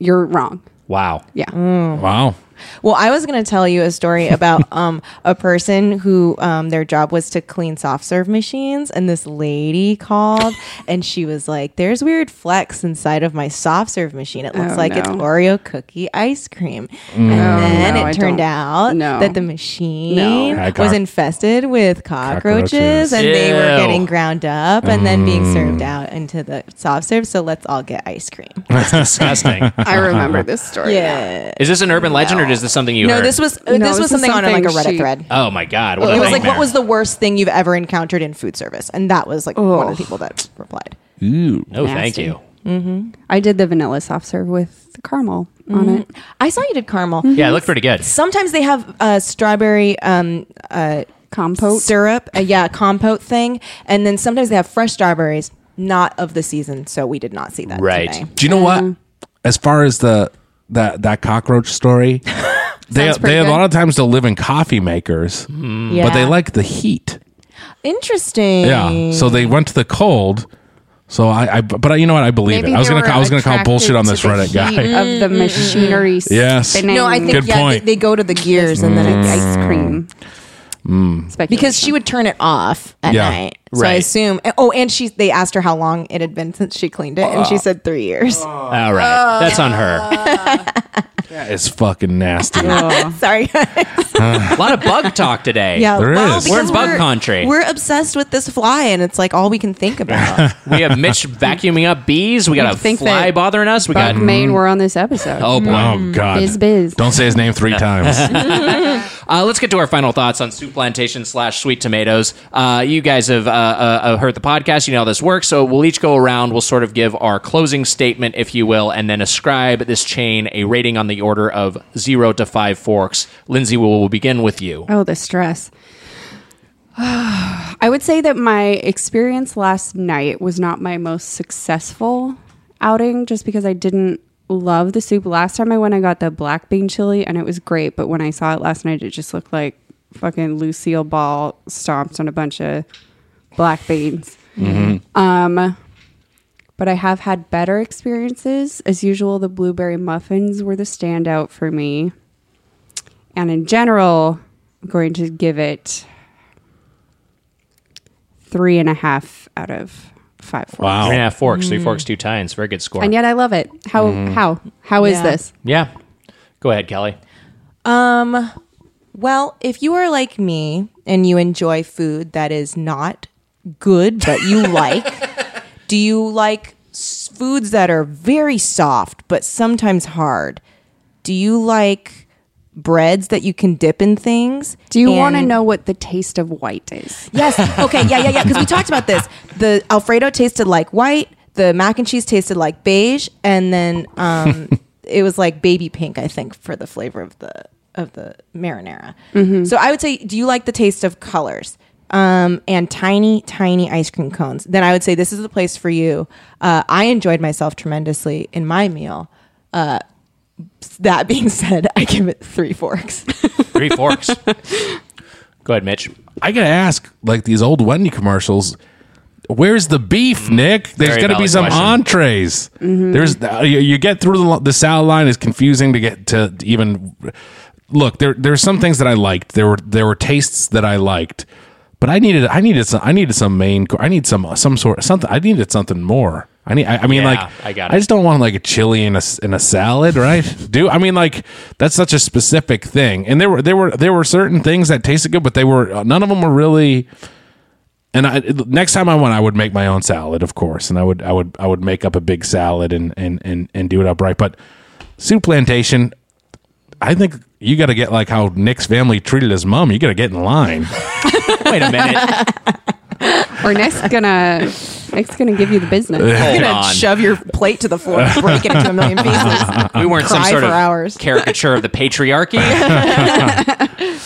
G: You're wrong.
B: Wow.
G: Yeah.
I: Wow.
H: Well, I was going to tell you a story about um, a person who um, their job was to clean soft serve machines, and this lady called, and she was like, "There's weird flecks inside of my soft serve machine. It looks
G: Oh,
H: like it's
G: no.
H: Oreo cookie ice cream." And
B: Mm. Oh,
H: then
G: no, I
H: it turned
G: don't-
H: out
G: no.
H: that the machine
G: No.
I: Yeah, cock-
H: was infested with cockroaches,
I: Cockroaches.
H: and they were
B: Ew. Mm.
H: getting ground up and then being served out into the soft serve. So let's all get ice cream.
B: That's disgusting.
G: I remember this story.
H: Yeah.
B: Is this an urban legend or is this something you
H: No,
B: heard?
H: this was
G: No,
H: this
G: this is
H: was something on like a
G: something
H: Reddit
G: she-
H: thread.
B: Oh my God. What a
H: it was like,
B: nightmare.
H: what was the worst thing you've ever encountered in food service? And that was like one of the people that replied.
I: Ooh.
B: No, Oh, thank
G: Nasty.
B: you.
G: Mm-hmm. I did the vanilla soft serve with caramel on
H: Mhm.
G: it.
H: I saw you did caramel.
B: Mm-hmm.
G: Yeah, it looked
B: pretty good.
H: Sometimes they have uh, strawberry um, uh,
G: compote
H: syrup. Uh, yeah, compote thing, and then sometimes they have fresh strawberries, not of the season. So we did not see that. Today.
I: Do you know
H: Mm.
I: what? As far as the that that cockroach story, they
H: Sounds pretty
I: they a
H: good. Mm.
I: lot of times they'll live in coffee makers, but they
H: Yeah.
I: like the heat.
H: Interesting.
I: Yeah, so they went to the cold. So I, I but I, you know what? I believe
H: Maybe
I: it. I was
H: they
I: gonna,
H: were
I: I was gonna call bullshit on this Reddit guy.
G: of the machinery.
I: Yes.
G: spinning.
H: No, I think
I: Good
H: yeah, they-
I: point.
H: They, go to the gears and then it's
I: Mm.
H: ice cream
I: Mm.
H: because she would turn it off at
I: Yeah.
H: night. So I
I: Right.
H: assume. Oh, and she they asked her how long it had been since she cleaned it, and she
I: Oh.
H: said three years.
B: All
H: Oh.
B: right. That's on her.
I: That is fucking nasty.
H: Sorry.
B: a lot of bug talk today.
H: Yeah, well,
B: We're in
H: because
B: bug country.
H: We're obsessed with this fly, and it's like all we can think about.
B: we have Mitch vacuuming up bees. We got a
H: You'd think
B: fly
H: that
B: bothering us. We got
G: Bug
I: Mm.
G: Maine were on this episode.
B: Oh boy!
I: Oh god!
G: Biz biz.
I: Don't say his name three times.
B: uh, let's get to our final thoughts on soup plantation slash sweet tomatoes. Uh, you guys have uh, uh, uh, heard the podcast. You know how this works. So we'll each go around. We'll sort of give our closing statement, if you will, and then ascribe this chain a rating on the order of zero to five forks. Lindsay, we will begin with you.
G: Oh, the stress. I would say that my experience last night was not my most successful outing just because I didn't love the soup. Last time I went, I got the black bean chili and it was great. But when I saw it last night, it just looked like fucking Lucille Ball stomped on a bunch of black beans.
T: Mhm.
G: Um, but I have had better experiences. As usual, the blueberry muffins were the standout for me. And in general, I'm going to give it three and a half out of five forks.
B: Three and a half forks, three forks, two tines. Very good score.
G: And yet I love it. How
B: Mm.
G: how how Oh, is
H: Yeah.
G: this?
B: yeah. Go ahead, Kelly.
H: Um, well, if you are like me and you enjoy food that is not good but you like, do you like s- foods that are very soft but sometimes hard? Do you like breads that you can dip in things?
G: Do you want to
H: And-
G: know what the taste of white is?
H: Yes. Okay. Yeah. Yeah. Yeah. Because we talked about this. The Alfredo tasted like white. The mac and cheese tasted like beige, and then um, it was like baby pink, I think, for the flavor of the of the marinara.
G: Mhm.
H: So I would say, do you like the taste of colors? Um, and tiny, tiny ice cream cones. Then I would say this is the place for you. Uh, I enjoyed myself tremendously in my meal. Uh, that being said, I give it three forks.
B: Three forks. Go ahead, Mitch.
I: I gotta ask, like these old Wendy commercials. Where's the beef, Nick? There's
B: Very
I: got to be
B: valid
I: some
B: question.
I: entrees.
B: Mhm.
I: There's uh, you, you get through the lo- the salad line is confusing to get to even look. There there's some things that I liked. There were there were tastes that I liked, but I needed I needed some I needed some main co- I need some some sort something I needed something more. I need I, I mean
B: Yeah,
I: like
B: I got
I: I
B: it.
I: just don't want like a chili and a s- and a salad, right? Do I mean like that's such a specific thing? And there were there were there were certain things that tasted good, but they were none of them were really. And I, next time I went, I would make my own salad, of course, and I would I would I would make up a big salad and and and and do it upright. But soup plantation, I think you got to get like how Nick's family treated his mom. You got to get in line.
B: Wait a minute.
G: Or next gonna next gonna give you the business.
I: Hold
H: You're gonna
I: on.
H: shove your plate to the floor, and break it into a million pieces.
I: Um,
B: we weren't some
H: Cry
B: sort
H: for
B: of
H: hours.
B: caricature of the patriarchy.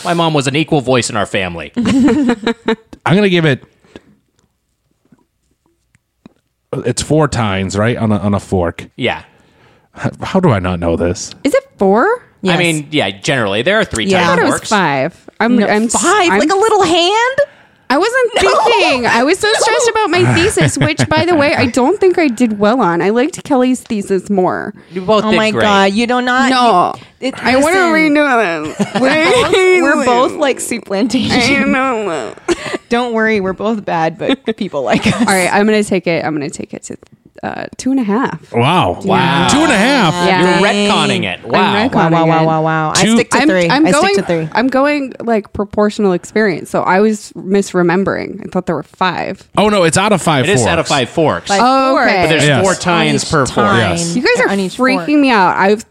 B: My mom was an equal voice in our family.
I: I'm gonna give it. It's four tines, right on a on a fork.
B: Yeah.
I: How, how do I not know this?
G: Is it four?
B: I mean, yeah, generally there are three
G: I
B: times
G: thought it was
B: forks.
G: five. I'm,
B: No,
G: I'm
H: five? Like a little hand?
G: I wasn't
H: No.
G: thinking. I was so stressed about my thesis, which, by the way, I don't think I did well on. I liked Kelly's thesis more.
B: You both
H: Oh my god, you do not.
G: No.
H: you- it-
G: I want to
H: listen.
G: redo this.
H: We're both, we're both like soup plantation.
G: I know.
H: Don't worry, we're both bad, but people like us.
G: All right, I'm gonna take it. I'm gonna take it to uh, two and a half.
I: Wow!
G: Wow.
I: Two and a half.
G: Yeah.
B: You're
G: Dang.
B: retconning it.
G: I'm
B: Wow.
G: retconning Wow, wow, wow, it. wow, wow.
H: I stick to
G: I'm,
H: three.
G: I'm
H: I
G: going.
H: stick to three.
G: I'm going like proportional experience. So I was misremembering. I thought there were five.
I: Oh no, it's out of five.
B: It is
I: forks.
B: out of five forks.
G: Five Oh, okay. forks.
B: But there's
I: Yes.
B: four
I: On
B: tines
I: each
B: per fork.
I: tine. Yes.
G: You guys are
H: each
G: freaking me out. I've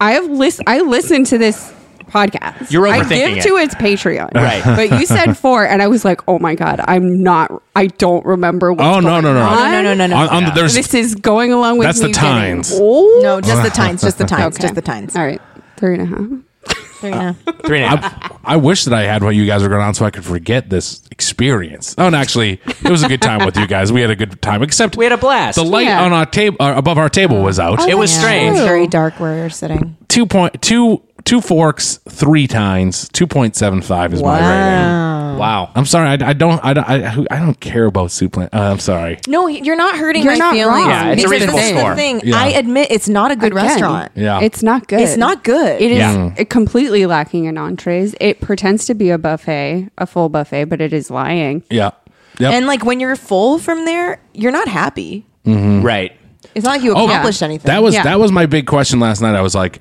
G: I have list I listened to this podcast.
B: You're
G: I
B: overthinking
G: give
B: it.
G: to its Patreon.
I: Right.
G: But you said four, and I was like, oh my God, I'm not, I don't remember what's
I: Oh, no,
G: going
I: no, no.
G: on.
I: Oh, no, no, no, no. On- on the- there's-
G: this is going along with
I: That's
G: me
I: the
G: getting
I: tines.
G: old.
H: No, just the tines, just the tines,
G: Okay.
H: just the tines.
G: All right. Three and a half.
H: Three and a half.
B: Three and a half.
I: I wish that I had what you guys were going on so I could forget this experience. Oh, and actually, it was a good time with you guys. We had a good time, except
B: we had a blast.
I: The light
H: Yeah.
I: on our table, uh, above our table, was out.
B: It was strange.
H: Very dark where you're sitting.
I: two point two two forks, three tines, two point seven five is my rating.
B: Wow.
I: I'm sorry, I, I don't, I don't, I, who- I don't care about soup plant. Uh, I'm sorry.
H: No, you're not hurting
G: You're
H: my
G: not
H: feelings.
G: wrong.
B: it's
G: Yeah,
B: a
H: Because
B: reasonable
H: this is
B: score.
H: the thing.
I: Yeah.
H: I admit it's not a good
G: Again,
H: restaurant.
I: Yeah.
G: It's not good.
H: It's not good.
G: It is
I: Yeah.
G: it completely lacking in entrees. It pretends to be a buffet, a full buffet, but it is lying.
I: Yeah, yep.
H: And like when you're full from there, you're not happy.
B: Right.
H: It's not like
B: Oh,
H: you accomplished anything.
I: Oh, That was
G: Yeah.
I: that was my big question last night. I was like,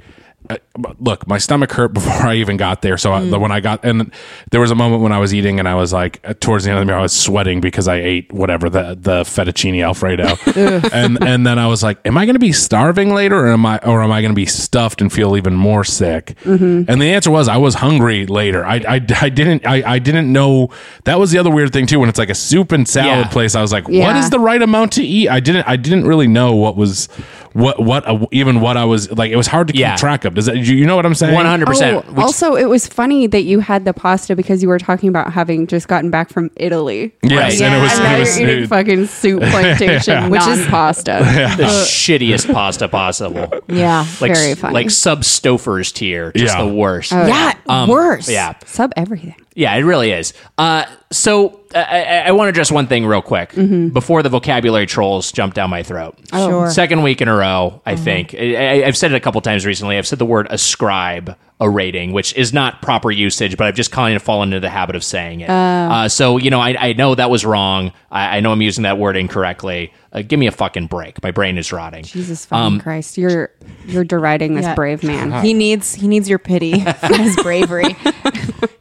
I: uh, look, my stomach hurt before I even got there. So I, the- when I got and there was a moment when I was eating and I was like, uh, towards the end of the meal, I was sweating because I ate whatever the the fettuccine alfredo, and and then I was like, am I going to be starving later, or am I or am I going to be stuffed and feel even more sick? And the answer was I was hungry later. I I, I didn't I, I didn't know that was the other weird thing too. When it's like a soup and salad
B: Yeah.
I: place, I was like, what
G: Yeah.
I: is the right amount to eat. I didn't. I didn't really know what was what what uh, even what I was like. It was hard to keep
B: Yeah.
I: track of. Does that you, you know what I'm saying?
B: One hundred percent.
G: Oh, also, it was funny that you had the pasta because you were talking about having just gotten back from Italy.
I: Yes,
B: Right.
I: and it was.
G: and now
I: it was
G: you're eating
I: it-
G: fucking soup plantation, which is pasta.
B: The shittiest pasta possible.
H: yeah.
B: Like
G: Very
B: s-
G: funny.
B: like sub Stouffer's tier. Just
I: Yeah.
B: the worst.
H: yeah. worse.
B: Um, Yeah.
G: Sub everything.
B: Yeah, it really is. Uh, so uh, I, I- I want to address one thing real quick before the vocabulary trolls jump down my throat.
H: Sure.
B: Second week in a row, I think. I, I- I've said it a couple times recently. I've said the word ascribe a rating, which is not proper usage, but I've just kind of fallen into the habit of saying it. Uh, so, you know, I, I know that was wrong. I, I know I'm using that word incorrectly. Uh, give me a fucking break. My brain is rotting.
G: Jesus fucking Christ, you're you're deriding this
H: Yeah.
G: brave man.
H: He needs he needs your pity for his bravery.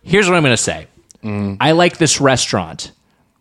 B: here's what I'm going to say. I like this restaurant.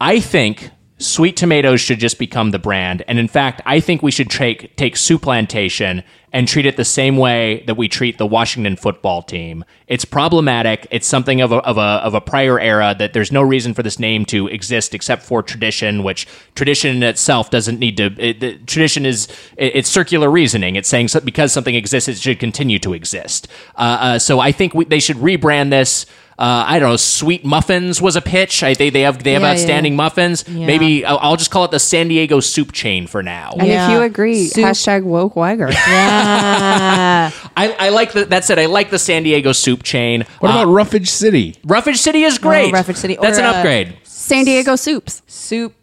B: I think Sweet Tomatoes should just become the brand. And in fact, I think we should take take Soup Plantation and treat it the same way that we treat the Washington football team. It's problematic. It's something of a, of a, of a prior era that there's no reason for this name to exist except for tradition, which tradition in itself doesn't need to. It, the, tradition is it, it's circular reasoning. It's saying so, because something exists, it should continue to exist. Uh, uh, so I think we, they should rebrand this. Uh, I don't know. Sweet muffins was a pitch. I, they they have they have
H: Yeah, yeah,
B: outstanding
H: yeah.
B: muffins. Maybe I'll, I'll just call it the San Diego soup chain for now.
G: And
H: Yeah.
G: if you agree,
H: Soup.
G: hashtag woke Weiger.
H: yeah.
B: I, I like the, that said. I like the San Diego soup chain.
I: what
B: Uh,
I: about Roughage City?
B: Roughage City is great.
H: Roughage City or,
B: That's an
H: uh,
B: upgrade.
G: San Diego soups.
H: Soup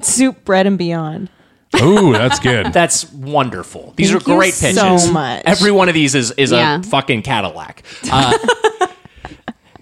H: soup bread and beyond.
I: Ooh, that's good.
B: That's wonderful. These
H: Thank
B: are
H: you
B: great pitches.
H: so much.
B: Every one of these is is
G: Yeah.
B: a fucking Cadillac. Uh,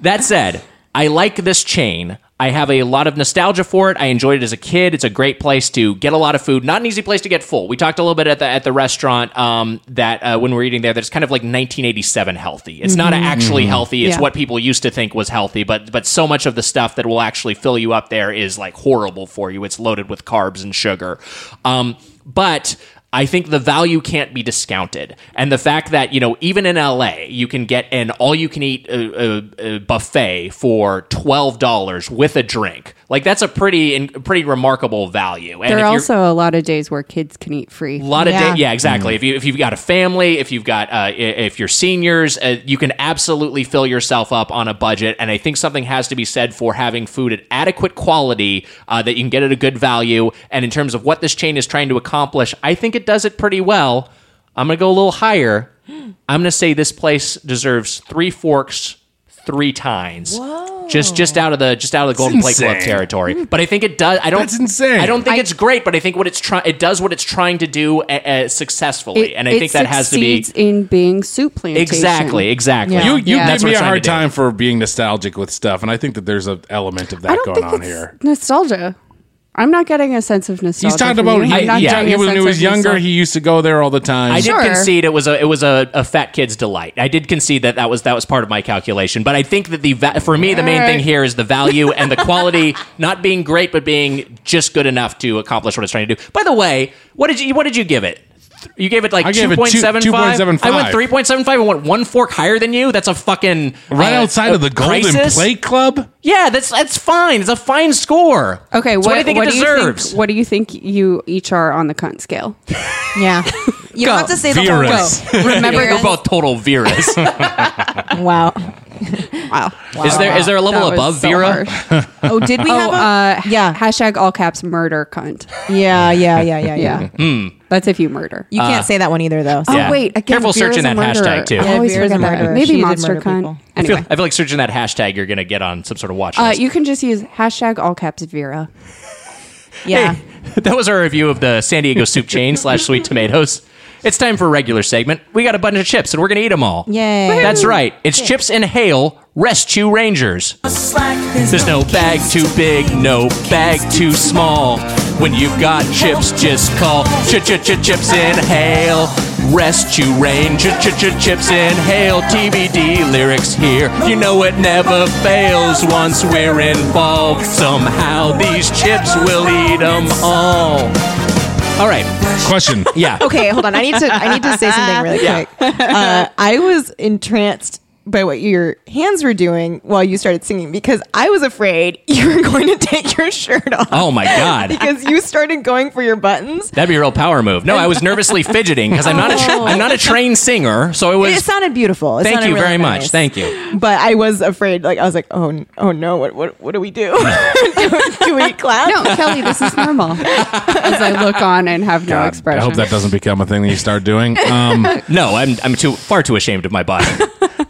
B: that said, I like this chain. I have a lot of nostalgia for it. I enjoyed it as a kid. It's a great place to get a lot of food. Not an easy place to get full. We talked a little bit at the at the restaurant um, that uh, when we were eating there, that it's kind of like 1987 healthy. It's not actually healthy. It's
H: Mm-hmm. Yeah.
B: what people used to think was healthy, but but so much of the stuff that will actually fill you up there is like horrible for you. It's loaded with carbs and sugar. Um, but I think the value can't be discounted. And the fact that, you know, even in LA, you can get an all you can eat uh, uh, uh, buffet for $12 with a drink. Like that's a pretty in, pretty remarkable value. And
G: There
B: if
G: are
B: you're-
G: also a lot of days where kids can eat free.
B: a lot of
H: Yeah.
B: day, yeah, exactly. If you if you've got a family, if you've got uh, i- if you're seniors, uh, you can absolutely fill yourself up on a budget. And I think something has to be said for having food at adequate quality uh, that you can get at a good value. And in terms of what this chain is trying to accomplish, I think it does it pretty well. I'm gonna go a little higher. I'm gonna say this place deserves three forks, three tines. Just just out of the just out of the Golden Plate Club
I: insane.
B: territory. But I think it does. I don't.
I: That's insane.
B: I don't think it's great, but I think what it's trying it does what it's trying to do uh, uh, successfully,
G: It-
B: and I
G: it
B: think that has to be
G: succeeds in being soup plantation.
B: exactly, exactly.
H: Yeah.
I: You you
G: Yeah.
I: give
G: That's
I: me a
B: Uh, what I'm
I: hard
B: trying
I: time for being nostalgic with stuff, and I think that there's an element of
G: I
I: that
G: don't
I: going
G: think
I: on
G: it's
I: here.
G: nostalgia. I'm not getting a sense of nostalgia.
I: He's talking
G: from
I: about
G: you.
I: he,
G: I'm not
I: he-
B: yeah,
G: getting
I: he
G: a
I: was when he
G: sense
I: was
G: of
I: younger.
G: nostalgia.
I: He used to go there all the time.
B: I
H: Sure.
B: did concede it was a it was a, a fat kid's delight. I did concede that that was that was part of my calculation, but I think that the va- for me the main thing here is the value and the quality not being great but being just good enough to accomplish what it's trying to do. By the way, what did you what did you give it? Th- You gave it like
D: I gave it two-
B: 2.75.
D: 2.75.
B: I went 3.75. I went one fork higher than you. That's a fucking
D: Right
B: uh,
D: outside
B: a
D: of the Golden
B: crisis.
D: Plate Club.
B: Yeah, that's that's fine. It's a fine score.
G: Okay,
B: It's
G: what,
B: I think
G: what
B: it
G: do you
B: deserves.
G: think? What do you think you each are on the cunt scale?
H: Yeah. You don't have to say the whole
B: Virus.
H: go. Remember
B: You're both total Veras.
H: Wow.
G: wow.
B: Is there is there a level
G: That was
B: above
G: so
B: Vera?
H: Oh, did we have
G: oh,
H: a-
G: uh, yeah. Hashtag all caps murder cunt.
H: Yeah, yeah, yeah, yeah, yeah.
B: Hmm.
G: That's if you murder.
H: You can't
B: Uh,
H: say that one either though.
G: Oh
B: Yeah.
G: wait, again,
B: Careful
G: Vera's
B: searching
G: a
B: that hashtag,
G: murderer.
B: too.
G: I always
H: Yeah, Vera's
G: forget
H: a
G: that.
H: murderer. She
G: Maybe
H: did
G: monster
H: murder people.
G: cunt.
B: I, feel,
G: Anyway,
B: I feel like searching that hashtag, you're gonna get on some sort of watch
G: uh,
B: list.
G: you can just use hashtag all caps Vera.
H: Yeah.
B: that was our review of the San Diego soup chain slash sweet tomatoes. It's time for a regular segment. We got a bunch of chips and we're gonna eat them all.
H: Yay. Woohoo.
B: That's right. It's chips and hail. Rescue Rangers. There's no bag too big, no bag too small. When you've got chips, just call ch ch ch chips and hail. Rescue Ranger ch ch chips and hail. TBD lyrics here. You know it never fails once we're involved. Somehow these chips will eat 'em all. All right.
D: Question.
B: Yeah.
H: okay, hold on. I need to I need to say something really
B: Yeah.
H: quick. Uh, I was entranced by what your hands were doing while you started singing because I was afraid you were going to take your shirt off.
B: Oh my God.
H: Because you started going for your buttons.
B: That'd be a real power move. No, I was nervously fidgeting because I'm not a
H: Oh.
B: I'm not a trained singer, so it
H: It,
B: was.
H: sounded beautiful. It
B: thank
H: sounded
B: you
H: really
B: very
H: nice.
B: much. Thank you.
H: But I was afraid. Like I was like, oh, n- oh no, what what what do we do? do, do we clap?
G: No, Kelly, this is normal. As I look on and have no
D: I
G: expression.
D: hope that doesn't become a thing that you start doing. Um,
B: No, I'm I'm too far too ashamed of my body.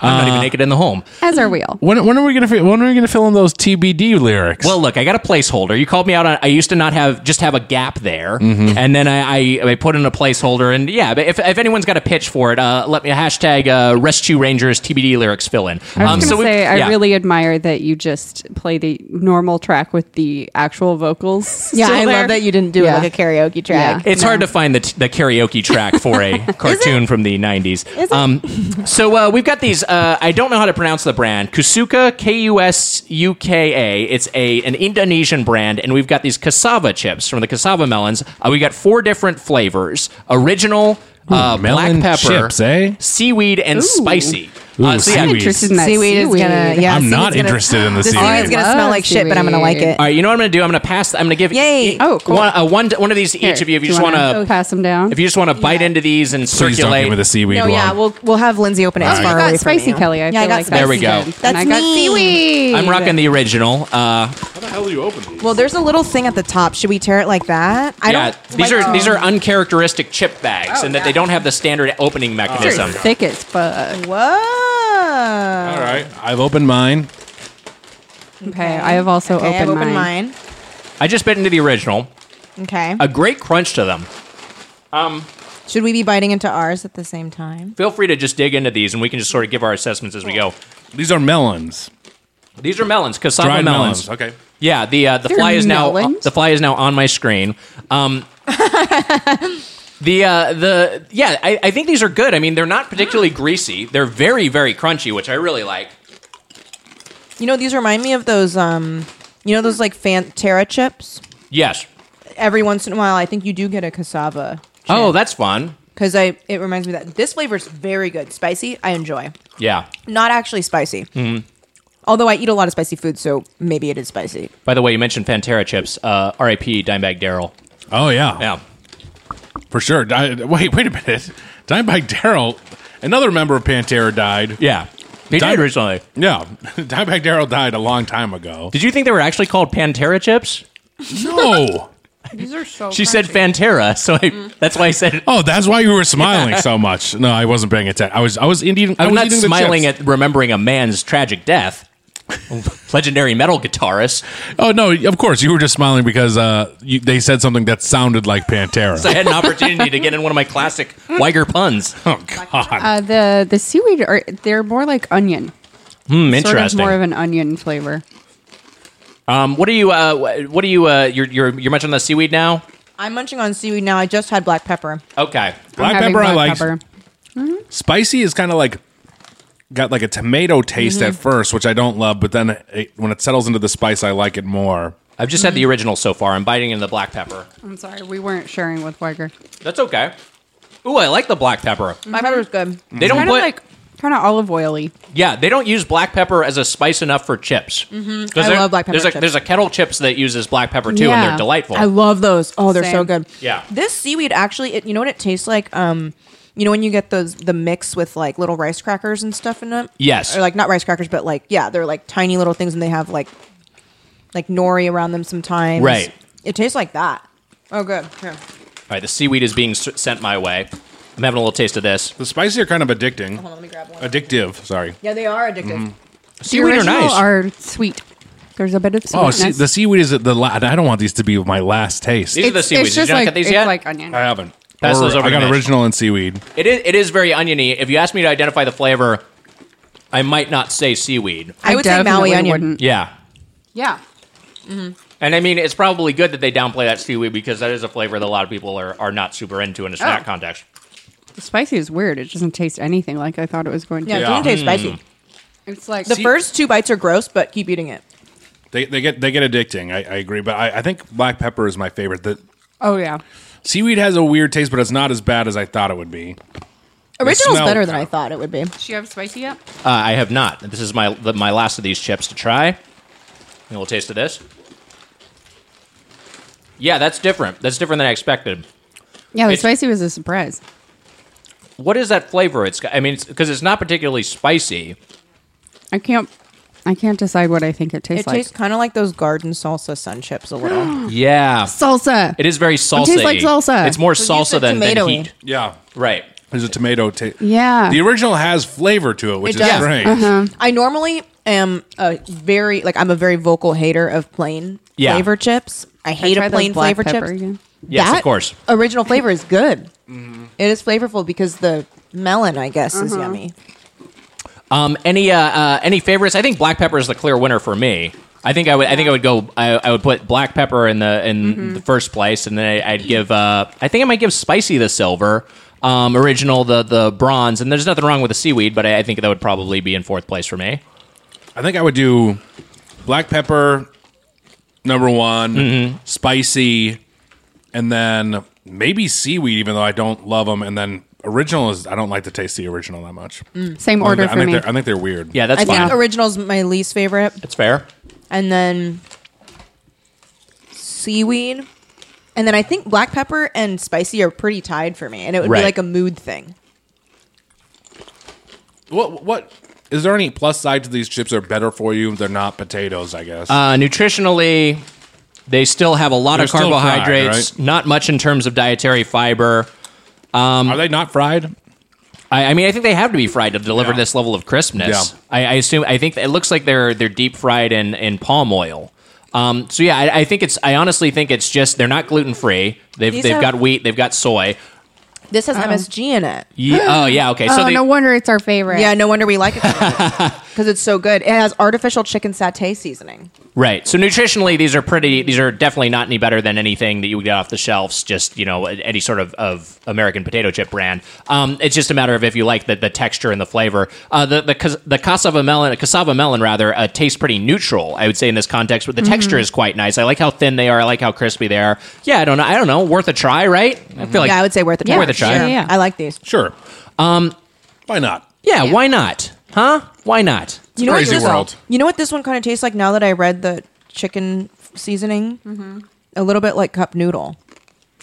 B: I'm not even naked in the home.
G: As are we all.
D: when, when are we gonna fi- when are we gonna fill in those TBD lyrics?
B: Well, Oh, look, I got a placeholder. You called me out on. I used to not have just have a gap there, and then I, I I put in a placeholder, and yeah. But if, if anyone's got a pitch for it, uh, let me hashtag uh, Rescue Rangers TBD lyrics fill in.
G: I was going to
B: Um, we-
G: say, I
B: yeah.
G: really admire that you just play the normal track with the actual vocals.
H: Yeah,
G: still
H: I
G: there.
H: love that you didn't do
G: Yeah.
H: it like a karaoke track.
B: It's hard to find the, the karaoke track for a cartoon from the 90s. Um, so uh, we've got these. Uh, I don't know how to pronounce the brand. Kusuka, K U S U K A. It's a an Indonesian brand, and we've got these cassava chips from the cassava melons. Uh, we got four different flavors: original, uh,
D: melon
B: black pepper,
D: chips, eh?
B: seaweed, and
G: Ooh.
B: spicy.
D: Ooh,
B: uh, so yeah,
D: seaweed.
G: Interested in that
H: Seaweed is gonna- yeah.
D: I'm
H: seaweed's
D: not
H: gonna-
D: interested in the
H: This
D: seaweed.
H: is gonna smell
G: love
H: like shit, but I'm gonna like
G: seaweed.
H: it.
B: All right, you know what I'm going to do? I'm going to pass. I'm going to give
H: Yay.
G: Oh, cool.
B: one, uh, one, one of these each of you. If you just want to
G: pass them down.
B: If you just want to bite into these and
D: Please
B: circulate,
D: don't give me the seaweed
H: No,
D: one.
H: yeah, we'll we'll have Lindsay open it as
G: you
H: far away
G: got
H: from
G: spicy,
H: you.
G: Kelly. I
H: Yeah,
G: feel
H: I got
G: like that's
B: There we go.
G: good.
H: That's
G: and I got
H: me.
G: seaweed.
B: I'm rocking the original. Uh,
H: Well, there's a little thing at the top. Should we tear it like that? I
B: yeah,
H: don't.
B: these are these are uncharacteristic chip bags, in that they don't have the standard opening
G: They're
B: mechanism.
G: thick as fuck.
H: Whoa.
D: All right, I've opened mine.
G: Okay, I have also
H: Okay, I've
G: opened,
H: opened
G: mine.
H: mine.
B: I just bit into the original.
H: Okay.
B: A great crunch to them. Um,
H: Should we be biting into ours at the same time?
B: feel free to just dig into these, and we can just sort of give our assessments as we go.
D: These are melons,
B: These are melons, cassava
D: dried
B: melons.
D: melons. Okay.
B: Yeah, the uh, the
G: They're
B: fly is now
G: melons?
B: the fly is now on my screen. Um, the uh, the yeah, I, I think these are good. I mean, they're not particularly greasy. They're very very crunchy, which I really like.
H: You know, these remind me of those. Um, you know those like Fantera chips.
B: Yes.
H: Every once in a while, I think you do get a cassava
B: Oh, that's fun.
H: because I. It reminds me of that this flavor's very good, spicy. I enjoy.
B: Yeah.
H: Not actually spicy.
B: Mm-hmm.
H: Although I eat a lot of spicy food, so maybe it is spicy.
B: By the way, you mentioned Pantera chips. Uh, R.I.P. Dimebag Daryl.
D: Oh yeah,
B: Yeah.
D: for sure. Di- wait, wait a minute. Dimebag Daryl, another member of Pantera died.
B: Yeah. They
D: Dime-
B: did recently.
D: Yeah, Dimebag Daryl died a long time ago.
B: Did you think they were actually called Pantera chips?
D: No.
H: These are
G: Oh,
H: so.
B: She said Fantera, so I,
G: Mm.
B: that's why I said.
D: Oh, that's why you were smiling so much. No, I wasn't paying attention. I was, I was eating. I
B: I'm
D: was
B: not
D: eating the
B: smiling
D: chips.
B: at remembering a man's tragic death. Legendary metal guitarist.
D: Oh no, of course you were just smiling because uh, you, they said something that sounded like Pantera.
B: So I had an opportunity to get in one of my classic Weiger puns.
D: oh God.
G: Uh, the the seaweed are they're more like onion.
B: Hmm,
G: Sort of more of
B: interesting.
G: an onion flavor.
B: Um, what are you? Uh, wh- what are you? Uh, you're you're you're munching on the seaweed now.
H: I'm munching on seaweed now. I just had black pepper.
B: Okay.
G: I'm
D: Black
G: having
D: pepper, I like.
G: black pepper.
D: Spicy is kind of like got like a tomato taste
B: Mm-hmm.
D: at first, which I don't love, but then it, when it settles into the spice, I like it more.
B: I've just had
G: Mm-hmm.
B: the original so far. I'm biting into the black pepper.
G: I'm sorry, we weren't sharing with Weiger.
B: That's okay. Ooh, I like the black pepper.
H: Mm-hmm.
G: Black pepper's good.
B: They don't
G: kinda
B: put-
G: like kind of olive oily.
B: Yeah, they don't use black pepper as a spice enough for chips.
G: Mhm.
B: 'Cause
G: I
B: there-
G: love black pepper
B: There's a,
G: chips.
B: there's a kettle chips that uses black pepper too, and
H: Yeah.
B: they're delightful.
H: I love those. Oh, they're
B: Same.
H: so good.
B: Yeah.
H: This seaweed actually, it, you know what it tastes like? Um, you know when you get those the mix with like little rice crackers and stuff in it.
B: Yes.
H: Or like not rice crackers, but like yeah, they're like tiny little things, and they have like like nori around them sometimes.
B: Right.
H: It tastes like that. Oh, good. Here.
B: All right, the seaweed is being s- sent my way. I'm having a little taste of this.
R: The spicy are kind of addicting.
H: Hold on, let me grab one.
R: Addictive, sorry.
H: Yeah, they are addictive.
B: Mm-hmm.
G: the original are sweet. There's a bit of
D: Oh,
G: sweetness.
D: see, the seaweed is at the. La- I don't want these to be my last taste.
B: These are the
G: It's-
B: seaweeds.
G: It's
B: Did you
G: just
B: not
G: like
B: get these
G: it's
B: yet?
G: like onion.
D: I haven't.
B: Pass
D: Or
B: those over
D: I
B: to
D: got
B: Mitch.
D: original and seaweed.
B: It is it is very oniony. If you ask me to identify the flavor, I might not say seaweed.
H: I would say Maui
G: definitely
H: onion.
G: wouldn't.
B: Yeah.
G: Yeah.
B: And I mean, it's probably good that they downplay that seaweed because that is a flavor that a lot of people are, are not super into in a snack
G: Oh.
B: context.
G: The spicy is weird. It doesn't taste anything like I thought it was going to.
H: Yeah, it doesn't taste spicy.
G: It's like
H: The first two bites are gross, but keep eating it.
D: They, they get they get addicting. I, I agree, but I, I think black pepper is my favorite. The
G: Oh yeah.
D: seaweed has a weird taste, but it's not as bad as I thought it would be. They
H: Original's
D: smell-
H: better than I thought it would be.
G: Did you have spicy yet?
B: Uh, I have not. This is my the, my last of these chips to try. And we'll taste of this. Yeah, that's different. That's different than I expected.
G: Yeah, the
B: It's-
G: spicy was a surprise.
B: What is that flavor? It's got- I mean, because it's, not particularly spicy.
G: I can't. I can't decide what I think it tastes
H: it
G: like.
H: tastes kind of like those garden salsa sun chips a little.
B: Yeah,
G: salsa.
B: It is very salsa.
G: tastes like salsa.
B: It's more
H: Well, you
B: salsa
H: said
B: than, than
H: tomatoey.
B: heat.
D: Yeah,
B: right.
D: There's a tomato taste.
G: Yeah.
D: the original has flavor to it, which
H: It
D: is
H: does. Uh-huh.
D: strange.
H: I normally am a very like I'm a very vocal hater of plain
D: Yeah.
H: flavor chips. I hate
G: try
H: a
G: those
H: plain
G: black
H: flavor
G: pepper
H: chips.
G: again?
B: Yes, of course.
H: Original flavor is good. It is flavorful because the melon, I guess, is
G: Uh-huh.
H: yummy.
B: Um, any uh, uh, any favorites? I think black pepper is the clear winner for me. I think I would. I think I would go. I, I would put black pepper in the in
H: Mm-hmm.
B: the first place, and then I, I'd give. Uh, I think I might give spicy the silver, um, original the the bronze, and there's nothing wrong with the seaweed, but I, I think that would probably be in fourth place for me.
D: I think I would do black pepper number one, spicy, and then maybe seaweed. Even though I don't love them, and then original is I don't like to taste the original that much.
G: Same
D: I think they're-
G: order
D: oh uh, I
G: for
D: think
G: me.
D: they're- I think they're weird.
B: Yeah,
H: I think original's my least favorite,
B: That's fair.
H: and then seaweed, and then I think black pepper and spicy are pretty tied for me, and it would
D: Right.
H: be like a mood thing.
D: What what is there any plus side to these chips? Are better for you? They're not potatoes, I guess.
B: Uh, nutritionally, they still have a lot
D: They're
B: of
D: still fried,
B: carbohydrates.
D: right?
B: Not much in terms of dietary fiber. Um,
D: Are they not fried?
B: I, I mean, I think they have to be fried to deliver this level of crispness.
D: Yeah.
B: I, I assume. I think it looks like they're they're deep fried in in palm oil. Um, so yeah, I, I think it's. I honestly think it's just they're not gluten free. They've
H: These
B: they've
H: have-
B: got wheat. They've got soy.
H: This has MSG in it.
B: Ye- oh yeah. Okay. So
G: oh,
B: they,
G: no wonder it's our favorite.
H: Yeah, no wonder we like it because it's so good. It has artificial chicken satay seasoning.
B: right. So nutritionally, these are pretty. These are definitely not any better than anything that you would get off the shelves. Just you know any sort of, of American potato chip brand. Um, it's just a matter of if you like the, the texture and the flavor. Uh, the the cas- the cassava melon cassava melon rather uh, tastes pretty neutral. I would say in this context, but the texture
H: Mm-hmm.
B: is quite nice. I like how thin they are. I like how crispy they are. Yeah, I don't know. I don't know. Worth a try, right? I feel like
H: Mm-hmm. yeah, I would say worth a try.
B: Worth a try.
H: Sure. I like these.
D: Sure.
B: Um,
D: why not?
B: Yeah, why not? Huh? Why not?
H: You know, what this, you know what this one kind of tastes like now that I read the chicken f- seasoning? A little bit like cup noodle,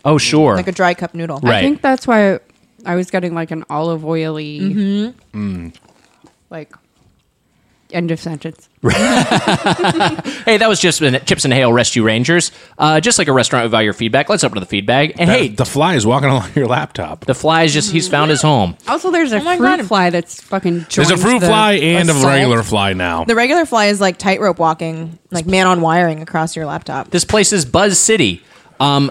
B: Oh sure.
H: like a dry cup noodle.
G: I think that's why I was getting like an olive oily, like end of sentence.
B: hey, that was just an Chips and Hale Rescue Rangers. Uh, just like a restaurant without your feedback, let's open up the feedback. And hey,
D: the fly is walking along your laptop.
B: The fly is just, he's found his home.
G: Also, there's a fruit fly that's fucking.
D: There's a
G: joined
D: fruit
G: the
D: fly and
G: assault.
D: a regular fly now.
H: The regular fly is like tightrope walking, like man on wiring across your laptop.
B: This place is Buzz City. Um,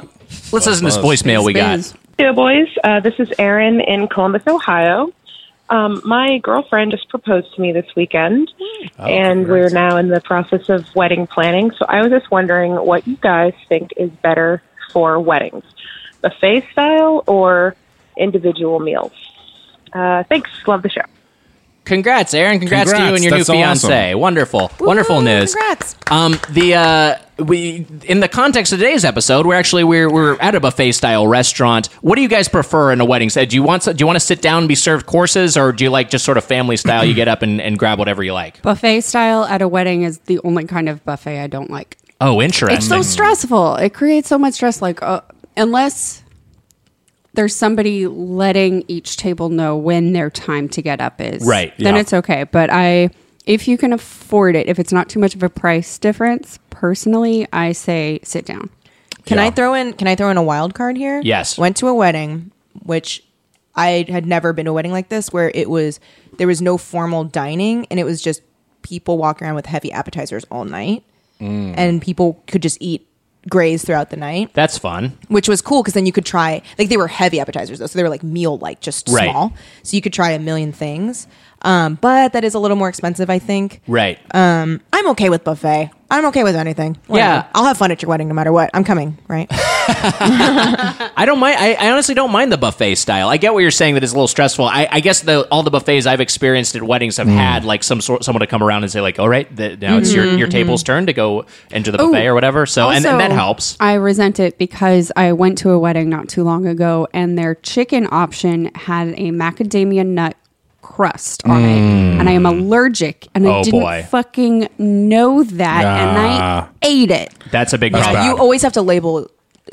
B: let's listen to this voicemail we got.
Q: Yeah, boys. Uh, this is Erin in Columbus, Ohio. Um, my girlfriend just proposed to me this weekend,
B: Oh,
Q: and we're now in the process of wedding planning. So I was just wondering what you guys think is better for weddings buffet style or individual meals? Uh, thanks. Love the show.
B: Congrats, Aaron. Congrats, to you and
E: Congrats.
B: your
E: That's
B: new fiance.
E: awesome.
B: Wonderful, wonderful news.
H: Congrats.
B: Um, the uh, we in the context of today's episode, we're actually we're we're at a buffet style restaurant. What do you guys prefer in a wedding set? Do you want do you want to sit down and be served courses, or do you like just sort of family style? You get up and, and grab whatever you like.
G: Buffet style at a wedding is the only kind of buffet I don't like.
B: Oh, interesting.
G: It's so stressful. It creates so much stress. Like, uh, unless there's somebody letting each table know when their time to get up is,
B: Right,
G: Then
B: yeah.
G: it's okay. But I, if you can afford it, if it's not too much of a price difference, personally, I say sit down.
H: Can I throw in? Can I throw in a wild card here?
G: Yes.
H: Went to a wedding, which I had never been to a wedding like this, where it was there was no formal dining, and it was just people walking around with heavy appetizers all night,
B: Mm.
H: and people could just eat graze throughout the night,
B: That's fun.
H: which was cool because then you could try like they were heavy appetizers though, so they were like meal like just
B: Right.
H: small, so you could try a million things. Um, but that is a little more expensive, I think.
B: Right.
H: Um, I'm okay with buffet. I'm okay with anything.
B: Yeah.
H: I'll have fun at your wedding no matter what. I'm coming, right?
B: I don't mind. I, I honestly don't mind the buffet style. I get what you're saying that it's a little stressful. I, I guess the, all the buffets I've experienced at weddings have had like some sort someone to come around and say like, all right, the, now it's your,
G: Mhm,
B: your
G: mhm.
B: table's turn to go into the
G: Oh,
B: buffet or whatever. So and, and that
G: Also,
B: helps.
G: I resent it because I went to a wedding not too long ago, and their chicken option had a macadamia nut crust on it,
U: Mm.
G: and I am allergic, and I
B: Oh,
G: didn't
B: boy.
G: fucking know that, and I ate it.
B: That's a big
H: Yeah,
B: problem.
H: you always have to label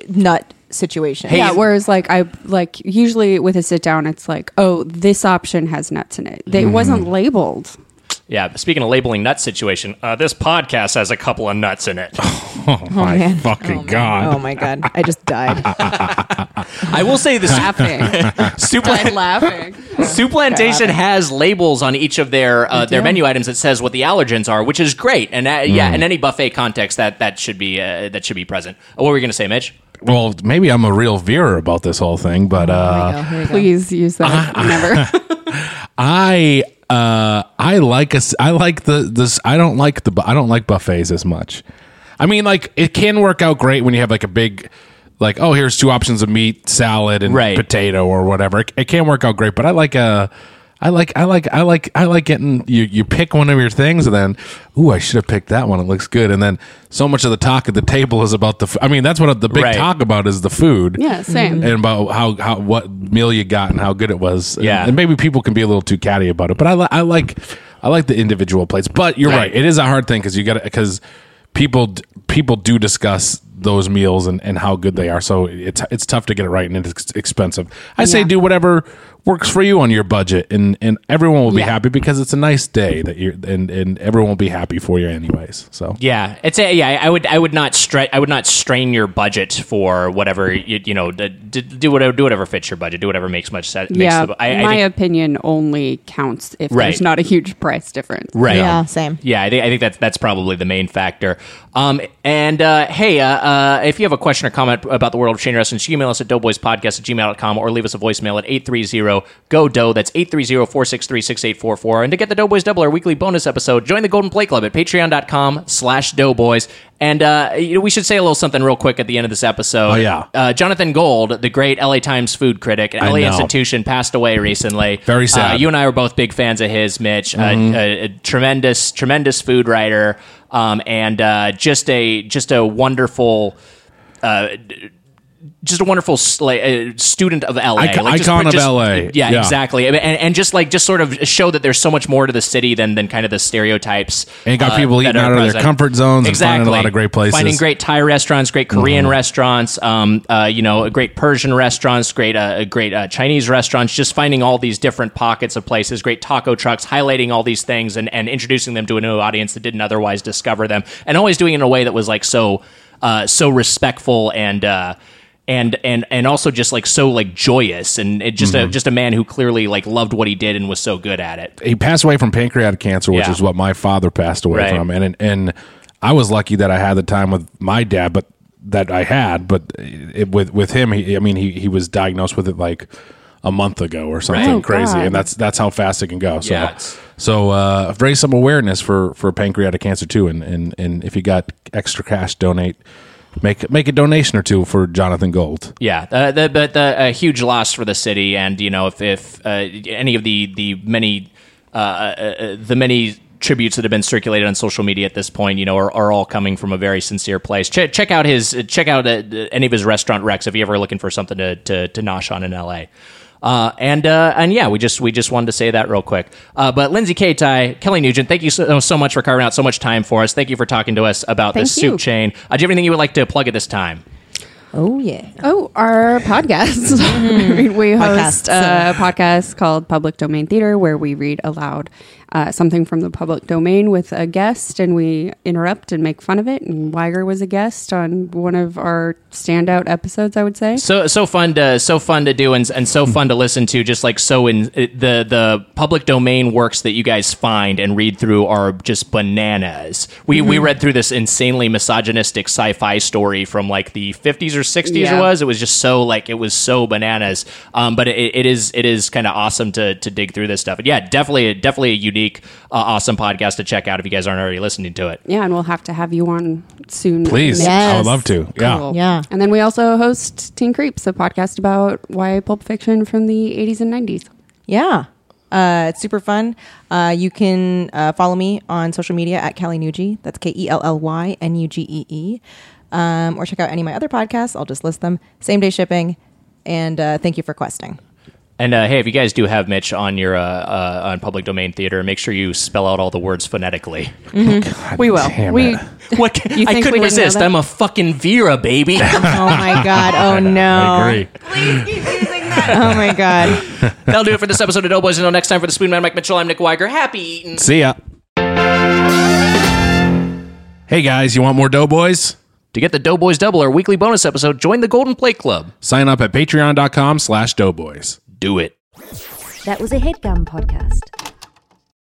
H: nut situation.
G: yeah, whereas like I like usually with a sit down, it's like, oh, this option has nuts in it. They- It wasn't
B: Mm-hmm.
G: labeled.
B: yeah. Speaking of labeling nut situation, uh, this podcast has a couple of nuts in it.
D: Oh, my
H: man.
D: fucking god!
H: Oh my god, I just died.
B: I will say this
H: Laughing.
B: Suplan-
G: laughing.
B: Suplantation has labels on each of their uh, their
H: do.
B: menu items that says what the allergens are, which is great. And uh, yeah,
D: Mm.
B: in any buffet context, that that should be uh, that should be present. Uh, What were you going to say, Mitch?
D: Well, maybe I'm a real veer about this whole thing, but
H: Oh,
D: uh,
G: Please use
B: Ah,
G: that. Never.
D: I uh I like us I like the this I don't like the bu- I don't like buffets as much. I mean like it can work out great when you have like a big like oh here's two options of meat, salad and potato or whatever. It, it can work out great, but I like uh I like I like I like I like getting you you pick one of your things and then ooh I should have picked that one it looks good and then so much of the talk at the table is about the f- I mean that's what the big
B: Right.
D: talk about is the food
G: Yeah, same.
D: and about how, how what meal you got and how good it was. Yeah, and, maybe people can be a little too catty about it, but I li- I like I like the individual plates. But you're right,
R: Right.
D: it is a hard thing because you got because people d- people do discuss those meals and, and how good they are. So it's it's tough to get it right and it's expensive. I say
R: Yeah.
D: do whatever works for you on your budget and and everyone will be
B: Yeah.
D: happy because it's a nice day that you're and and everyone will be happy for you anyways. So
B: Yeah, it's a, yeah. I would I would not stre- I would not strain your budget for whatever you, you know d- d- do whatever do whatever fits your budget. Do whatever makes much sense.
G: yeah,
B: makes the, I, I
G: my
B: think,
G: opinion only counts if
B: Right.
G: there's not a huge price difference.
B: Right. Yeah,
H: same.
B: Yeah, I think, I think that's that's probably the main factor. Um, and uh, hey, uh, uh, if you have a question or comment about the world of chain wrestling, just email us at doughboyspodcast at gmail.com or leave us a voicemail at 830-GO-DOUGH. That's 830-463-6844. And to get the Doughboys Double, our weekly bonus episode, join the Golden Play Club at patreon.com slash doughboys. And uh, you know, we should say a little something real quick at the end of this episode.
D: Oh, yeah.
B: Uh, Jonathan Gold, the great LA Times food critic and
D: I
B: LA
D: know.
B: institution, passed away recently.
D: Very
B: Uh,
D: sad.
B: you and I were both big fans of his, Mitch. Uh,
D: Mhm.
B: a, a tremendous, tremendous food writer, um, and uh, just a just a wonderful. Uh, d- just a wonderful s- like, uh, student of LA,
D: Ic-
B: Like, just-
D: icon of
B: just-
D: LA.
B: Yeah,
D: Yeah.
B: exactly, and, and just like just sort of show that there's so much more to the city than than kind of the stereotypes.
D: And it got
B: uh,
D: people
B: that
D: eating
B: are
D: out of their
B: present.
D: comfort zones and
B: exactly.
D: finding a lot of great places. Mm-hmm.
B: Finding great Thai restaurants, great Korean restaurants, um, uh, you know, great Persian restaurants, great uh, great uh, Chinese restaurants. Just finding all these different pockets of places, great taco trucks, highlighting all these things and, and introducing them to a new audience that didn't otherwise discover them, and always doing it in a way that was like so uh, so respectful and. Uh, and and and also just like so like joyous and it just a
D: Mm-hmm.
B: just a man who clearly like loved what he did and was so good at it.
D: he passed away from pancreatic cancer, which
B: Yeah.
D: is what my father passed away
B: Right.
D: from, and and I was lucky that I had the time with my dad, but that I had, but it, with with him, he, I mean, he he was diagnosed with it like a month ago or something
R: Right. Oh,
D: crazy,
R: God.
D: and that's that's how fast it can go. So
R: Yeah, it's-
D: so uh, raise some awareness for for pancreatic cancer too, and and and if you got extra cash, donate. Make make a donation or two for Jonathan Gold.
B: Yeah, uh, the, but the, a huge loss for the city, and you know, if if uh, any of the the many uh, uh, the many tributes that have been circulated on social media at this point, you know, are, are all coming from a very sincere place. Check, check out his check out uh, any of his restaurant recs if you're ever looking for something to to, to nosh on in L.A. Uh, and uh, and yeah, we just we just wanted to say that real quick. Uh, but Lindsay Kaitai, Kelly Nugent, thank you so, so much for carving out so much time for us. Thank you for talking to us about
G: Thank
B: this soup
G: you.
B: chain. Uh, do you have anything you would like to plug at this time?
G: Oh yeah. Oh, our podcast. we host a podcast called Public Domain Theater, where we read aloud uh, something from the public domain with a guest, and we interrupt and make fun of it. And Weiger was a guest on one of our standout episodes, I would say.
B: So so fun to so fun to do and and so fun to listen to. Just like so in it- the the public domain works that you guys find and read through are just bananas. We we
V: Mhm.
B: read through this insanely misogynistic sci-fi story from like the 50s or 60s
V: Yeah.
B: it was. It was just so like it was so bananas. Um, but it, it is it is kind of awesome to to dig through this stuff. And yeah, definitely definitely a unique uh, awesome podcast to check out if you guys aren't already listening to it.
G: Yeah, and we'll have to have you on soon.
B: Please. I would love to. Yeah.
G: Yeah. And then we also host Teen Creeps, a podcast about YA pulp fiction from the 80s and 90s.
H: Yeah. Uh, it's super fun. Uh, you can uh, follow me on social media at Kelly Nugie. That's K E L L Y N U G E E. Um, or check out any of my other podcasts. I'll just list them. Same day shipping. And uh, thank you for questing.
B: And uh, hey, if you guys do have Mitch on your uh, uh, on public domain theater, make sure you spell out all the words phonetically.
G: we will.
B: damn
G: we.
B: What?
G: You
B: I
G: think we
B: couldn't
G: didn't know
B: resist.
G: that?
B: I'm a fucking Vera, baby. oh
H: my God. Oh, no. agree. oh my god.
B: That'll do it for this episode of Doughboys. Until next time, for the Spoon Man, Mike Mitchell. I'm Nick Weiger. Happy eating.
D: See ya. Hey guys, you want more Doughboys?
B: To get the Doughboys Double, our weekly bonus episode, join the Golden Plate Club.
D: Sign up at patreon.com slash doughboys.
B: Do it.
P: That was a headgum podcast.